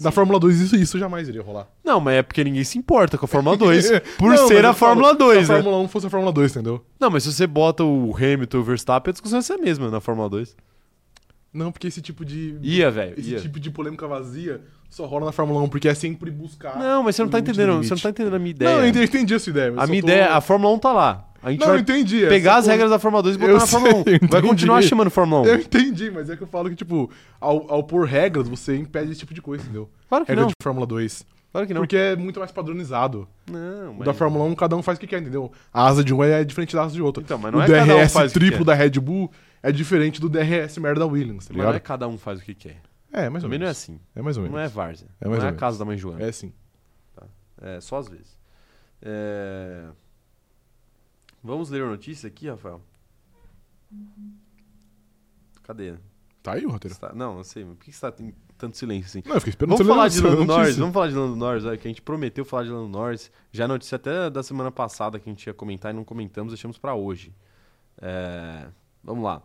S2: Na Fórmula 2 isso, isso jamais iria rolar.
S1: Não, mas é porque ninguém se importa com a Fórmula 2 por
S2: Não, mas
S1: ser
S2: eu
S1: a
S2: falo,
S1: Fórmula 2,
S2: Se
S1: né?
S2: a Fórmula 1 fosse a Fórmula 2, entendeu?
S1: Não, mas se você bota o Hamilton e o Verstappen, a discussão é ser a mesma na Fórmula 2.
S2: Não, porque esse tipo de.
S1: Ia, velho,
S2: Esse
S1: ia.
S2: tipo de polêmica vazia só rola na Fórmula 1, porque é sempre buscar.
S1: Não, mas você não tá
S2: o limite
S1: entendendo,
S2: do
S1: você não tá entendendo a minha
S2: limite.
S1: ideia.
S2: Não, eu entendi, eu entendi a sua ideia. mas
S1: a
S2: eu
S1: minha
S2: tô-
S1: ideia, a Fórmula 1 tá lá. A gente
S2: Não,
S1: vai
S2: eu entendi. é
S1: pegar
S2: só
S1: as
S2: tô-
S1: regras da Fórmula 2 e botar
S2: Eu
S1: na Fórmula 1.
S2: sei, eu
S1: Vai
S2: entendi.
S1: continuar chamando Fórmula 1.
S2: Eu entendi, mas é que eu falo que, tipo, ao, ao pôr regras, você impede esse tipo de coisa, entendeu?
S1: Claro que
S2: Regra
S1: não,
S2: de Fórmula 2.
S1: claro que não.
S2: Porque é muito mais padronizado.
S1: Não,
S2: Da Fórmula 1, cada um faz o que quer, entendeu? A asa de um é diferente da asa de outro.
S1: Então, mas não
S2: o
S1: é cada um
S2: DRS
S1: faz o que
S2: triplo
S1: quer.
S2: da Red Bull é diferente do DRS merda da Williams, tá
S1: Mas não
S2: ligado?
S1: é cada um faz o que quer.
S2: é... É, mais ou
S1: Também não é
S2: menos.
S1: assim.
S2: É mais ou menos.
S1: Não é várzea.
S2: É mais
S1: não
S2: ou
S1: é a
S2: menos.
S1: casa da mãe Joana.
S2: É sim.
S1: É, só às vezes. É, Vamos ler a notícia aqui, Rafael? Cadê?
S2: Tá aí o roteiro.
S1: Você tá- Não, eu sei, mas por que você tá em tanto silêncio assim?
S2: Não, eu fiquei esperando
S1: Vamos
S2: você ler
S1: falar
S2: a
S1: de
S2: notícia,
S1: Lando
S2: não
S1: Norris,
S2: disse.
S1: vamos falar de Lando Norris, olha, que a gente prometeu falar de Lando Norris. Já é notícia até da semana passada que a gente ia comentar e não comentamos, deixamos pra hoje. É, Vamos lá.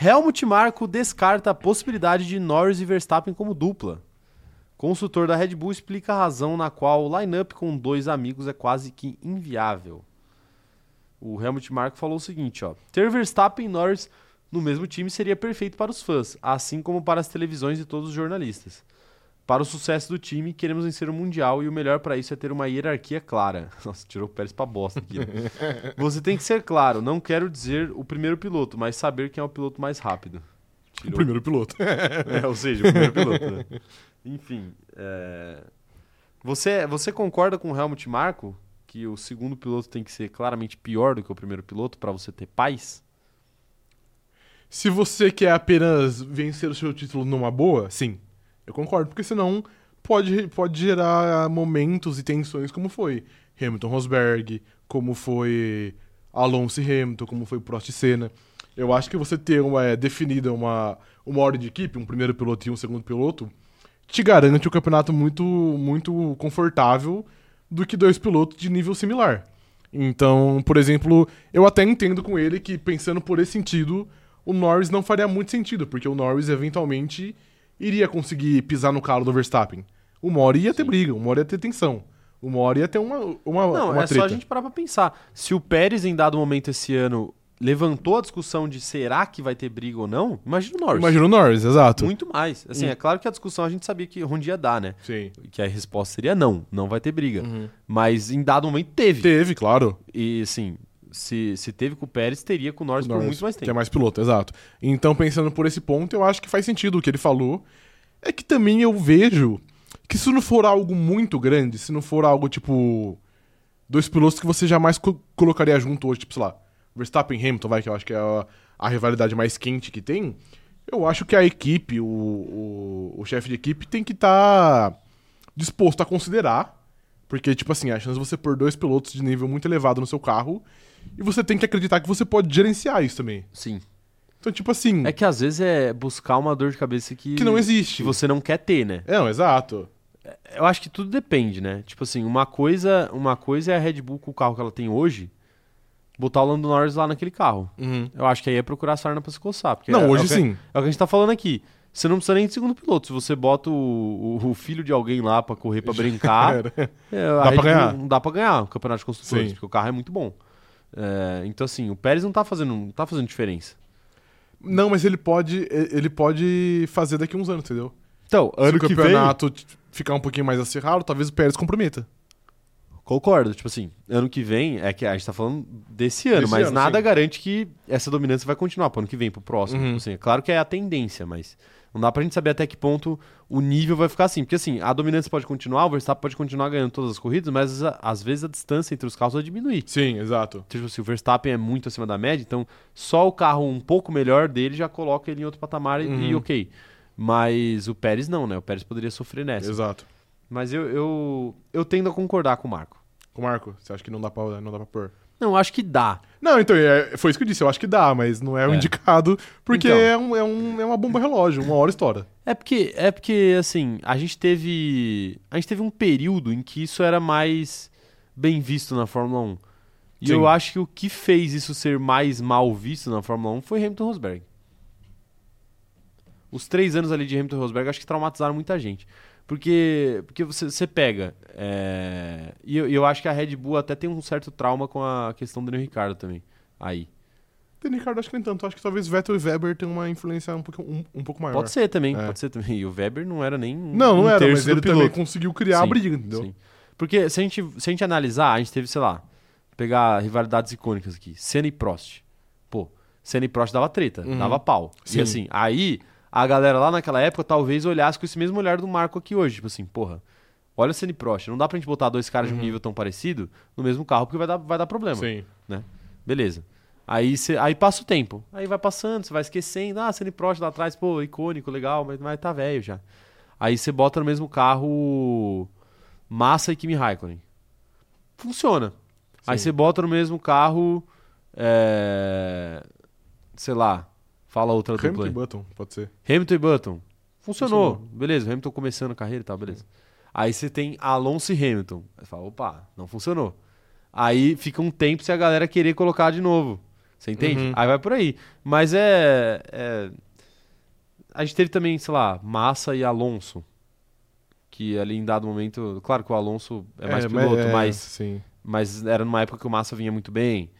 S1: Helmut Marko descarta a possibilidade de Norris e Verstappen como dupla. Consultor da Red Bull explica a razão na qual o line-up com dois amigos é quase que inviável. O Helmut Marko falou o seguinte, ó: "Ter Verstappen e Norris no mesmo time seria perfeito para os fãs, assim como para as televisões e todos os jornalistas. Para o sucesso do time, queremos vencer o Mundial e o melhor para isso é ter uma hierarquia clara. Nossa, tirou o Pérez pra bosta aqui. né? Você tem que ser claro, não quero dizer o primeiro piloto, mas saber quem é o piloto mais rápido.
S2: O
S1: Tirou.
S2: primeiro piloto.
S1: É, ou seja, o primeiro piloto. né? Enfim. é, Você, você concorda com o Helmut Marko que o segundo piloto tem que ser claramente pior do que o primeiro piloto para você ter paz?
S2: Se você quer apenas vencer o seu título numa boa, sim. Eu concordo, porque senão pode, pode gerar momentos e tensões como foi Hamilton Rosberg, como foi Alonso e Hamilton, como foi Prost e Senna. Eu acho que você ter uma, é, definida uma, uma ordem de equipe, um primeiro piloto e um segundo piloto, te garante um campeonato muito, muito confortável do que dois pilotos de nível similar. Então, por exemplo, eu até entendo com ele que, pensando por esse sentido, o Norris não faria muito sentido, porque o Norris eventualmente iria conseguir pisar no calo do Verstappen. Uma hora ia ter
S1: Sim.
S2: briga, uma hora ia ter tensão, uma hora ia ter uma, uma,
S1: Não,
S2: uma
S1: é
S2: treta.
S1: só a gente parar pra pensar. Se o Pérez, em dado momento esse ano, levantou a discussão de será que vai ter briga ou não, imagina o Norris.
S2: Imagina o Norris, exato.
S1: Muito mais. Assim,
S2: Hum.
S1: é claro que a discussão a gente sabia que onde ia dar, né?
S2: Sim.
S1: Que a resposta seria não, não vai ter briga. Mas em dado momento teve.
S2: Uhum. Teve, claro.
S1: E assim, se, se teve com o Pérez, teria com o Norris, por
S2: Norris,
S1: muito mais
S2: Que é
S1: tempo.
S2: mais piloto, exato. Então, pensando por esse ponto, eu acho que faz sentido o que ele falou. É que também eu vejo que se não for algo muito grande, se não for algo tipo. Dois pilotos que você jamais co- colocaria junto hoje, tipo, sei lá, Verstappen e Hamilton, vai, que eu acho que é a, a rivalidade mais quente que tem. Eu acho que a equipe, o, o, o chefe de equipe, tem que estar disposto a considerar. Porque, tipo assim, a chance de você pôr dois pilotos de nível muito elevado no seu carro. E você tem que acreditar que você pode gerenciar isso também.
S1: Sim.
S2: Então, tipo assim,
S1: É que às vezes é buscar uma dor de cabeça que,
S2: que não
S1: que
S2: existe.
S1: você não quer ter, né?
S2: É, não, exato.
S1: Eu acho que tudo depende, né? Tipo assim, uma coisa, uma coisa é a Red Bull com o carro que ela tem hoje, botar o Lando Norris lá naquele carro.
S2: Uhum.
S1: Eu acho que aí é procurar a sarna pra se coçar. Porque é-
S2: Não,
S1: é
S2: hoje
S1: o que-
S2: sim.
S1: É o que a gente tá falando aqui. Você não precisa nem de segundo piloto. Se você bota o, o- o filho de alguém lá pra correr, pra brincar,
S2: Era.
S1: é, a
S2: pra
S1: Red Bull
S2: ganhar.
S1: Não dá pra ganhar o campeonato de construtores,
S2: Sim.
S1: porque o carro é muito bom. É, então, assim, o Pérez não tá fazendo, não tá fazendo diferença.
S2: Não, mas ele pode, e- ele pode fazer daqui uns anos, entendeu?
S1: Então, ano
S2: Se o
S1: que vem.
S2: campeonato t- ficar um pouquinho mais acirrado, talvez o Pérez comprometa.
S1: Concordo, tipo assim, ano que vem, é que a gente tá falando desse ano,
S2: Desse
S1: mas
S2: ano,
S1: nada
S2: sim.
S1: garante que essa dominância vai continuar pro ano que vem, pro próximo.
S2: Uhum.
S1: Tipo assim, é claro que é a tendência, mas não dá pra gente saber até que ponto o nível vai ficar assim. Porque assim, a dominância pode continuar, o Verstappen pode continuar ganhando todas as corridas, mas a- às vezes a distância entre os carros vai diminuir.
S2: Sim, exato.
S1: Tipo assim, o Verstappen é muito acima da média, então só o carro um pouco melhor dele já coloca ele em outro patamar e- e
S2: Uhum.
S1: ok. Mas o Pérez não, né? O Pérez poderia sofrer
S2: É
S1: nessa.
S2: Exato.
S1: Mas eu, eu, eu tendo a concordar com o Marco.
S2: Com o Marco, você acha que não dá pra, não dá pra pôr?
S1: Não, acho que dá.
S2: Não, então, é- foi isso que eu disse. Eu acho que dá, mas não é o
S1: É.
S2: indicado, porque
S1: Então.
S2: é, um, é, um, é uma bomba relógio, uma hora estoura.
S1: É porque, é porque, assim, a gente teve. A gente teve um período em que isso era mais bem visto na Fórmula 1. E
S2: Sim.
S1: eu acho que o que fez isso ser mais mal visto na Fórmula 1 foi Hamilton Rosberg. Os três anos ali de Hamilton Rosberg acho que traumatizaram muita gente. Porque, porque você, você pega. é, E eu, e eu acho que a Red Bull até tem um certo trauma com a questão do Daniel Ricardo também. Aí.
S2: Tem Ricardo, acho que nem tanto. Acho que talvez Vettel e Weber tenham uma influência um pouco, um, um pouco maior.
S1: Pode ser também,
S2: É.
S1: pode ser também. E o Weber não era nem. um-
S2: Não, não
S1: um
S2: era,
S1: terço
S2: mas
S1: do
S2: ele
S1: piloto.
S2: também conseguiu criar a
S1: Sim,
S2: briga, entendeu?
S1: Sim. Porque se a, gente, se a gente analisar, a gente teve, sei lá, pegar rivalidades icônicas aqui, Senna e Prost. Pô, Senna e Prost dava treta,
S2: Uhum.
S1: dava pau.
S2: Sim.
S1: E assim, aí a galera lá naquela época talvez olhasse com esse mesmo olhar do Marco aqui hoje, tipo assim, porra, olha o Senna e Prost, não dá pra gente É,
S2: Uhum.
S1: botar dois caras de um nível tão parecido no mesmo carro porque vai dar, vai dar problema.
S2: Sim.
S1: Beleza. Aí, cê, aí passa o tempo. Aí vai passando, você vai esquecendo. Ah, Cine Prost lá atrás, pô, icônico, legal, mas, mas tá velho já. Aí você bota no mesmo carro Massa e Kimi Raikkonen. Funciona. Aí
S2: Sim.
S1: você bota no mesmo carro. É... Sei lá. Fala outra
S2: Hamilton
S1: dupla.
S2: e
S1: aí.
S2: Button, pode ser.
S1: Hamilton e Button. Funcionou.
S2: Funcionou.
S1: Beleza, o Hamilton começando a carreira e tal, beleza. Aí você tem Alonso e Hamilton. Aí você fala, opa, não funcionou. Aí fica um tempo se a galera querer colocar de novo. Você entende?
S2: Uhum.
S1: Aí vai por aí. Mas é, é- A gente teve também, sei lá, Massa e Alonso. Que ali em dado momento. Claro que o Alonso é mais piloto,
S2: é,
S1: mas
S2: Sim.
S1: mas era numa época que o Massa vinha muito bem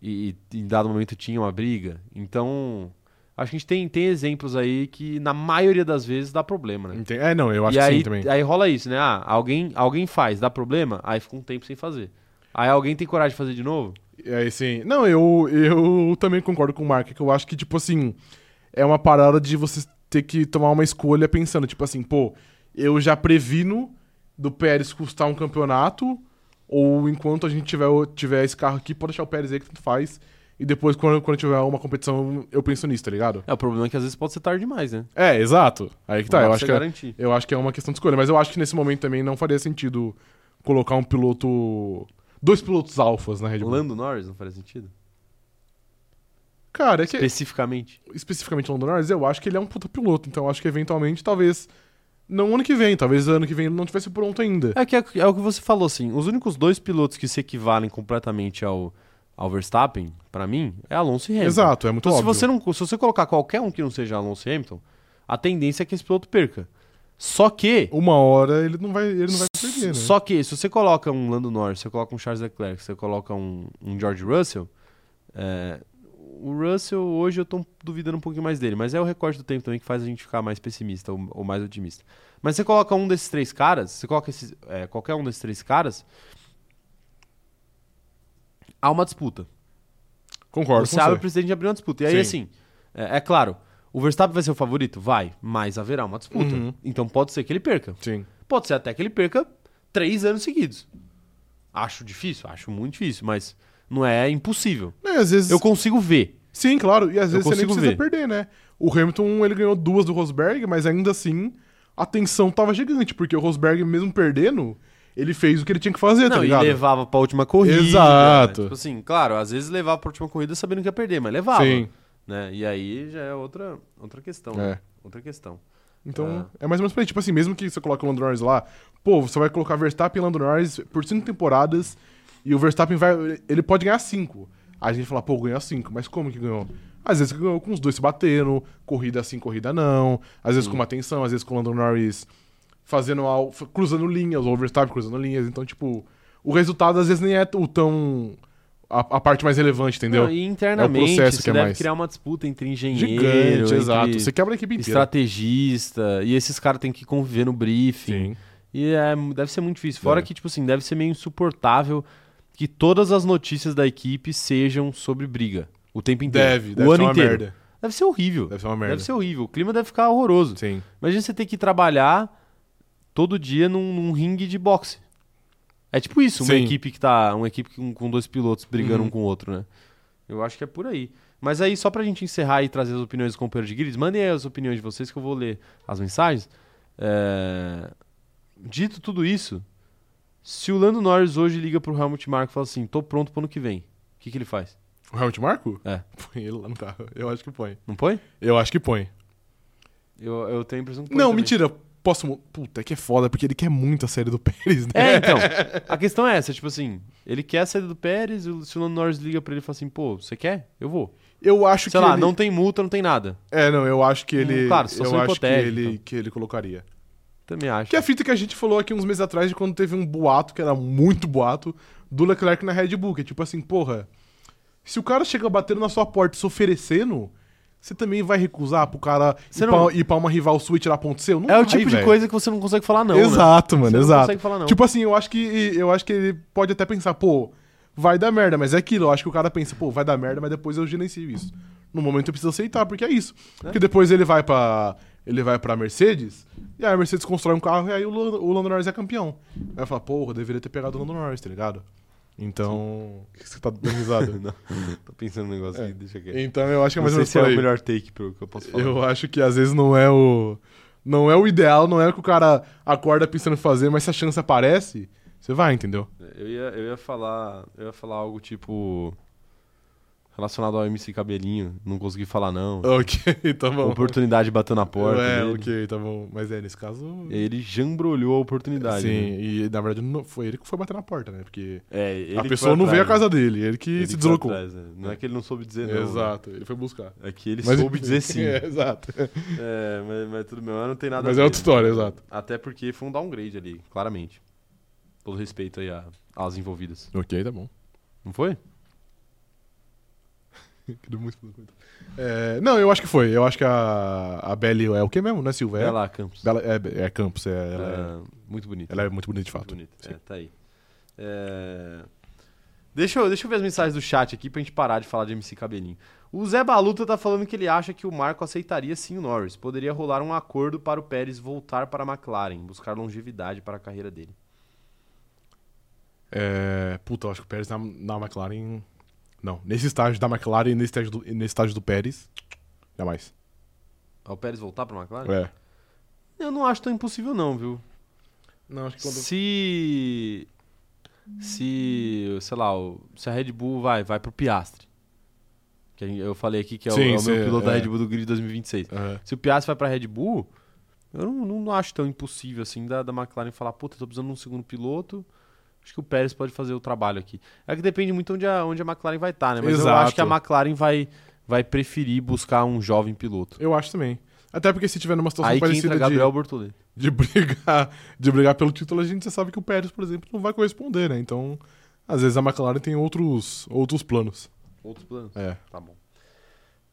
S1: e, e em dado momento tinha uma briga. Então, acho que a gente tem, tem exemplos aí que na maioria das vezes dá problema, né?
S2: Enten- É, não, eu acho
S1: e
S2: que
S1: aí,
S2: sim também.
S1: aí rola isso, né? Ah, alguém, alguém faz, dá problema, aí fica um tempo sem fazer. Aí alguém tem coragem de fazer de novo?
S2: E aí, sim. Não, eu, eu também concordo com o Mark, que eu acho que, tipo assim, é uma parada de você ter que tomar uma escolha pensando, tipo assim, pô, eu já previno do Pérez custar um campeonato, ou enquanto a gente tiver, o- tiver esse carro aqui, pode deixar o Pérez aí que tanto faz, e depois, quando, quando tiver uma competição, eu penso nisso, tá ligado?
S1: É, o problema é que às vezes pode ser tarde demais, né?
S2: É, exato. Aí que tá,
S1: Não dá
S2: eu
S1: pra
S2: acho
S1: você
S2: que, é,
S1: garantir.
S2: eu acho que é uma questão de escolha, mas eu acho que nesse momento também não faria sentido colocar um piloto. Dois pilotos alfas na Red Bull.
S1: Lando Norris não faz sentido?
S2: Cara, é que.
S1: Especificamente.
S2: especificamente o Lando Norris, eu acho que ele é um puta piloto. Então eu acho que eventualmente, talvez. Não ano que vem, talvez ano que vem ele não tivesse pronto ainda.
S1: É, que é, é o que você falou, assim. Os únicos dois pilotos que se equivalem completamente ao, ao Verstappen, pra mim, é Alonso e Hamilton.
S2: Exato, é muito
S1: Então, se
S2: óbvio.
S1: você, não, se você colocar qualquer um que não seja Alonso e Hamilton, a tendência é que esse piloto perca. Só que.
S2: Uma hora ele não vai, ele não vai perder, né?
S1: Só que, se você coloca um Lando Norris, você coloca um Charles Leclerc, você coloca um, um George Russell. é, o Russell, hoje eu tô duvidando um pouquinho mais dele, mas é o recorde do tempo também que faz a gente ficar mais pessimista ou, ou mais otimista. Mas você coloca um desses três caras, você coloca esses, é, qualquer um desses três caras. Há uma disputa.
S2: Concordo
S1: Você
S2: com
S1: abre o
S2: você.
S1: presidente de abrir uma disputa. E aí,
S2: Sim.
S1: assim, é, é claro, o Verstappen vai ser o favorito? Vai, mas haverá uma disputa.
S2: Uhum.
S1: Então pode ser que ele perca.
S2: Sim.
S1: Pode ser até que ele perca três anos seguidos. Acho difícil, acho muito difícil, mas não é impossível.
S2: Não, e Né, às vezes.
S1: Eu consigo ver.
S2: Sim, claro. E às
S1: Eu
S2: vezes você nem
S1: consigo
S2: precisa
S1: ver.
S2: perder, né? O Hamilton, ele ganhou duas do Rosberg, mas ainda assim a tensão tava gigante, porque o Rosberg, mesmo perdendo, ele fez o que ele tinha que fazer, tá
S1: não, e
S2: ligado?
S1: levava pra última corrida.
S2: Exato.
S1: né? Tipo assim, claro, às vezes levava pra última corrida sabendo que ia perder, mas levava.
S2: Sim.
S1: Né? E aí já é outra, outra questão, né?
S2: É.
S1: Outra questão.
S2: Então,
S1: Ah.
S2: é. mais ou menos por aí. Tipo assim, mesmo que você coloque o Lando Norris lá, pô, você vai colocar Verstappen e Lando Norris por cinco temporadas e o Verstappen vai. Ele pode ganhar cinco. Aí a gente fala, pô, ganhou cinco, mas como que ganhou? Às vezes ganhou com os dois se batendo, corrida sim, corrida não. Às vezes com uma tensão, às vezes com o Lando Norris fazendo al... f- cruzando linhas, ou o Verstappen cruzando linhas. Então, tipo, o resultado às vezes nem é o tão. a, a parte mais relevante, entendeu?
S1: Não, e internamente,
S2: processo
S1: você
S2: que é
S1: deve
S2: mais.
S1: criar uma disputa entre engenheiro,
S2: Gigante,
S1: entre
S2: exato. Você quebra a equipe inteira.
S1: estrategista, e esses caras têm que conviver no briefing.
S2: Sim.
S1: E é, deve ser muito difícil. Fora
S2: É.
S1: que, tipo assim, deve ser meio insuportável que todas as notícias da equipe sejam sobre briga. O tempo inteiro.
S2: Deve,
S1: o
S2: deve
S1: ano
S2: ser uma
S1: inteiro.
S2: merda.
S1: Deve ser horrível.
S2: Deve ser uma merda.
S1: Deve ser horrível. O clima deve ficar horroroso.
S2: Sim.
S1: Imagina você ter que trabalhar todo dia num, num ringue de boxe. É tipo isso, uma
S2: Sim.
S1: equipe que tá. Uma equipe com, com dois pilotos brigando
S2: Uhum.
S1: um com o outro, né? Eu acho que é por aí. Mas aí, só pra gente encerrar e trazer as opiniões dos companheiros de grid, mandem aí as opiniões de vocês que eu vou ler as mensagens. É, Dito tudo isso, se o Lando Norris hoje liga pro Helmut Marko e fala assim, tô pronto pro ano que vem, o que, que ele faz?
S2: O Helmut Marco?
S1: É.
S2: Põe ele lá no carro. Eu acho que põe.
S1: Não põe?
S2: Eu acho que põe.
S1: Eu, eu tenho a impressão que põe
S2: não,
S1: também.
S2: mentira. Posso. mu- Puta, é que é foda, porque ele quer muito a série do Pérez, né?
S1: É, então. A questão é essa, tipo assim, ele quer a saída do Pérez, o- se o Lando Norris liga pra ele e fala assim, pô, você quer? Eu vou.
S2: Eu acho
S1: Sei
S2: que.
S1: lá,
S2: ele...
S1: não tem multa, não tem nada.
S2: É, não, eu acho que ele.
S1: Hum, claro,
S2: eu
S1: situação
S2: acho que
S1: hipotética,
S2: ele,
S1: então.
S2: que ele colocaria.
S1: Também acho.
S2: Que é a fita que a gente falou aqui uns meses atrás de quando teve um boato, que era muito boato, do Leclerc na Red Bull. Que é tipo assim, porra. Se o cara chega batendo na sua porta e se oferecendo, você também vai recusar pro cara
S1: Você
S2: ir,
S1: não-
S2: pra, ir pra uma rival sua e tirar ponto seu? Não
S1: É o
S2: vai,
S1: tipo de
S2: um velho.
S1: coisa que você não consegue falar não, né?
S2: exato, mano,
S1: Você não
S2: exato.
S1: consegue falar não.
S2: Tipo assim, eu acho que eu acho que ele pode até pensar, pô, vai dar merda, mas é aquilo, eu acho que o cara pensa, pô, vai dar merda, mas depois eu gerencio isso. No momento eu preciso aceitar, porque é isso. Porque depois ele vai pra ele vai para Mercedes, e aí a Mercedes constrói um carro e aí o Lando, o Lando Norris é campeão. Aí fala, porra, eu deveria ter pegado o Lando Norris, tá ligado? Então. O que você tá dando risada?
S1: Não, tô pensando num negócio aqui, deixa quieto.
S2: então eu acho que é
S1: Não
S2: mais
S1: sei
S2: ou menos
S1: se
S2: por
S1: é o
S2: aí.
S1: melhor take pro que eu posso falar.
S2: Eu acho que às vezes não é o. Não é o ideal, não é o que o cara acorda pensando em fazer, mas se a chance aparece, você vai, entendeu?
S1: Eu ia, eu ia falar. Eu ia falar algo tipo. Relacionado ao MC Cabelinho. Não consegui falar, não.
S2: Ok, tá bom.
S1: Oportunidade bateu na porta.
S2: É,
S1: dele.
S2: ok, tá bom. Mas é, nesse caso.
S1: E aí Ele jambrolhou a oportunidade.
S2: Sim,
S1: né?
S2: e na verdade não- foi ele que foi bater na porta, né? Porque
S1: É, ele
S2: a
S1: que
S2: pessoa
S1: foi
S2: não veio à
S1: atrás, né?
S2: casa dele, ele que
S1: Ele
S2: se
S1: foi
S2: deslocou.
S1: atrás, né? Não é que ele não soube dizer não. né?
S2: exato, ele foi buscar.
S1: É que ele
S2: Mas-
S1: soube dizer sim.
S2: É, exato.
S1: É, mas, mas tudo bem, mas não tem nada
S2: Mas
S1: a ver,
S2: é outra
S1: né?
S2: história, exato.
S1: Até porque foi um downgrade ali, claramente. Todo respeito aí a- às envolvidas.
S2: Ok, tá bom.
S1: Não foi?
S2: Queria muito fazer coisa. É, não, eu acho que foi. Eu acho que a, a Belly é o que mesmo, né, Silva?
S1: É,
S2: É,
S1: lá, Campos.
S2: Bela- é, é Campos, é, ela, é,
S1: É, muito bonito.
S2: ela é muito bonita de
S1: Muito
S2: fato.
S1: bonito.
S2: Sim.
S1: É, tá aí. É, Deixa, eu, deixa eu ver as mensagens do chat aqui pra gente parar de falar de MC Cabelinho. O Zé Baluta tá falando que ele acha que o Marco aceitaria sim o Norris. Poderia rolar um acordo para o Pérez voltar para a McLaren, buscar longevidade para a carreira dele.
S2: É, puta, eu acho que o Pérez na, na McLaren. Não, nesse estágio da McLaren e nesse estágio do, e nesse estágio do Pérez. Jamais.
S1: Ah, O Pérez voltar para a McLaren?
S2: É.
S1: Eu não acho tão impossível não, viu?
S2: Não, acho
S1: Se. Se. Sei lá, o- se a Red Bull vai, vai pro Piastre. Que a gente- eu falei aqui que é o,
S2: Sim,
S1: é o
S2: sim,
S1: meu piloto da
S2: é.
S1: Red Bull do grid 2026. Se o Piastri vai pra Red Bull, eu não, não- não acho tão impossível assim da, da McLaren falar, puta, tô precisando de um segundo piloto. Acho que o Pérez pode fazer o trabalho aqui. É que depende muito onde a, onde a McLaren vai estar, né? Mas eu acho
S2: Exato.
S1: que a McLaren vai, vai preferir buscar um jovem piloto.
S2: Eu acho também. Até porque se tiver numa situação
S1: Aí que
S2: parecida
S1: entra
S2: de,
S1: Gabriel Bortoletti.
S2: de brigar, de brigar pelo título, a gente já sabe que o Pérez, por exemplo, não vai corresponder, né? Então, às vezes a McLaren tem outros, outros planos.
S1: Outros planos.
S2: É.
S1: Tá bom.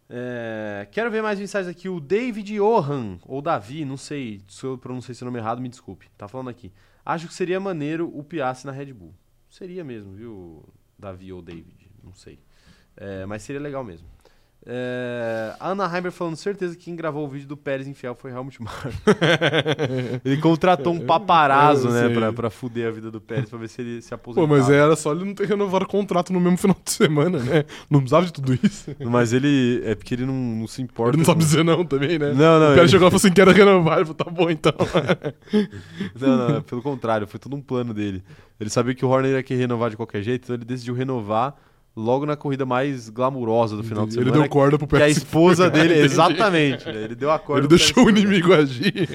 S1: É, quero ver mais mensagens aqui. O David Johan, ou Davi, não sei se eu pronunciei seu nome errado, me desculpe. Tá falando aqui. Acho que seria maneiro o Piastri na Red Bull. Seria mesmo, viu, Davi ou David? Não sei. É, mas seria legal mesmo. É, a Ana Heimer falando, certeza que quem gravou o vídeo do Pérez Infiel foi Helmut Marko. ele contratou um paparazzo,
S2: Eu
S1: né,
S2: sei.
S1: pra, pra fuder a vida do Pérez, pra ver se ele se aposentava.
S2: Pô, mas era só ele não ter renovado o contrato no mesmo final de semana, né? Não precisava de tudo isso.
S1: Mas ele... É porque ele não, não se importa.
S2: Ele não sabe
S1: com-
S2: dizer não também, né?
S1: Não, não.
S2: o cara
S1: ele-
S2: chegou e falou assim, quero renovar. Ele falou, tá bom então.
S1: Não, não, pelo contrário, foi todo um plano dele. Ele sabia que o Horner ia querer renovar de qualquer jeito, então ele decidiu renovar logo na corrida mais glamurosa do final
S2: ele
S1: de semana.
S2: deu um corda pro
S1: que a
S2: Pérez.
S1: esposa dele,
S2: Entendi.
S1: exatamente, né, ele deu a corda.
S2: Ele
S1: pro
S2: deixou o
S1: Pérez. É
S2: inimigo agir.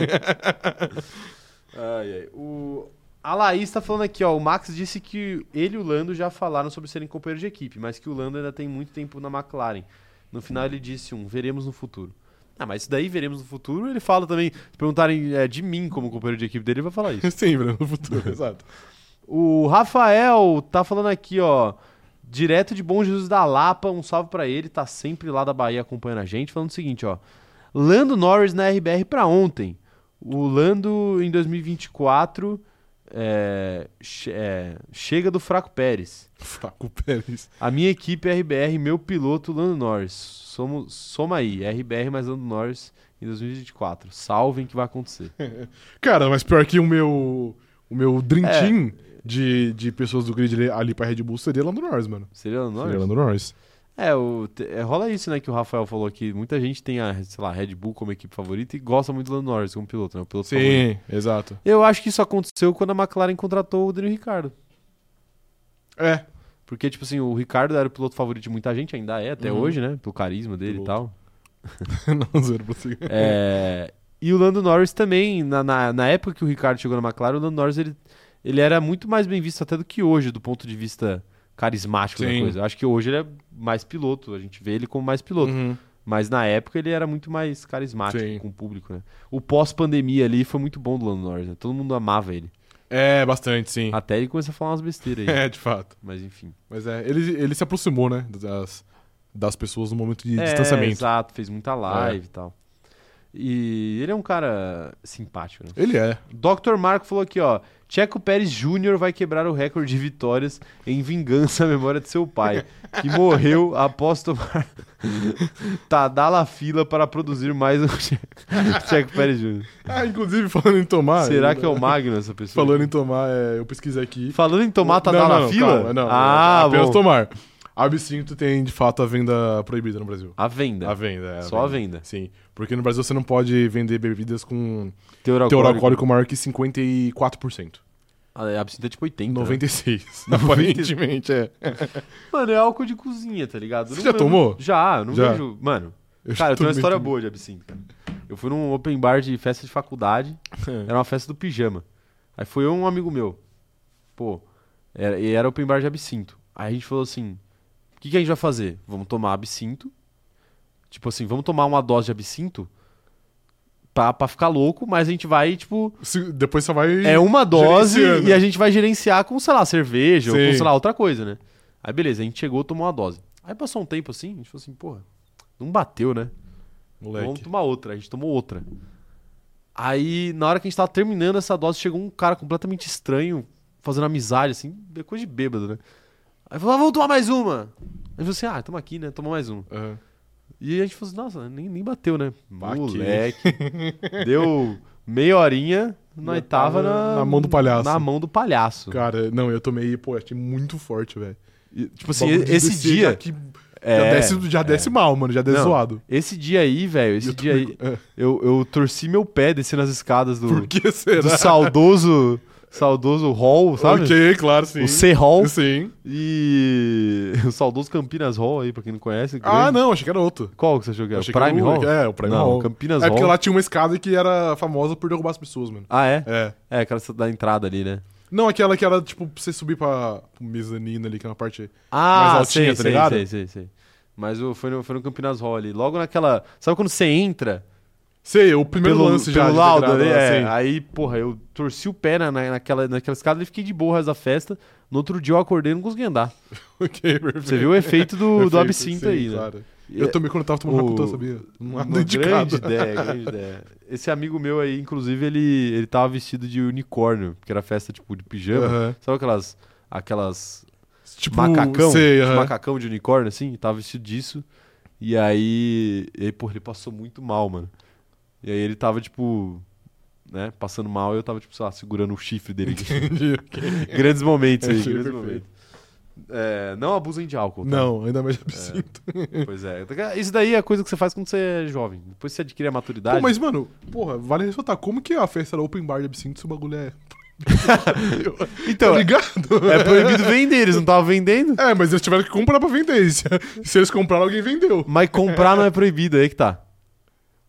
S1: Ai, ai. O... A Laís tá falando aqui, ó. O Max disse que ele e o Lando já falaram sobre serem companheiros de equipe, mas que o Lando ainda tem muito tempo na McLaren. No final ele disse um, veremos no futuro. Ah, mas isso daí veremos no futuro. Ele fala também, se perguntarem é, de mim como companheiro de equipe dele, ele vai falar isso.
S2: Sim, Bruno, no futuro, exato.
S1: O Rafael tá falando aqui, ó. Direto de Bom Jesus da Lapa, um salve pra ele, tá sempre lá da Bahia acompanhando a gente, falando o seguinte, ó. Lando Norris na RBR pra ontem. O Lando em 2024 é, che- é, chega do Fraco Pérez.
S2: Fraco Pérez.
S1: A minha equipe é RBR, meu piloto Lando Norris. Somo, soma aí, RBR mais Lando Norris em 2024. Salvem que vai acontecer.
S2: Cara, mas pior que o meu, o meu Dream
S1: É.
S2: Team de, de pessoas do grid ali- ali pra Red Bull seria Lando Norris, mano.
S1: Seria Lando Norris?
S2: Seria Lando Norris.
S1: É, o, te- é, rola isso, né, que o Rafael falou que muita gente tem a, sei lá, Red Bull como equipe favorita e gosta muito do Lando Norris como piloto, né? O piloto favorito.
S2: Sim, exato.
S1: Eu acho que isso aconteceu quando a McLaren contratou o Daniel Ricardo.
S2: É,
S1: Porque, tipo assim, o Ricardo era o piloto favorito de muita gente, ainda é até
S2: Uhum.
S1: hoje, né? Pelo carisma dele e tal.
S2: não, zero pra seguir.
S1: É, e o Lando Norris também, na, na, na época que o Ricardo chegou na McLaren, o Lando Norris ele, ele era muito mais bem visto até do que hoje, do ponto de vista carismático da
S2: Sim.
S1: coisa. Eu acho que hoje ele é mais piloto, a gente vê ele como mais piloto.
S2: Uhum.
S1: Mas na época ele era muito mais carismático
S2: Sim.
S1: com o público, né? O pós-pandemia ali foi muito bom do Lando Norris, né? Todo mundo amava ele.
S2: É, bastante, sim.
S1: Até ele começou a falar umas besteiras aí.
S2: É, de fato.
S1: Mas enfim.
S2: Mas é, ele, ele se aproximou, né, das, das pessoas no momento de
S1: É,
S2: distanciamento. É.
S1: Exato, fez muita live e tal. E ele é um cara simpático, né?
S2: Ele é.
S1: Dr. Marco falou aqui, ó. Checo Pérez Jr. vai quebrar o recorde de vitórias em vingança à memória de seu pai, que morreu após tomar Tá, dá la fila para produzir mais um Checo Checo Pérez Júnior.
S2: Ah, inclusive, falando em tomar.
S1: Será que é o Magno essa pessoa?
S2: Falando em tomar, é, eu pesquisei aqui.
S1: Falando em tomar, tá
S2: Não,
S1: dá
S2: não,
S1: la
S2: não,
S1: fila?
S2: calma, não,
S1: ah,
S2: apenas
S1: bom.
S2: tomar. Absinto tem, de fato, a venda proibida no Brasil.
S1: A venda.
S2: A venda, é.
S1: Só a venda.
S2: Sim. Porque no Brasil você não pode vender bebidas com
S1: Teor
S2: teor
S1: alcoólico.
S2: alcoólico maior que 54%.
S1: Ah, é, Absinto é tipo 80. né?
S2: 96, aparentemente, é.
S1: Mano, é álcool de cozinha, tá ligado? Eu
S2: Você
S1: não
S2: já
S1: lembro-
S2: tomou?
S1: Já, eu não
S2: Já.
S1: vejo. Mano,
S2: já
S1: cara, eu tenho uma
S2: tomei
S1: história
S2: tudo.
S1: boa de absinto. cara. Eu fui num open bar de festa de faculdade,
S2: É.
S1: era uma festa do pijama. Aí foi eu e um amigo meu. Pô, era, e era open bar de absinto. Aí a gente falou assim: o que, que a gente vai fazer? Vamos tomar absinto. Tipo assim, vamos tomar uma dose de absinto pra, pra ficar louco, mas a gente vai, tipo,
S2: Se- Depois só vai.
S1: é uma dose
S2: Gerenciando.
S1: e a gente vai gerenciar com, sei lá, cerveja ou com,
S2: Sim.
S1: sei lá, outra coisa, né? Aí beleza, a gente chegou, tomou uma dose. Aí passou um tempo assim, a gente falou assim, porra, não bateu, né? Vamos
S2: Moleque.
S1: tomar outra. A gente tomou outra. Aí, na hora que a gente tava terminando essa dose, chegou um cara completamente estranho, fazendo amizade, assim, é coisa de bêbado, né? Aí falou, ah, vamos tomar mais uma. Aí falou assim, ah, tamo aqui, né? Toma mais uma.
S2: Aham.
S1: E a gente falou assim, nossa, nem, nem bateu, né?
S2: Baque.
S1: Moleque. Deu meia horinha, nós
S2: Já
S1: tava
S2: tava
S1: na,
S2: na mão do palhaço.
S1: Na mão do palhaço.
S2: Cara, não, eu tomei, pô, achei muito forte, velho.
S1: E, tipo assim,
S2: Bagulho de
S1: esse
S2: descer
S1: dia.
S2: Já, que- já
S1: é,
S2: desce, já desce mal, mano, já desce
S1: Não.
S2: zoado.
S1: Esse dia aí, velho, esse
S2: Eu
S1: dia
S2: tomei-
S1: aí,
S2: É.
S1: eu, eu torci meu pé descendo as escadas do,
S2: Por que
S1: do
S2: será?
S1: saudoso. Saudoso Hall, sabe?
S2: Ok, claro, sim.
S1: O um? C Hall
S2: Sim.
S1: e. O saudoso Campinas Hall aí, pra quem não conhece.
S2: Ah,
S1: grande.
S2: não, achei que era outro.
S1: Qual que você achou que era?
S2: Achei que
S1: Prime
S2: era o-
S1: Hall?
S2: É, o Prime
S1: não,
S2: Hall.
S1: Campinas
S2: é porque
S1: Hall.
S2: lá tinha uma escada que era famosa por derrubar as pessoas, mano.
S1: Ah, é?
S2: É.
S1: É, aquela da entrada ali, né?
S2: Não aquela que era, tipo, pra você subir pra pro mezanino ali, que é uma parte.
S1: Ah,
S2: mais altinha,
S1: sei,
S2: tá
S1: sei,
S2: ligado?
S1: sei, sei, sei. Mas o- foi, no, foi no Campinas Hall ali. Logo naquela. Sabe quando você entra
S2: Sei, o primeiro
S1: pelo,
S2: lance já.
S1: pelo
S2: de
S1: laudo
S2: degrada
S1: ali?
S2: lá,
S1: É,
S2: sim.
S1: aí, porra, eu torci o pé na, na- naquela, naquela escada e fiquei de boa o resto da festa. No outro dia eu acordei e não consegui andar.
S2: Ok, perfeito.
S1: Você viu o efeito do, do
S2: Perfeito,
S1: absinto
S2: sim,
S1: aí, né?
S2: claro.
S1: E-
S2: Eu tomei quando eu tava tomando
S1: O-
S2: Rakuten, sabia? Não
S1: Uma
S2: nada indicado.
S1: Grande ideia, grande ideia. Esse amigo meu aí, inclusive, ele, ele tava vestido de unicórnio, porque era festa, tipo, de pijama.
S2: Aham.
S1: Sabe aquelas... aquelas
S2: Tipo,
S1: macacão?
S2: Sei,
S1: de
S2: aham.
S1: Macacão de unicórnio, assim? Tava vestido disso. E aí... E aí, porra, ele passou muito mal, mano. E aí ele tava, tipo... Né, passando mal e eu tava, tipo, sei lá, segurando o chifre dele. aqui.
S2: Entendi.
S1: grandes momentos aí,
S2: Achei
S1: grandes
S2: perfeito.
S1: momentos. É, não abusem de álcool, tá?
S2: Não, ainda mais absinto.
S1: Pois é. Isso daí é coisa que você faz quando você é jovem. Depois que você adquire a maturidade.
S2: Pô, mas, mano, porra, vale ressaltar. Como que a festa era open bar de absinto se o bagulho é.
S1: Então,
S2: tá ligado?
S1: é proibido vender, eles não estavam vendendo.
S2: É, mas eles tiveram que comprar pra vender. Se, se eles compraram, alguém vendeu.
S1: Mas comprar não é proibido, aí que tá.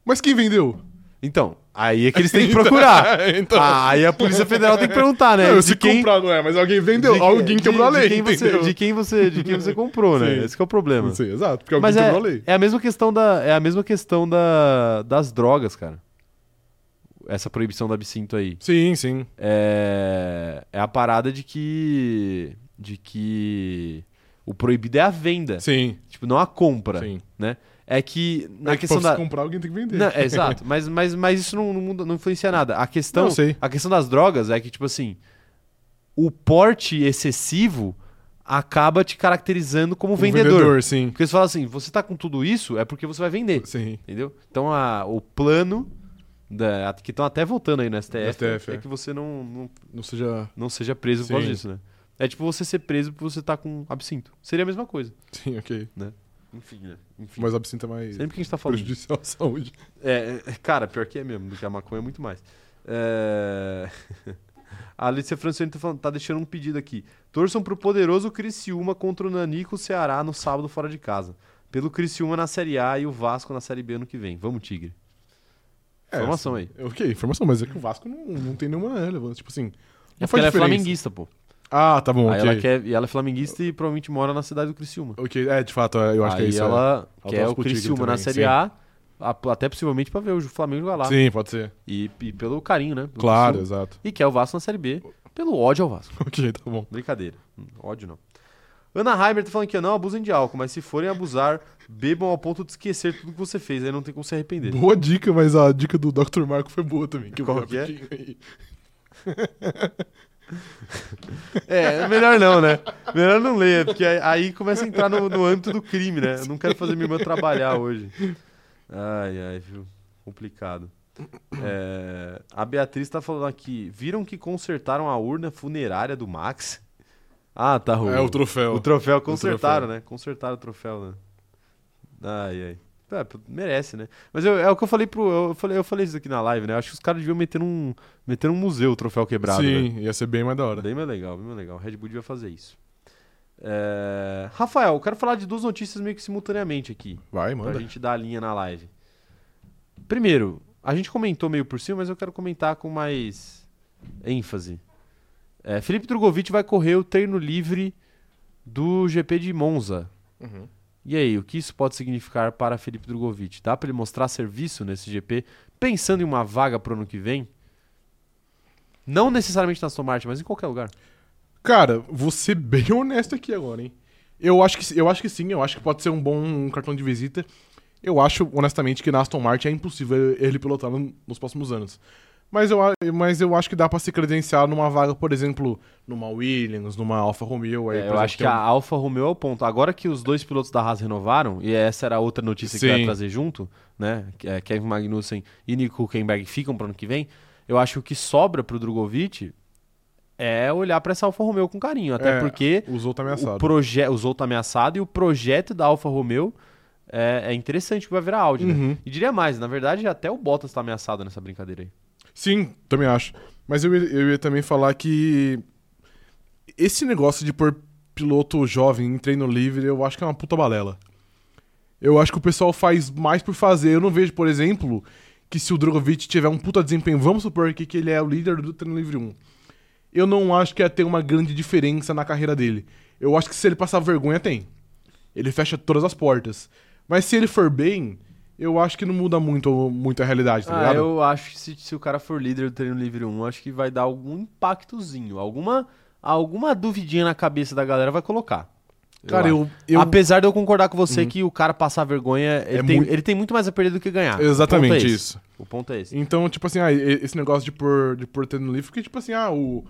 S2: Mas quem vendeu?
S1: Então, aí é que eles têm que procurar.
S2: então.
S1: Ah, aí a Polícia Federal tem que perguntar, né?
S2: não,
S1: de
S2: se comprar não é, mas alguém
S1: de-
S2: vendeu. alguém
S1: de-
S2: quebrou a
S1: De
S2: lei.
S1: quem, você,
S2: entendeu?
S1: de, quem você, de quem você comprou, né?
S2: Sim.
S1: Esse que é o problema.
S2: Sim, exato, porque alguém
S1: Mas é,
S2: quebrou a lei.
S1: é a mesma questão, da, é a mesma questão da, das drogas, cara. Essa proibição da absinto aí.
S2: Sim, sim.
S1: é, é a parada de que de que o proibido é a venda,
S2: Sim.
S1: tipo não a compra,
S2: Sim.
S1: né? É que na
S2: é que
S1: questão
S2: pra
S1: da
S2: você comprar, alguém tem que vender.
S1: não, é, exato, mas, mas, mas isso não, não, muda- não influencia nada. A questão
S2: Não, sei.
S1: a questão das drogas é que tipo assim o porte excessivo acaba te caracterizando como
S2: Um
S1: vendedor.
S2: sim.
S1: Porque você fala assim, você tá com tudo isso é porque você vai vender,
S2: Sim.
S1: entendeu? Então a- o plano da, que estão até voltando aí no STF,
S2: STF,
S1: é,
S2: é.
S1: que você não- não
S2: Não seja.
S1: não seja preso por causa
S2: Sim.
S1: disso, né? É tipo você ser preso por você estar com absinto. Seria a mesma coisa.
S2: Sim, ok.
S1: Enfim, né? Enfim.
S2: Mas absinto é mais
S1: Sempre que a gente tá falando.
S2: prejudicial à saúde.
S1: É, é, cara, pior que é mesmo, do que a maconha é muito mais. É... a Alicia Francione tá, falando- tá deixando um pedido aqui. Torçam pro poderoso Criciúma contra o Nanico Ceará no sábado fora de casa. Pelo Criciúma na Série A e o Vasco na Série B ano que vem. Vamos, Tigre.
S2: É,
S1: Informação aí.
S2: Ok, informação, mas é que o Vasco não, não tem nenhuma relevância. Tipo
S1: É
S2: assim. Não
S1: porque
S2: faz
S1: ela é
S2: diferença.
S1: flamenguista, pô.
S2: Ah, tá bom,
S1: Aí
S2: ok.
S1: ela quer, e ela é flamenguista e provavelmente mora na cidade do Criciúma.
S2: Ok, é, de fato, é, eu acho
S1: aí
S2: que é isso. é.
S1: ela
S2: Ela
S1: quer
S2: torce
S1: o
S2: pro Tigre
S1: Criciúma na
S2: também,
S1: Série
S2: sim.
S1: A, a- até possivelmente pra ver o Flamengo jogar tá lá.
S2: Sim, pode ser.
S1: E, e pelo carinho, né? do
S2: Claro,
S1: Criciúma.
S2: exato.
S1: E quer o Vasco na Série B, pelo ódio ao Vasco.
S2: Ok, tá bom.
S1: Brincadeira. Hum, Ódio não. Ana Heimer tá falando que não abusem de álcool, mas se forem abusar, bebam ao ponto de esquecer tudo que você fez, aí não tem como se arrepender.
S2: Boa dica, mas a dica do Dr. Marco foi boa também. Que eu
S1: Qual
S2: vi
S1: que é?
S2: rapidinho aí.
S1: É, melhor não, né? Melhor não ler, porque aí- aí começa a entrar no, no âmbito do crime, né? Eu não quero fazer minha irmã trabalhar hoje. Ai, ai, viu? Complicado. É, a Beatriz tá falando aqui. Viram que consertaram a urna funerária do Max? Ah, tá,
S2: É o troféu.
S1: o troféu consertaram, né? Consertaram o troféu, né? Ai, ai. É, pô, merece, né? Mas eu- é o que eu falei pro. Eu falei, eu falei isso aqui na live, né? Eu acho que os caras deviam meter num, meter num museu o troféu quebrado. né?
S2: Sim, ia ser bem mais da hora.
S1: Bem mais legal, bem mais legal. O Red Bull devia fazer isso. É, Rafael, eu quero falar de duas notícias meio que simultaneamente aqui.
S2: Vai, manda.
S1: Pra gente dar a linha na live. Primeiro, a gente comentou meio por cima, mas eu quero comentar com mais ênfase. É, Felipe Drogovic vai correr o treino livre do GP de Monza.
S2: Uhum.
S1: E aí, o que isso pode significar para Felipe Drogovic? Dá para ele mostrar serviço nesse GP, pensando em uma vaga pro ano que vem? Não necessariamente na Aston Martin, mas em qualquer lugar.
S2: Cara, vou ser bem honesto aqui agora, hein? Eu acho, que, eu acho que sim, eu acho que pode ser um bom cartão de visita. Eu acho, honestamente, que na Aston Martin é impossível ele pilotar no- nos próximos anos. Mas eu, a- mas eu acho que dá pra se credenciar numa vaga, por exemplo, numa Williams, numa Alfa Romeo. Aí,
S1: É, eu
S2: por exemplo,
S1: acho que
S2: tem
S1: a
S2: um-
S1: Alfa Romeo é o ponto. Agora que os dois pilotos da Haas renovaram, e é essa era a outra notícia que eu ia
S2: Sim.
S1: trazer junto, né? que é Kevin Magnussen e Nico Huckenberg ficam para ano que vem. Eu acho que o que sobra pro Drogovic é olhar para essa Alfa Romeo com carinho, até
S2: É,
S1: porque
S2: Os outros
S1: o
S2: ameaçados.
S1: projeto usou tá ameaçado e o projeto da Alfa Romeo é, é interessante, vai virar Audi, né?
S2: Uhum.
S1: E diria mais, na verdade até o Bottas tá ameaçado nessa brincadeira aí.
S2: Sim, também acho. Mas eu, ia- eu ia também falar que esse negócio de pôr piloto jovem em treino livre, eu acho que é uma puta balela. Eu acho que o pessoal faz mais por fazer. Eu não vejo, por exemplo, que se o Drogovic tiver um puta desempenho, vamos supor aqui que ele é o líder do treino livre 1. Eu não acho que ia ter uma grande diferença na carreira dele. Eu acho que se ele passar vergonha, tem. Ele fecha todas as portas. Mas se ele for bem, eu acho que não muda muito, muito a realidade, tá
S1: Ah,
S2: ligado?
S1: eu acho que se, se o cara for líder do treino livre 1, acho que vai dar algum impactozinho. Alguma, alguma duvidinha na cabeça da galera vai colocar.
S2: Cara, eu, eu, Uhum.
S1: Apesar de eu concordar com você que o cara passar vergonha, ele,
S2: É
S1: tem,
S2: muito-
S1: ele tem muito mais a perder do que
S2: Ah,
S1: ganhar. o
S2: Exatamente
S1: ponto é Esse.
S2: isso.
S1: O ponto é esse.
S2: Então, tipo assim, ah, e- esse negócio de pôr, de pôr treino livre, porque, tipo assim, ah, o,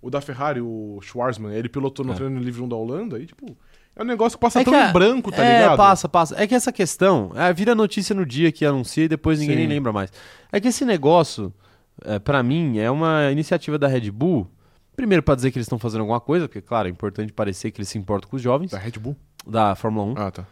S2: o da Ferrari, o Schwarzman, ele pilotou no
S1: É.
S2: treino livre 1 da Holanda, e, tipo, é um negócio que passa
S1: É
S2: tão
S1: que
S2: em
S1: a-
S2: branco, tá
S1: é,
S2: ligado?
S1: passa, passa. É que essa questão, é, vira notícia no dia que anuncia e depois ninguém
S2: Sim.
S1: nem lembra mais. É que esse negócio, é, para mim, é uma iniciativa da Red Bull. Primeiro, pra dizer que eles estão fazendo alguma coisa, porque, claro, é importante parecer que eles se importam com os jovens,
S2: Da Red Bull?
S1: da Fórmula 1.
S2: Ah, tá.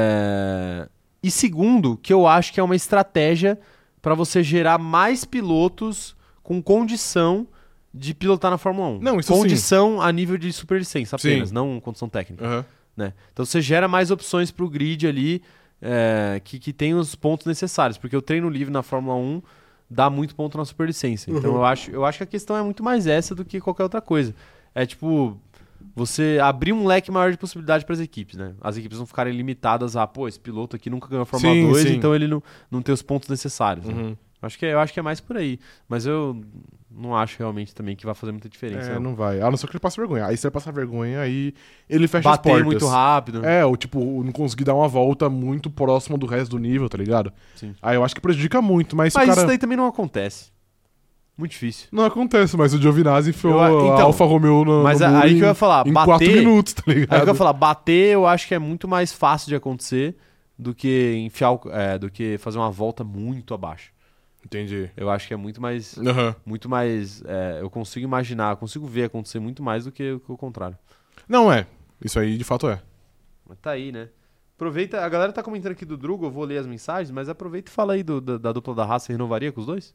S1: É, E segundo, que eu acho que é uma estratégia para você gerar mais pilotos com condição de pilotar na Fórmula 1.
S2: Não, isso sim.
S1: condição a nível de superlicença apenas,
S2: Sim.
S1: não condição técnica.
S2: Aham.
S1: né? Então você gera mais opções para o grid ali é, que, que tem os pontos necessários, porque o treino livre na Fórmula 1 dá muito ponto na superlicença. Então
S2: Uhum.
S1: eu, acho, eu acho que a questão é muito mais essa do que qualquer outra coisa. É tipo, você abrir um leque maior de possibilidade para as equipes, né? As eequipes não ficarem limitadas a, pô, esse piloto aqui nunca ganhou a Fórmula
S2: Sim,
S1: 2,
S2: sim.
S1: então ele não, não tem os pontos necessários. né?
S2: Uhum.
S1: Acho que é, eu acho que é mais por aí. Mas eu não acho realmente também que vai fazer muita diferença.
S2: É,
S1: não.
S2: não vai. A não ser que ele passe vergonha. Aí se ele passar vergonha, aí ele fecha as
S1: Bater
S2: portas.
S1: muito rápido.
S2: É, ou tipo, não conseguir dar uma volta muito próxima do resto do nível, tá ligado?
S1: Sim.
S2: Aí eu acho que prejudica muito, mas, se
S1: Mas
S2: o
S1: isso
S2: cara...
S1: daí também não acontece. Muito difícil.
S2: Não acontece, mas o Giovinazzi enfiou
S1: Eu a-
S2: a
S1: então,
S2: Alfa Romeo no,
S1: Mas
S2: no
S1: a-
S2: muro
S1: aí
S2: em-
S1: que eu ia falar,
S2: em
S1: bater.
S2: 4 minutos, tá ligado?
S1: Aí que eu ia falar, bater eu acho que é muito mais fácil de acontecer do que enfiar o- é, do que fazer uma volta muito abaixo.
S2: Entendi.
S1: Eu acho que é muito mais.
S2: Aham.
S1: Muito mais. é, eu consigo imaginar, eu consigo ver acontecer muito mais do que, o- que o contrário.
S2: Não é. Isso aí de fato é.
S1: Mas tá aí, né? Aproveita, a galera tá comentando aqui do Drugo, eu vou ler as mensagens, mas aproveita e fala aí do- da, da dupla da raça, você renovaria com os dois?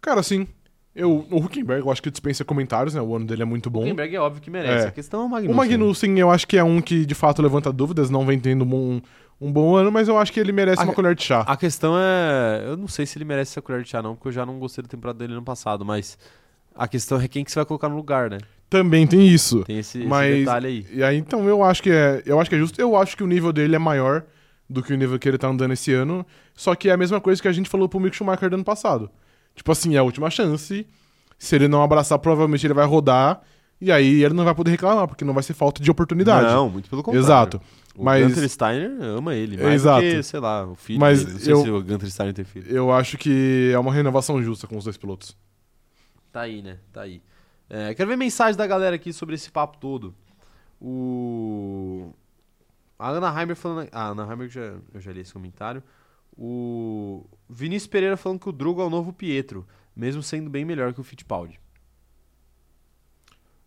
S2: Cara, assim, eu, o Huckenberg eu acho que dispensa comentários, né? O ano dele é muito
S1: O
S2: bom.
S1: Greenberg é óbvio que merece,
S2: É.
S1: a questão é o
S2: O
S1: Magnussen.
S2: Magnussen eu acho que é um que de fato levanta dúvidas, não vem tendo um, um bom ano, mas eu acho que ele merece
S1: Ah,
S2: uma colher de chá.
S1: A questão é. Eu não sei se ele merece essa colher de chá, não, porque eu já não gostei da temporada dele ano passado, mas a questão é quem que você vai colocar no lugar, né?
S2: Também tem isso.
S1: Tem esse, esse
S2: Mas-
S1: detalhe aí.
S2: E aí, então, eu acho que é. Eu acho que é justo. Eu acho que o nível dele é maior do que o nível que ele tá andando esse ano. Só que é a mesma coisa que a gente falou pro Mick Schumacher do ano passado. Tipo assim, é a última chance. Se ele não abraçar, provavelmente ele vai rodar. E aí ele não vai poder reclamar, porque não vai ser falta de oportunidade.
S1: Não, muito pelo contrário.
S2: Exato.
S1: O
S2: mas-
S1: Gunter Steiner ama ele. Mais
S2: Exato.
S1: do que, sei lá, o filho
S2: Mas
S1: dele. Não sei
S2: eu-
S1: se o Gunter Steiner tem filho.
S2: Eu acho que é uma renovação justa com os dois pilotos.
S1: Tá aí, né? Tá aí. É, quero ver mensagem da galera aqui sobre esse papo todo. O. A Ana Heimer falando. Ah, Ana Heimer, que já, eu já li esse comentário. O Vinícius Pereira falando que o Drogo é o novo Pietro, mesmo sendo bem melhor que o Fittipaldi.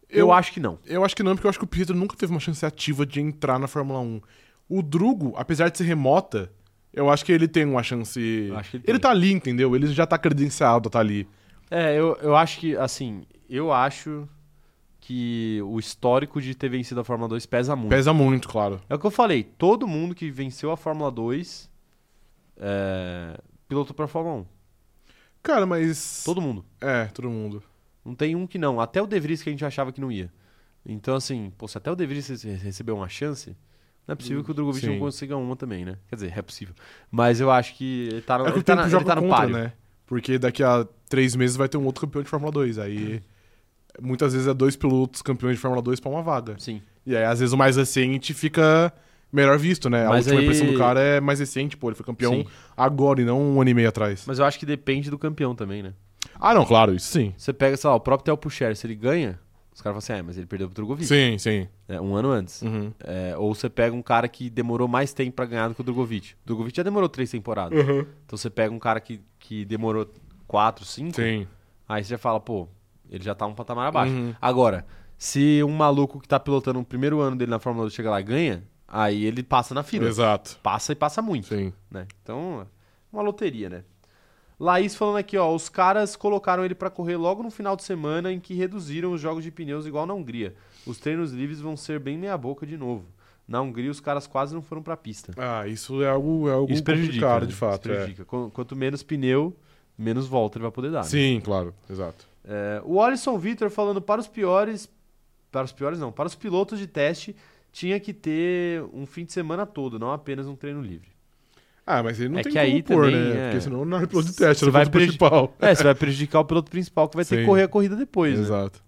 S1: Eu,
S2: Eu-
S1: acho que não.
S2: Eu acho que não, porque eu acho que o Pietro nunca teve uma chance ativa de entrar na Fórmula 1. O Drugo, apesar de ser remota, eu acho que ele tem uma chance.
S1: Eu acho que ele
S2: ele,
S1: tem.
S2: tá ali, entendeu? Ele já tá credenciado, tá ali.
S1: É, eu, eu acho que, assim, eu acho que o histórico de ter vencido a Fórmula 2 pesa muito.
S2: Pesa muito, claro.
S1: É o que eu falei, todo mundo que venceu a Fórmula 2 é, pilotou pra Fórmula 1.
S2: Cara, mas.
S1: Todo mundo.
S2: É, todo mundo.
S1: Não tem um que não. Até o De Vries que a gente achava que não ia. Então, assim, pô, se até o De Vries rece- recebeu uma chance, não é possível que o Drogovic
S2: Sim.
S1: não consiga uma também, né? Quer dizer, é possível. Mas eu acho que ele tá, no-
S2: é que
S1: ele
S2: o
S1: tá,
S2: tempo
S1: na, ele
S2: joga
S1: tá no
S2: contra,
S1: páreo.
S2: né? Porque daqui a três meses vai ter um outro campeão de Fórmula 2. Aí. Muitas vezes é dois pilotos campeões de Fórmula 2 pra uma vaga.
S1: Sim.
S2: E aí, às vezes, o mais recente fica melhor visto, né?
S1: Mas
S2: a última
S1: aí-
S2: impressão do cara é mais recente, pô. Ele foi campeão
S1: Sim.
S2: agora e não um ano e meio atrás.
S1: Mas eu acho que depende do campeão também, né?
S2: Ah, não, claro, isso sim.
S1: Você pega, sei lá, o próprio Theo Pucher, se ele ganha, os caras falam assim, ah, mas ele perdeu pro Drogovic.
S2: Sim, sim.
S1: né? Um ano antes.
S2: Uhum.
S1: É, ou você pega um cara que demorou mais tempo pra ganhar do que o Drogovic. O Drogovic já demorou três temporadas.
S2: Uhum.
S1: Então você pega um cara que, que demorou quatro, cinco.
S2: Sim.
S1: Aí você já fala, pô, ele já tá um patamar abaixo.
S2: Uhum.
S1: Agora, se um maluco que tá pilotando o primeiro ano dele na Fórmula 2 chega lá e ganha, aí ele passa na fila.
S2: Exato.
S1: Passa e passa muito,
S2: Sim.
S1: né? Então, uma loteria, né? Laís falando aqui, ó, os caras colocaram ele pra correr logo no final de semana em que reduziram os jogos de pneus igual na Hungria. Os treinos livres vão ser bem meia boca de novo. Na Hungria os caras quase não foram pra pista.
S2: Ah, isso é algo, é algo
S1: Isso prejudica,
S2: complicado,
S1: né?
S2: de fato.
S1: Isso
S2: é.
S1: prejudica. Qu- Quanto menos pneu, menos volta ele vai poder dar. né?
S2: Sim, claro. Exato.
S1: É, o Alisson Vitor falando para os piores. Para os piores, não. Para os pilotos de teste, tinha que ter um fim de semana todo, não apenas um treino livre.
S2: Ah, mas ele não
S1: É
S2: tem
S1: que
S2: como
S1: aí
S2: pôr,
S1: também,
S2: né?
S1: é.
S2: Porque senão não é piloto de
S1: Você
S2: teste, era
S1: vai
S2: vai principal.
S1: É, você vai prejudicar o piloto principal que vai ter que
S2: Sim.
S1: correr a corrida depois. Né?
S2: Exato.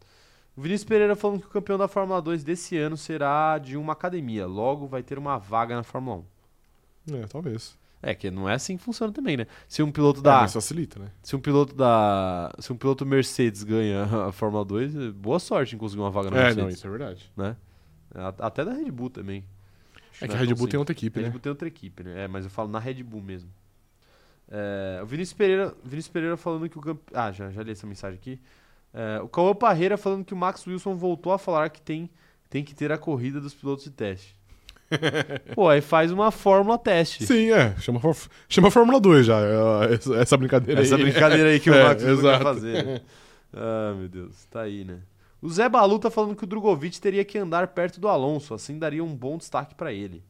S1: O Vinícius Pereira falando que o campeão da Fórmula 2 desse ano será de uma academia. Logo vai ter uma vaga na Fórmula 1.
S2: É, talvez.
S1: É, que não é assim que funciona também, né? Se um piloto
S2: Ah,
S1: da.
S2: mas facilita, né?
S1: se um piloto da. Se um piloto Mercedes ganha a Fórmula 2, boa sorte em conseguir uma vaga na
S2: É,
S1: Mercedes.
S2: não, isso é verdade.
S1: né? A- Até da Red Bull também. Acho
S2: É que
S1: não
S2: a Red
S1: tão
S2: Bull tem
S1: simples.
S2: outra equipe,
S1: Red
S2: né?
S1: Bull tem outra equipe, né? É, mas eu falo na Red Bull mesmo. É, o Vinícius Pereira, Vinícius Pereira falando que o campe... Ah, já, já li essa mensagem aqui. É, o Cauã Parreira falando que o Max Wilson voltou a falar que tem, tem que ter a corrida dos pilotos de teste. Pô, aí faz uma fórmula teste.
S2: Sim, é. Chama, Fór- chama Fórmula 2 já, é, essa- essa brincadeira
S1: Essa
S2: aí.
S1: brincadeira aí que o
S2: É,
S1: Max Wilson quer
S2: exato.
S1: fazer. né? Ah, meu Deus, tá aí, né? O Zé Balu tá falando que o Drogovic teria que andar perto do Alonso, assim daria um bom destaque pra ele.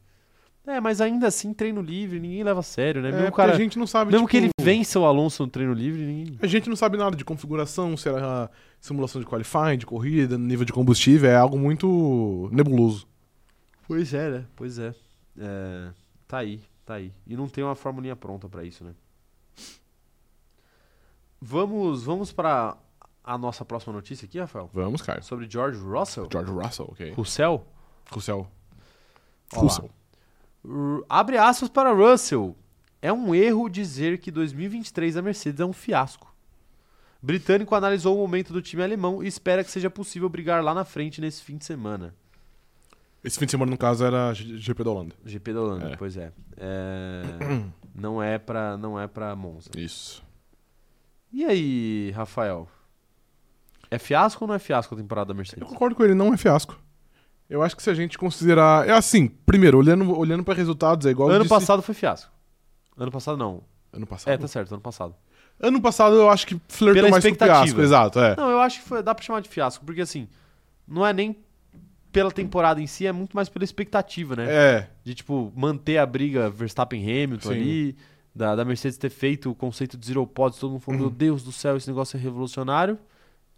S1: É, mas ainda assim, treino livre, ninguém leva a sério, né?
S2: É,
S1: mesmo
S2: porque
S1: cara,
S2: a gente não sabe,
S1: mesmo que ele
S2: tipo,
S1: vença o Alonso no treino livre, ninguém.
S2: A gente não sabe nada de configuração, se era ah, simulação de qualifying, de corrida, nível de combustível, é algo muito nebuloso.
S1: Pois é, né? Pois é. É, Tá aí, tá aí. E não tem uma formulinha pronta pra isso, né? Vamos, vamos para a nossa próxima notícia aqui, Rafael,
S2: Vamos, cara.
S1: sobre George Russell.
S2: George Russell, ok.
S1: Russell?
S2: Russell.
S1: Ó lá.
S2: Russell.
S1: R- Abre aspas para Russell. É um erro dizer que 2023 da Mercedes é um fiasco. Britânico analisou o momento do time alemão e espera que seja possível brigar lá na frente nesse fim de semana.
S2: Esse fim de semana, no caso, era G- GP da Holanda.
S1: GP da Holanda,
S2: É.
S1: pois é. É, não é pra não é para Monza.
S2: Isso.
S1: E aí, Rafael? É fiasco ou não é fiasco a temporada da
S2: Eu
S1: Mercedes?
S2: concordo com ele, não é fiasco. Eu acho que se a gente considerar. É assim, primeiro, olhando, olhando para resultados, é igual. eu
S1: Ano
S2: disse-
S1: passado foi fiasco. Ano passado não.
S2: Ano passado.
S1: É, tá certo, ano passado.
S2: Ano passado eu acho que
S1: Pela
S2: flertou mais com o
S1: expectativa.
S2: fiasco, exato, é.
S1: Não, eu acho que foi- dá pra chamar de fiasco, porque assim, não é nem pela temporada em si, é muito mais pela expectativa, né?
S2: É,
S1: De, tipo, manter a briga Verstappen-Hamilton
S2: Sim.
S1: ali, da, da Mercedes ter feito o conceito de zero pods, todo mundo falou, meu Deus do céu, esse negócio é revolucionário,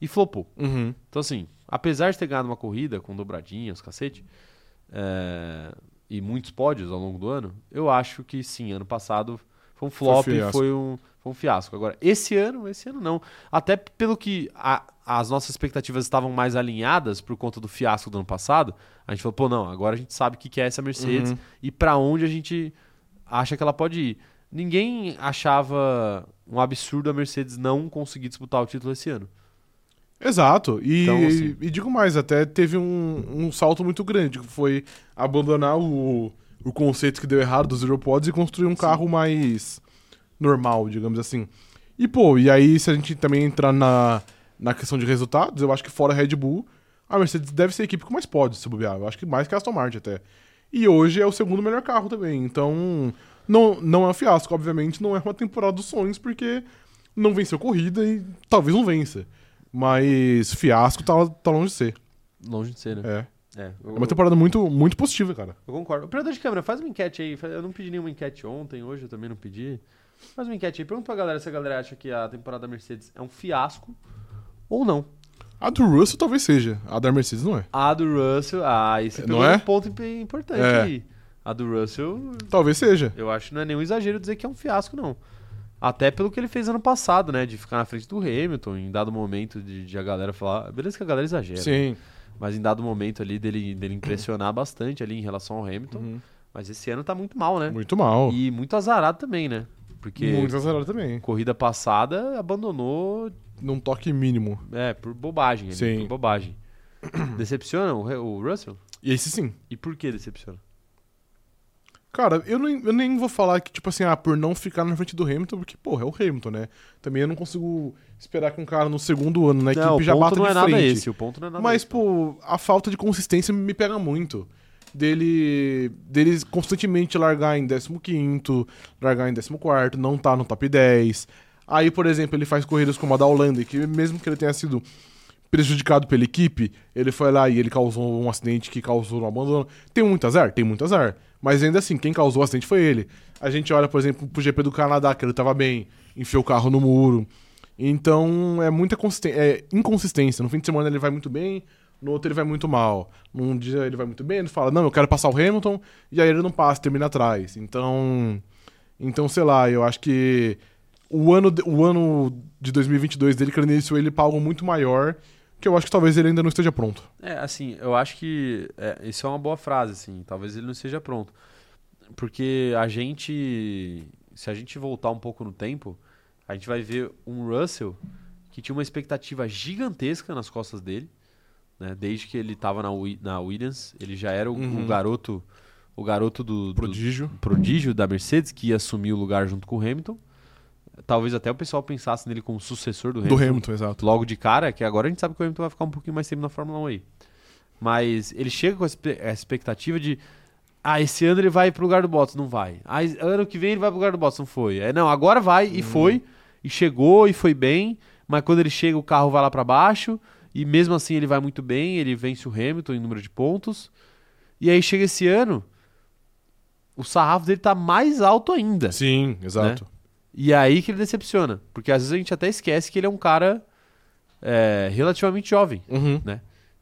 S1: e flopou.
S2: uhum.
S1: Então, assim, apesar de ter ganhado uma corrida com dobradinhas, cacete, é, e muitos pódios ao longo do ano, eu acho que sim, ano passado foi um flop,
S2: Foi
S1: foi,
S2: fiasco.
S1: um, foi um fiasco. Agora, esse ano, esse ano não. Até pelo que a- as nossas expectativas estavam mais alinhadas por conta do fiasco do ano passado, a gente falou, pô, não, agora a gente sabe o que que é essa Mercedes e pra onde a gente acha que ela pode ir. Ninguém achava um absurdo a Mercedes não conseguir disputar o título esse ano.
S2: Exato. E,
S1: Então, assim-
S2: e digo mais, até teve um, um salto muito grande, que foi abandonar o, o conceito que deu errado dos Zero Pods e construir um carro mais normal, digamos assim. E, pô, e aí se a gente também entrar na, na questão de resultados, eu acho que fora Red Bull, a Mercedes deve ser a equipe com mais pods, se bobear. Eu acho que mais que a Aston Martin até. E hoje é o segundo melhor carro também, então não, não é um fiasco, obviamente, não é uma temporada dos sonhos, porque não venceu corrida e talvez não vença. Mas fiasco tá, tá longe de ser.
S1: Longe de ser, né?
S2: É.
S1: É, eu,
S2: É uma temporada muito, muito positiva, cara.
S1: eu concordo. Operador de câmera, faz uma enquete aí. Eu não pedi nenhuma enquete ontem, hoje eu também não pedi. Faz uma enquete aí. Pergunta pra galera se a galera acha que a temporada da Mercedes é um fiasco ou não.
S2: A do Russell talvez seja. A da Mercedes não é.
S1: A do Russell. Ah, esse
S2: Não
S1: pegou
S2: é?
S1: um ponto imp- importante
S2: É.
S1: aí. A do Russell,
S2: Talvez seja.
S1: eu acho que não é nenhum exagero dizer que é um fiasco, não. Até pelo que ele fez ano passado, né? De ficar na frente do Hamilton, em dado momento de, de a galera falar. Beleza que a galera exagera.
S2: Sim.
S1: Mas em dado momento ali dele, dele impressionar bastante ali em relação ao Hamilton.
S2: Uhum.
S1: Mas esse ano tá muito mal, né?
S2: Muito mal.
S1: Então, E muito azarado também, né? Porque
S2: Muito azarado também.
S1: corrida passada abandonou
S2: Num toque mínimo.
S1: é, por bobagem. ali,
S2: Sim.
S1: por bobagem. Decepciona o, Re- o Russell?
S2: E esse sim.
S1: E por que decepciona?
S2: Cara, eu nem, eu nem vou falar que, tipo assim, ah, por não ficar na frente do Hamilton, porque, porra, é o Hamilton, né? Também eu não consigo esperar que um cara no segundo ano na
S1: não, o
S2: equipe já
S1: ponto
S2: bata
S1: não
S2: de
S1: é
S2: frente.
S1: nada esse. O ponto não é nada
S2: Mas,
S1: esse.
S2: pô, a falta de consistência me pega muito. Dele, dele constantemente largar em 15, largar em 14, não tá no top 10. Aí, por exemplo, ele faz corridas como a da Holanda, que mesmo que ele tenha sido prejudicado pela equipe, ele foi lá e ele causou um acidente que causou um abandono. Tem muito azar? Tem muito azar. Mas ainda assim, quem causou o acidente foi ele. A gente olha, por exemplo, pro GP do Canadá, que ele tava bem, enfiou o carro no muro. Então é muita consisten- é inconsistência. No fim de semana ele vai muito bem, no outro ele vai muito mal. Num dia ele vai muito bem, ele fala, não, eu quero passar o Hamilton, e aí ele não passa, termina atrás. Então. Então, sei lá, eu acho que o ano de, o ano de 2022 dele credenciou ele pra algo muito maior, que eu acho que talvez ele ainda não esteja pronto.
S1: É, assim, eu acho que é, isso é uma boa frase, assim. Talvez ele não seja pronto. Porque a gente. Se a gente voltar um pouco no tempo, a gente vai ver um Russell que tinha uma expectativa gigantesca nas costas dele. Né? Desde que ele estava na, Wi- na Williams, ele já era o, o
S2: Uhum.
S1: garoto. O garoto do, do,
S2: Prodígio.
S1: prodígio da Mercedes que ia assumir o lugar junto com o Hamilton. Talvez até o pessoal pensasse nele como sucessor do
S2: Do
S1: Hamilton,
S2: Hamilton, exato.
S1: logo de cara, que agora a gente sabe que o Hamilton vai ficar um pouquinho mais tempo na Fórmula 1 aí. Mas ele chega com a espe- a expectativa de ah, esse ano ele vai pro lugar do Bottas, não vai. Ah, es- ano que vem ele vai pro lugar do Bottas, não foi. É, não, agora vai e foi e chegou e foi bem, mas quando ele chega o carro vai lá pra baixo e mesmo assim ele vai muito bem, ele vence o Hamilton em número de pontos. E aí chega esse ano, o sarrafo dele tá mais alto ainda.
S2: Sim, exato.
S1: E é aí que ele decepciona. Porque às vezes a gente até esquece que ele é um cara é, relativamente jovem.
S2: Uhum.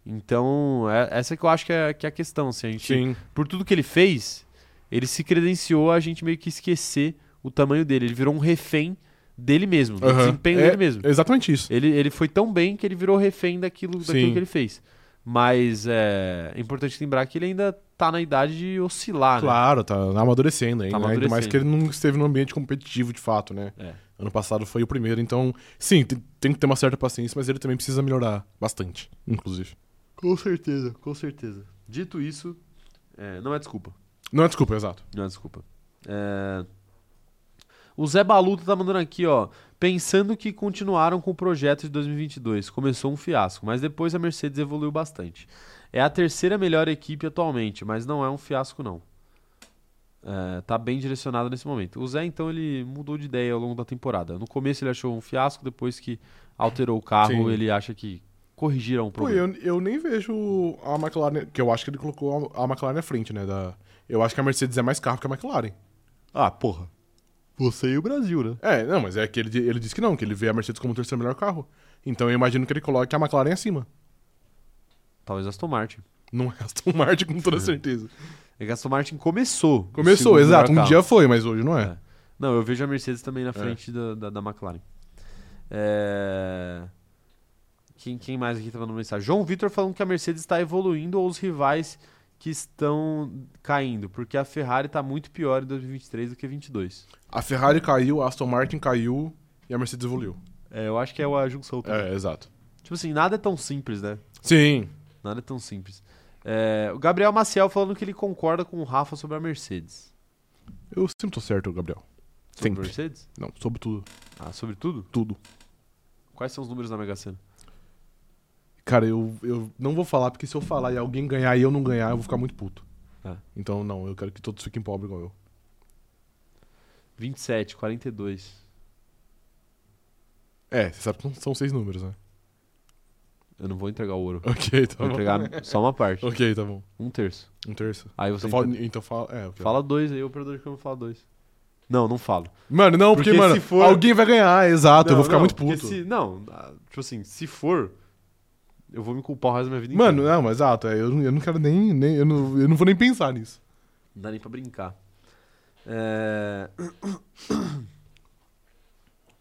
S1: Então, é- essa que eu acho que é, que é a questão. Assim, a gente,
S2: Sim.
S1: Por tudo que ele fez, ele se credenciou a gente meio que esquecer o tamanho dele. Ele virou um refém dele mesmo, do
S2: Aham.
S1: desempenho
S2: É
S1: dele mesmo.
S2: Exatamente isso.
S1: Ele, ele foi tão bem que ele virou refém daquilo, daquilo
S2: Sim.
S1: que ele fez. Mas é, é importante lembrar que ele ainda tá na idade de oscilar, né? Tá
S2: Claro, tá amadurecendo ainda. né? Ainda mais
S1: amadurecendo.
S2: que ele não esteve num ambiente competitivo, de fato, né?
S1: É.
S2: Ano passado foi o primeiro, então, sim, tem, tem que ter uma certa paciência, mas ele também precisa melhorar bastante, inclusive.
S1: Com certeza, com certeza. Dito isso, é, não é desculpa.
S2: Não é desculpa, exato.
S1: Não é desculpa. É, O Zé Baluto tá mandando aqui, ó. Pensando que continuaram com o projeto de 2022. Começou um fiasco, mas depois a Mercedes evoluiu bastante. É a terceira melhor equipe atualmente, mas não é um fiasco, não. É, tá bem direcionado nesse momento. O Zé, então, ele mudou de ideia ao longo da temporada. No começo ele achou um fiasco, depois que alterou o carro,
S2: Sim.
S1: ele acha que corrigiram o
S2: Pô,
S1: problema.
S2: eu, eu nem vejo a McLaren, que eu acho que ele colocou a, a McLaren à frente, né? Da, eu acho que a Mercedes é mais carro que a McLaren.
S1: Ah, porra. Você e o Brasil, né?
S2: É, não, mas é que ele, ele disse que não, que ele vê a Mercedes como o terceiro melhor carro. Então eu imagino que ele coloque a McLaren acima.
S1: Talvez Aston Martin.
S2: Não é Aston Martin, com toda certeza.
S1: É que a Aston Martin começou. o
S2: Começou,
S1: segundo
S2: exato.
S1: melhor
S2: Um
S1: carro.
S2: dia foi, mas hoje não é.
S1: É. Não, eu vejo a Mercedes também na
S2: É.
S1: frente da, da, da McLaren. É, Quem, quem mais aqui tá mandando mensagem? João Vitor falando que a Mercedes está evoluindo ou os rivais que estão caindo, porque a Ferrari tá muito pior em 2023 do que 22.
S2: A Ferrari caiu, a Aston Martin caiu e a Mercedes evoluiu.
S1: É, eu acho que é a junção também.
S2: É, exato.
S1: Tipo assim, nada é tão simples, né?
S2: Sim.
S1: Nada é tão simples. É, o Gabriel Maciel falando que ele concorda com o Rafa sobre a Mercedes.
S2: Eu sempre tô certo, Gabriel.
S1: Sobre
S2: Sempre.
S1: a Mercedes?
S2: Não, sobre tudo.
S1: Ah, sobre tudo?
S2: Tudo.
S1: Quais são os números da Mega Sena?
S2: Cara, eu, eu não vou falar, porque se eu falar e alguém ganhar e eu não ganhar, eu vou ficar muito puto.
S1: É.
S2: Então, não, eu quero que todos fiquem pobres igual eu.
S1: 27, 42.
S2: É, você sabe que não são seis números, né?
S1: Eu não vou entregar o ouro.
S2: Ok, tá
S1: Vou
S2: bom.
S1: entregar só uma parte.
S2: Ok, tá bom.
S1: Um terço.
S2: Um terço.
S1: Aí você
S2: Então fala.
S1: entrega-
S2: Então fala é, ok.
S1: fala dois, aí o operador de câmera fala dois. Não, não falo.
S2: Mano, não, porque,
S1: Porque se
S2: mano,
S1: for-
S2: alguém Ah, vai ganhar, exato. eu
S1: Não,
S2: vou ficar
S1: não,
S2: muito
S1: porque
S2: puto.
S1: se- não, ah, tipo assim, se for, eu vou me culpar o resto da minha vida
S2: Mano,
S1: inteira.
S2: não, mas exato. é, eu, não- eu não quero nem. nem- eu, não, eu não vou nem pensar nisso.
S1: Não dá nem pra brincar. É...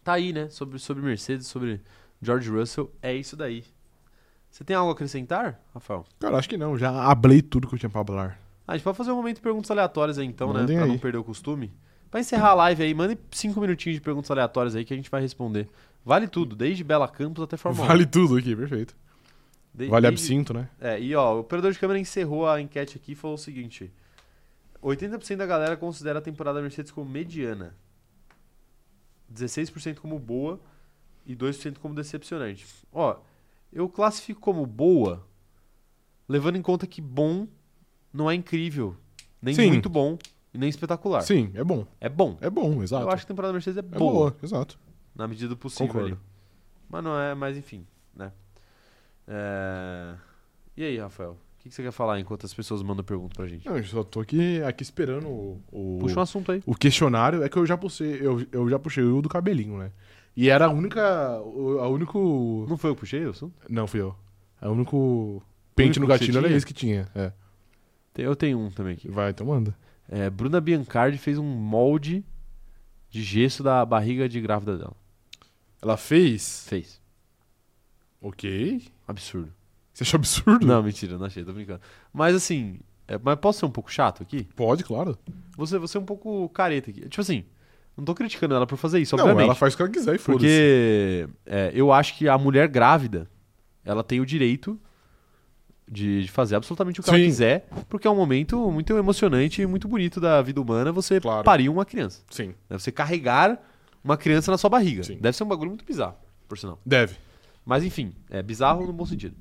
S1: tá aí, né? Sobre, sobre Mercedes, sobre George Russell. É isso daí. Você tem algo a acrescentar, Rafael?
S2: Cara, acho que não. Já ablei tudo que eu tinha pra falar.
S1: Ah, a gente pode fazer um momento de perguntas aleatórias aí então,
S2: Mandem
S1: né? Pra não
S2: aí.
S1: perder o costume. Pra encerrar a live aí, mande cinco minutinhos de perguntas aleatórias aí que a gente vai responder. Vale tudo, desde Bela Campos até Fórmula 1.
S2: Vale tudo aqui, perfeito.
S1: De-
S2: Vale
S1: desde-
S2: absinto, né?
S1: É, e ó, o operador de câmera encerrou a enquete aqui e falou o seguinte: 80% da galera considera a temporada da Mercedes como mediana, 16% como boa e 2% como decepcionante. Ó, eu classifico como boa, levando em conta que bom não é incrível, nem
S2: Sim.
S1: muito bom e nem espetacular.
S2: Sim, é bom.
S1: É bom.
S2: É bom, exato.
S1: Eu acho que a temporada da Mercedes é
S2: É
S1: boa,
S2: boa, exato.
S1: na medida do possível
S2: Concordo.
S1: ali. Mas não é, mas enfim, né? É, E aí, Rafael? O que que você quer falar enquanto as pessoas mandam pergunta pra gente?
S2: Não, eu só tô aqui, aqui esperando o. o-
S1: Puxa um assunto aí.
S2: O questionário é que eu já puxei, eu, eu já puxei o do cabelinho, né? E era a única. o- A único.
S1: Não foi eu que puxei o assunto?
S2: Não, fui eu. A único pente
S1: único
S2: no
S1: que você
S2: gatilho era
S1: tinha?
S2: esse que tinha. É.
S1: Tem- Eu tenho um também aqui.
S2: Vai, então manda.
S1: É, Bruna Biancardi fez um molde de gesso da barriga de grávida dela.
S2: Ela fez.
S1: Fez.
S2: Ok.
S1: Absurdo.
S2: Você achou absurdo?
S1: Não, mentira, não achei, tô brincando. Mas assim, é, mas posso ser um pouco chato aqui?
S2: Pode, claro.
S1: Você, você é um pouco careta aqui. Tipo assim, não tô criticando ela por fazer isso,
S2: não,
S1: obviamente.
S2: ela faz o que ela quiser e foda-se.
S1: Porque é, eu acho que a mulher grávida, ela tem o direito de, de fazer absolutamente o que ela
S2: Sim.
S1: quiser, porque é um momento muito emocionante e muito bonito da vida humana você
S2: Claro.
S1: parir uma criança.
S2: Sim.
S1: né? Você carregar uma criança na sua barriga.
S2: Sim.
S1: Deve ser um bagulho muito bizarro, por sinal.
S2: Deve.
S1: Mas enfim, é bizarro no bom sentido.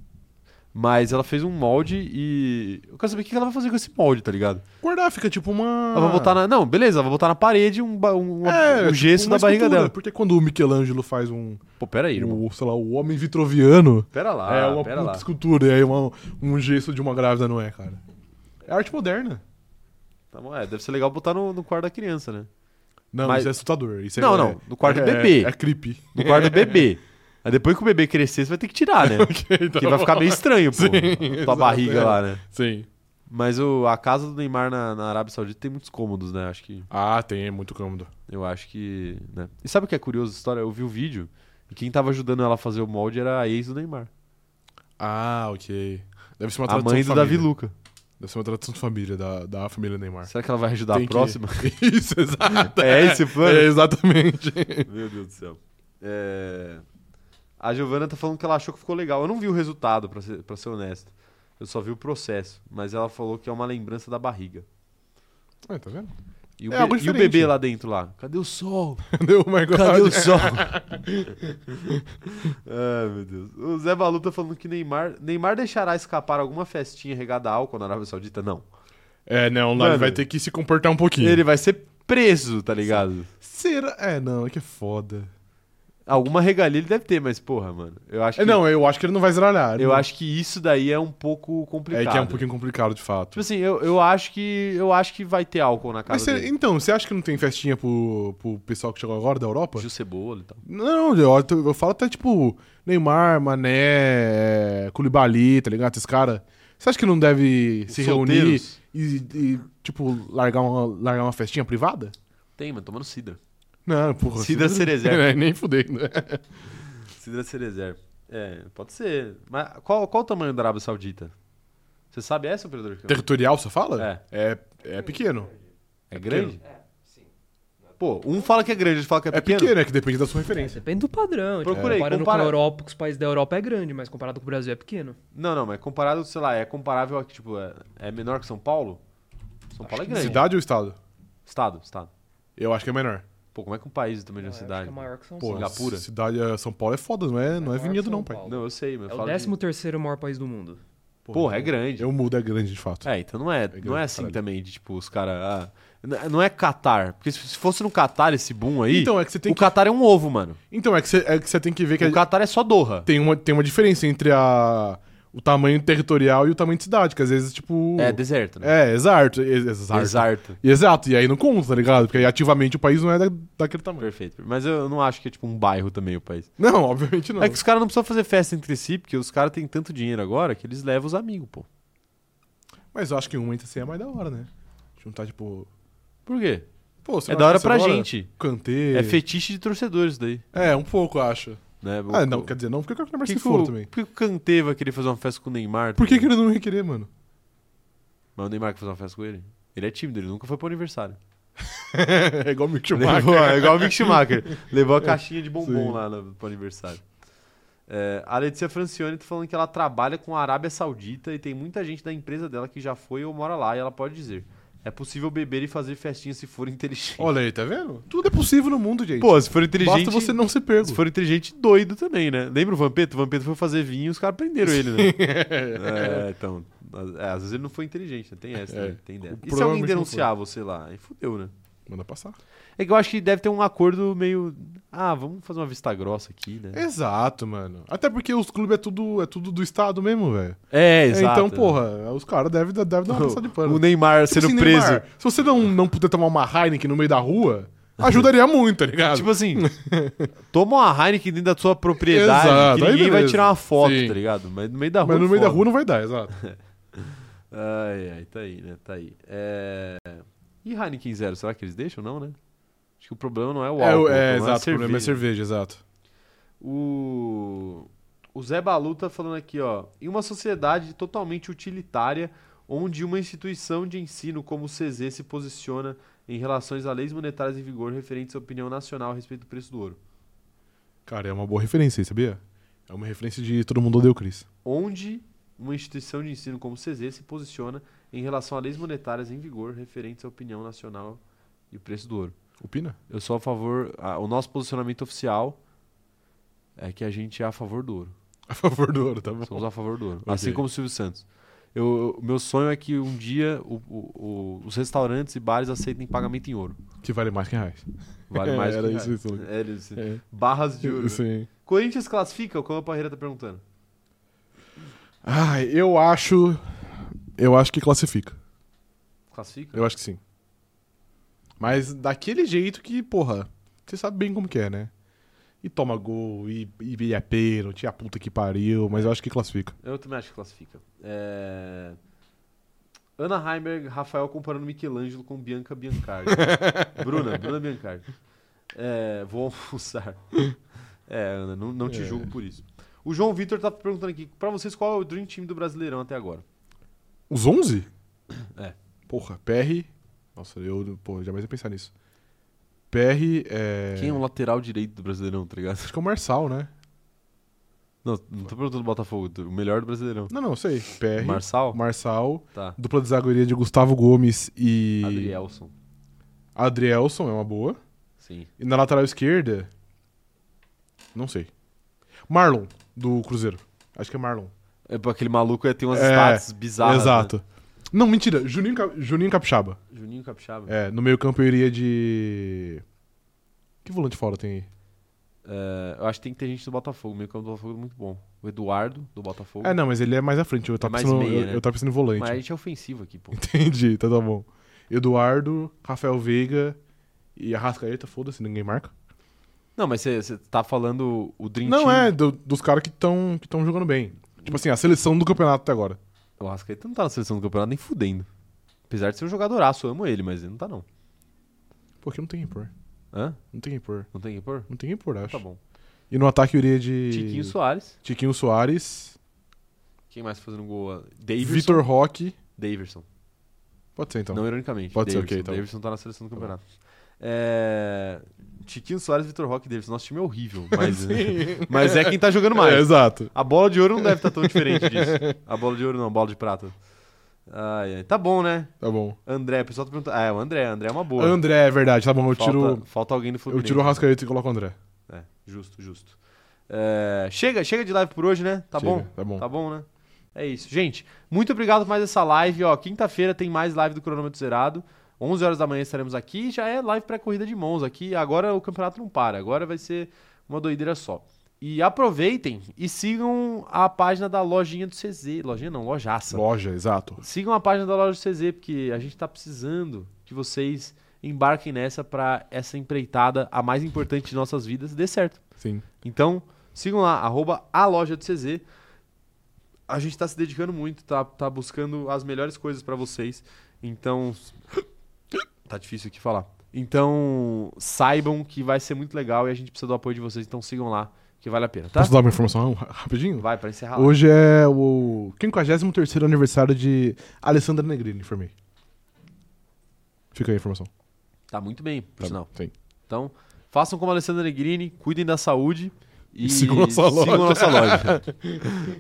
S1: Mas ela fez um molde e. Eu quero saber o que ela vai fazer com esse molde, tá ligado?
S2: Guardar fica tipo uma.
S1: Ela vai botar na. Não, beleza, ela vai botar na parede um, ba- um, um
S2: É, tipo,
S1: gesso
S2: uma
S1: da barriga
S2: escultura.
S1: dela.
S2: Porque quando o Michelangelo faz um.
S1: Pô, pera aí, irmão.
S2: o, sei lá, o homem vitroviano.
S1: Pera lá,
S2: é uma
S1: pera
S2: puta
S1: lá.
S2: escultura. E aí uma- um gesso de uma grávida não é, cara. É arte moderna.
S1: Tá bom, é, deve ser legal botar no, no quarto da criança, né?
S2: Não,
S1: Mas-
S2: isso é assustador. Isso é-
S1: Não,
S2: é-
S1: não, no quarto do
S2: é-
S1: bebê.
S2: É creepy.
S1: No quarto do
S2: É.
S1: bebê. Aí depois que o bebê crescer, você vai ter que tirar, né?
S2: então
S1: Porque vai ficar meio estranho, pô. tua
S2: exato,
S1: barriga
S2: é.
S1: lá, né?
S2: Sim.
S1: Mas o, a casa do Neymar na, na Arábia Saudita tem muitos cômodos, né? Acho que.
S2: Ah, tem, é muito cômodo.
S1: Eu acho que. né? E sabe o que é curioso da história? Eu vi o vídeo e quem tava ajudando ela a fazer o molde era a ex do Neymar.
S2: Ah, ok. Deve ser uma
S1: a
S2: tradição
S1: mãe
S2: de
S1: do
S2: família.
S1: Davi Luca.
S2: Deve ser uma tradição de família, da, da família Neymar.
S1: Será que ela vai ajudar
S2: Tem
S1: a
S2: que-
S1: próxima?
S2: Isso, exato.
S1: É esse o plano?
S2: É, exatamente.
S1: Meu Deus do céu. É, A Giovana tá falando que ela achou que ficou legal. Eu não vi o resultado, pra ser, pra ser honesto. Eu só vi o processo. Mas ela falou que é uma lembrança da barriga.
S2: Ah, tá vendo?
S1: E o,
S2: É algo
S1: be- e o
S2: diferente.
S1: bebê lá dentro lá? Cadê o sol?
S2: Deu uma
S1: Cadê o
S2: God.
S1: sol? Ai, meu Deus. O Zé Balu tá falando que Neymar, Neymar deixará escapar alguma festinha regada a álcool na Arábia Saudita? Não.
S2: É, não, lá
S1: Mano.
S2: ele vai ter que se comportar um pouquinho.
S1: Ele vai ser preso, tá ligado?
S2: Será? É, não, é que é foda.
S1: Alguma regalia ele deve ter, mas porra, mano. Eu acho que,
S2: É, não, eu acho que ele não vai zeralhar.
S1: eu
S2: Não.
S1: acho que isso daí é um pouco complicado.
S2: É que é um pouquinho complicado, de fato.
S1: Tipo assim, eu, eu acho que eu acho que vai ter álcool na
S2: Mas
S1: casa
S2: cê-
S1: dele.
S2: então, você acha que não tem festinha pro, pro pessoal que chegou agora da Europa?
S1: Gil Cebola e tal.
S2: Não, eu, eu falo até tipo Neymar, Mané, Culibali, tá ligado? Esses caras. Você acha que não deve
S1: Os
S2: se reunir
S1: solteiros.
S2: e, e, tipo, largar uma, largar uma festinha privada?
S1: Tem, mano, tomando cidra.
S2: Não, porra.
S1: Cidra Cerezer.
S2: É, nem fudendo.
S1: Cidra Cerezer. É, pode ser. Mas qual, qual o tamanho da Arábia Saudita? Você sabe essa, operador? de câmera?
S2: é Territorial, você fala? É. É, pequeno.
S1: É grande?
S3: É, sim. Não é
S1: Pô, um fala que é grande, outro fala que é
S2: É
S1: pequeno.
S2: pequeno, é que depende da sua referência.
S3: Depende do padrão. tipo,
S1: Procura aí,
S3: comparando
S1: compara-
S3: com a Europa, com os países da Europa é grande, mas comparado com o Brasil é pequeno.
S1: Não, não, mas comparado, sei lá, é comparável a que, tipo, é, é menor que São Paulo? São Paulo é grande.
S2: Cidade ou estado?
S1: Estado, estado.
S2: Eu acho que é menor.
S1: Pô, como é que um país do tamanho de uma
S3: Eu acho
S1: cidade?
S3: que é maior que São
S2: Pô,
S1: Sim.
S3: Paulo.
S1: Singapura.
S2: Cidade é São Paulo é foda, não é, não é
S3: maior que
S2: vinhedo não,
S3: São
S2: pai.
S3: Paulo.
S1: Não, eu sei, mas
S3: É
S1: eu
S3: o
S1: falo.
S3: décimo
S1: que-
S3: terceiro maior país do mundo.
S1: Porra, é grande.
S2: Eu mudo, é grande de fato.
S1: É, então não é, não é
S2: grande,
S1: assim
S2: caralho.
S1: também, de, tipo, os caras. Ah, n- não é Qatar. Porque se se fosse no Qatar esse boom aí.
S2: Então, é que você tem
S1: o
S2: que-
S1: Qatar é um ovo, mano.
S2: Então, é que você é que você tem que ver que a-
S1: O Qatar é só Doha.
S2: tem, uma, tem uma diferença entre a, o tamanho territorial e o tamanho de cidade, que às vezes, tipo.
S1: É deserto, né?
S2: É, exato. ex- Exato.
S1: Exato.
S2: Exato, e aí não conta, tá ligado? Porque aí ativamente o país não é da- daquele tamanho.
S1: Perfeito. Mas eu não acho que é tipo um bairro também o país.
S2: Não, obviamente não.
S1: É que os caras não precisam fazer festa entre si, porque os caras têm tanto dinheiro agora que eles levam os amigos, pô.
S2: Mas eu acho que um entre si é mais da hora, né? Juntar, tipo.
S1: Por quê?
S2: Pô, você
S1: é
S2: não
S1: da hora
S2: acha
S1: pra
S2: isso agora?
S1: gente.
S2: Cantei.
S1: É fetiche de torcedores isso daí.
S2: É, um pouco, eu acho.
S1: Né? O-
S2: Ah, não, quer dizer, não, porque eu quero que o
S1: Por que,
S2: Neymar se
S1: que
S2: for
S1: o,
S2: também.
S1: por que que o Kanté vai querer fazer uma festa com o Neymar?
S2: Por que, que
S1: ele...
S2: ele não ia querer, mano?
S1: Mas o Neymar quer fazer uma festa com ele? Ele é tímido, ele nunca foi pro aniversário.
S2: é igual o Mick Schumacher.
S1: Levou, é igual o Mick Schumacher. Levou a caixinha de bombom
S2: Sim.
S1: lá no, pro aniversário. É, a Letícia Francione tá falando que ela trabalha com a Arábia Saudita e tem muita gente da empresa dela que já foi ou mora lá e ela pode dizer. É possível beber e fazer festinha se for inteligente.
S2: Olha aí, tá vendo? Tudo é possível no mundo, gente.
S1: Pô, se for inteligente.
S2: Basta você não ser pego.
S1: Se for inteligente, doido também, né? Lembra o Vampeta? O Vampeta foi fazer vinho e os caras prenderam ele, né? é, então. é, às vezes ele não foi inteligente, né? Tem essa,
S2: É,
S1: né? Tem dessa. E se alguém
S2: provavelmente não
S1: denunciar você lá? Aí fudeu, né?
S2: Manda passar.
S1: É que eu acho que deve ter um acordo meio. Ah, vamos fazer uma vista grossa aqui, né?
S2: Exato, mano. Até porque os clubes é tudo, é tudo do estado mesmo, velho.
S1: É,
S2: É,
S1: exato.
S2: Então, porra, os caras devem deve dar uma passada de pano.
S1: O Neymar
S2: Tipo
S1: sendo
S2: assim,
S1: preso.
S2: Neymar, se você não, não puder tomar uma Heineken no meio da rua, ajudaria muito, tá ligado?
S1: Tipo assim, toma uma Heineken dentro da sua propriedade,
S2: Exato,
S1: que
S2: aí
S1: ninguém vai
S2: beleza.
S1: tirar uma foto,
S2: Sim.
S1: tá ligado? Mas no meio da rua.
S2: Mas no
S1: é
S2: meio da
S1: foda.
S2: rua não vai dar, exato.
S1: Ai, ai, tá aí, né? Tá aí. É... E Heineken Zero, será que eles deixam ou não, né? Acho que o problema não é o
S2: É,
S1: álcool,
S2: o- é,
S1: o problema
S2: exato, o problema é
S1: cerveja.
S2: cerveja, exato.
S1: O... o Zé Balu tá falando aqui, ó. Em uma sociedade totalmente utilitária, onde uma instituição de ensino como o CZ se posiciona em relações a leis monetárias em vigor referentes à opinião nacional a respeito do preço do ouro.
S2: Cara, é uma boa referência aí, sabia? É uma referência de Todo Mundo Odeia o Cris.
S1: Onde uma instituição de ensino como o CZ se posiciona em relação a leis monetárias em vigor referentes à opinião nacional e o preço do ouro.
S2: Opina?
S1: Eu sou a favor. a- o nosso posicionamento oficial é que a gente é a favor do ouro.
S2: A favor do ouro, tá bom?
S1: Somos a favor do ouro.
S2: Ok.
S1: Assim como o Silvio Santos. Eu, o meu sonho é que um dia o- o- o- os restaurantes e bares aceitem pagamento em ouro.
S2: Que vale mais que reais.
S1: Vale
S2: É,
S1: mais do
S2: era
S1: que
S2: isso,
S1: reais.
S2: isso.
S1: Era isso.
S2: É.
S1: Barras de ouro.
S2: Sim.
S1: Corinthians classifica? O Cama Parreira tá perguntando.
S2: Ai, eu acho. Eu acho que classifica.
S1: Classifica?
S2: Eu acho que sim. Mas daquele jeito que, porra, você sabe bem como que é, né? E toma gol, e, e, e é pênalti, a puta que pariu, mas eu acho que classifica.
S1: Eu também acho que classifica. É... Ana Heimberg, Rafael comparando Michelangelo com Bianca Biancardi. Bruna, Bruna Biancardi. É, vou almoçar. É, Ana, não, não te
S2: É.
S1: julgo por isso. O João Vitor tá perguntando aqui, pra vocês, qual é o Dream Team do Brasileirão até agora?
S2: Os 11?
S1: É.
S2: Porra, PR. Nossa, eu, porra, jamais ia pensar nisso. PR é.
S1: Quem é o lateral direito do Brasileirão, tá ligado?
S2: Acho que é o Marçal, né?
S1: Não, não tô perguntando do Botafogo, do- o melhor do Brasileirão.
S2: Não, não, eu sei. PR.
S1: Marçal?
S2: Marçal.
S1: Tá.
S2: Dupla de zagueira de Gustavo Gomes e.
S1: Adrielson,
S2: Adrielson é uma boa.
S1: sim.
S2: E na lateral esquerda. Não sei. Marlon, do Cruzeiro. Acho que é Marlon.
S1: É, pô, aquele maluco é, tem umas
S2: É,
S1: stats bizarras.
S2: Exato. Não, mentira. Juninho, Ca- Juninho Capixaba.
S1: né? Juninho Capixaba.
S2: É, no meio campo eu iria de. Que volante fora tem aí?
S1: É, eu acho que tem que ter gente do Botafogo. O meio campo do Botafogo é muito bom. O Eduardo, do Botafogo.
S2: É, não, mas ele é mais à frente. Eu
S1: É
S2: tava,
S1: mais
S2: pensando,
S1: meia,
S2: eu,
S1: né?
S2: eu tava pensando em volante.
S1: Mas a gente é ofensivo aqui, pô.
S2: Entendi, tá, tá bom. Eduardo, Rafael Veiga e Arrascaeta, foda-se, ninguém marca.
S1: Não, mas você tá falando o Dream
S2: Não,
S1: Team.
S2: é do- dos caras que estão que tão jogando bem. Tipo assim, a seleção do campeonato até agora.
S1: O Arrascaeta não tá na seleção do campeonato nem fudendo. Apesar de ser um jogadoraço, eu amo ele, mas ele não tá não.
S2: Pô, aqui não tem quem pôr.
S1: Hã?
S2: Não tem quem pôr.
S1: Não tem que pôr?
S2: Não tem quem pôr, acho.
S1: Tá bom.
S2: E no ataque eu iria de.
S1: Tiquinho Soares.
S2: Tiquinho Soares.
S1: Quem mais fazendo gol? Ah, Davidson.
S2: Vitor Roque.
S1: Daverson.
S2: Pode ser então.
S1: Não, ironicamente.
S2: Pode ser, então.
S1: Daverson.
S2: ok, tá bom.
S1: Daverson tá na seleção do
S2: Tá
S1: campeonato. É... Tiquinho Soares, Vitor Roque e Davis. Nosso time é horrível, mas, mas é quem tá jogando mais.
S2: É, exato.
S1: A bola de ouro não deve estar tão diferente disso. A bola de ouro não, a bola de prata. Ai, ai. Tá bom, né?
S2: Tá bom.
S1: André, o pessoal tá perguntando. Ah, é o André. André é uma boa.
S2: André, é verdade. Tá bom, eu
S1: falta,
S2: tiro,
S1: falta alguém do
S2: eu
S1: Fluminense.
S2: tiro o Rascaeta e coloco o André.
S1: É, justo, justo. É, chega, chega de live por hoje, né? Tá
S2: Chega,
S1: bom?
S2: Tá bom.
S1: Tá bom, né? É isso. Gente, muito obrigado por mais essa live. Ó, quinta-feira tem mais live do Cronômetro Zerado. 11 horas da manhã estaremos aqui. Já é live pré-corrida de Monza aqui. Agora o campeonato não para. Agora vai ser uma doideira só. E aproveitem e sigam a página da lojinha do CZ. Lojinha não, lojaça.
S2: Loja, exato.
S1: Sigam a página da loja do CZ, porque a gente está precisando que vocês embarquem nessa para essa empreitada, a mais importante de nossas vidas, dê certo.
S2: Sim.
S1: Então, sigam lá, arroba a loja do CZ. A gente está se dedicando muito, tá, tá buscando as melhores coisas para vocês. Então. Tá difícil aqui falar. Então, saibam que vai ser muito legal e a gente precisa do apoio de vocês, então sigam lá, que vale a pena, tá?
S2: Posso dar uma informação ra- rapidinho?
S1: Vai, para encerrar. lá.
S2: Hoje é o 53º aniversário de Alessandra Negrini, informei. Fica aí a informação.
S1: Tá muito bem, por
S2: Tá
S1: sinal.
S2: bom. Sim.
S1: Então, façam como a Alessandra Negrini, cuidem da saúde e
S2: Sigam a nossa
S1: sigam a
S2: loja.
S1: nossa loja.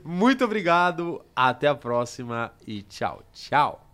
S1: Muito obrigado, até a próxima e tchau, tchau.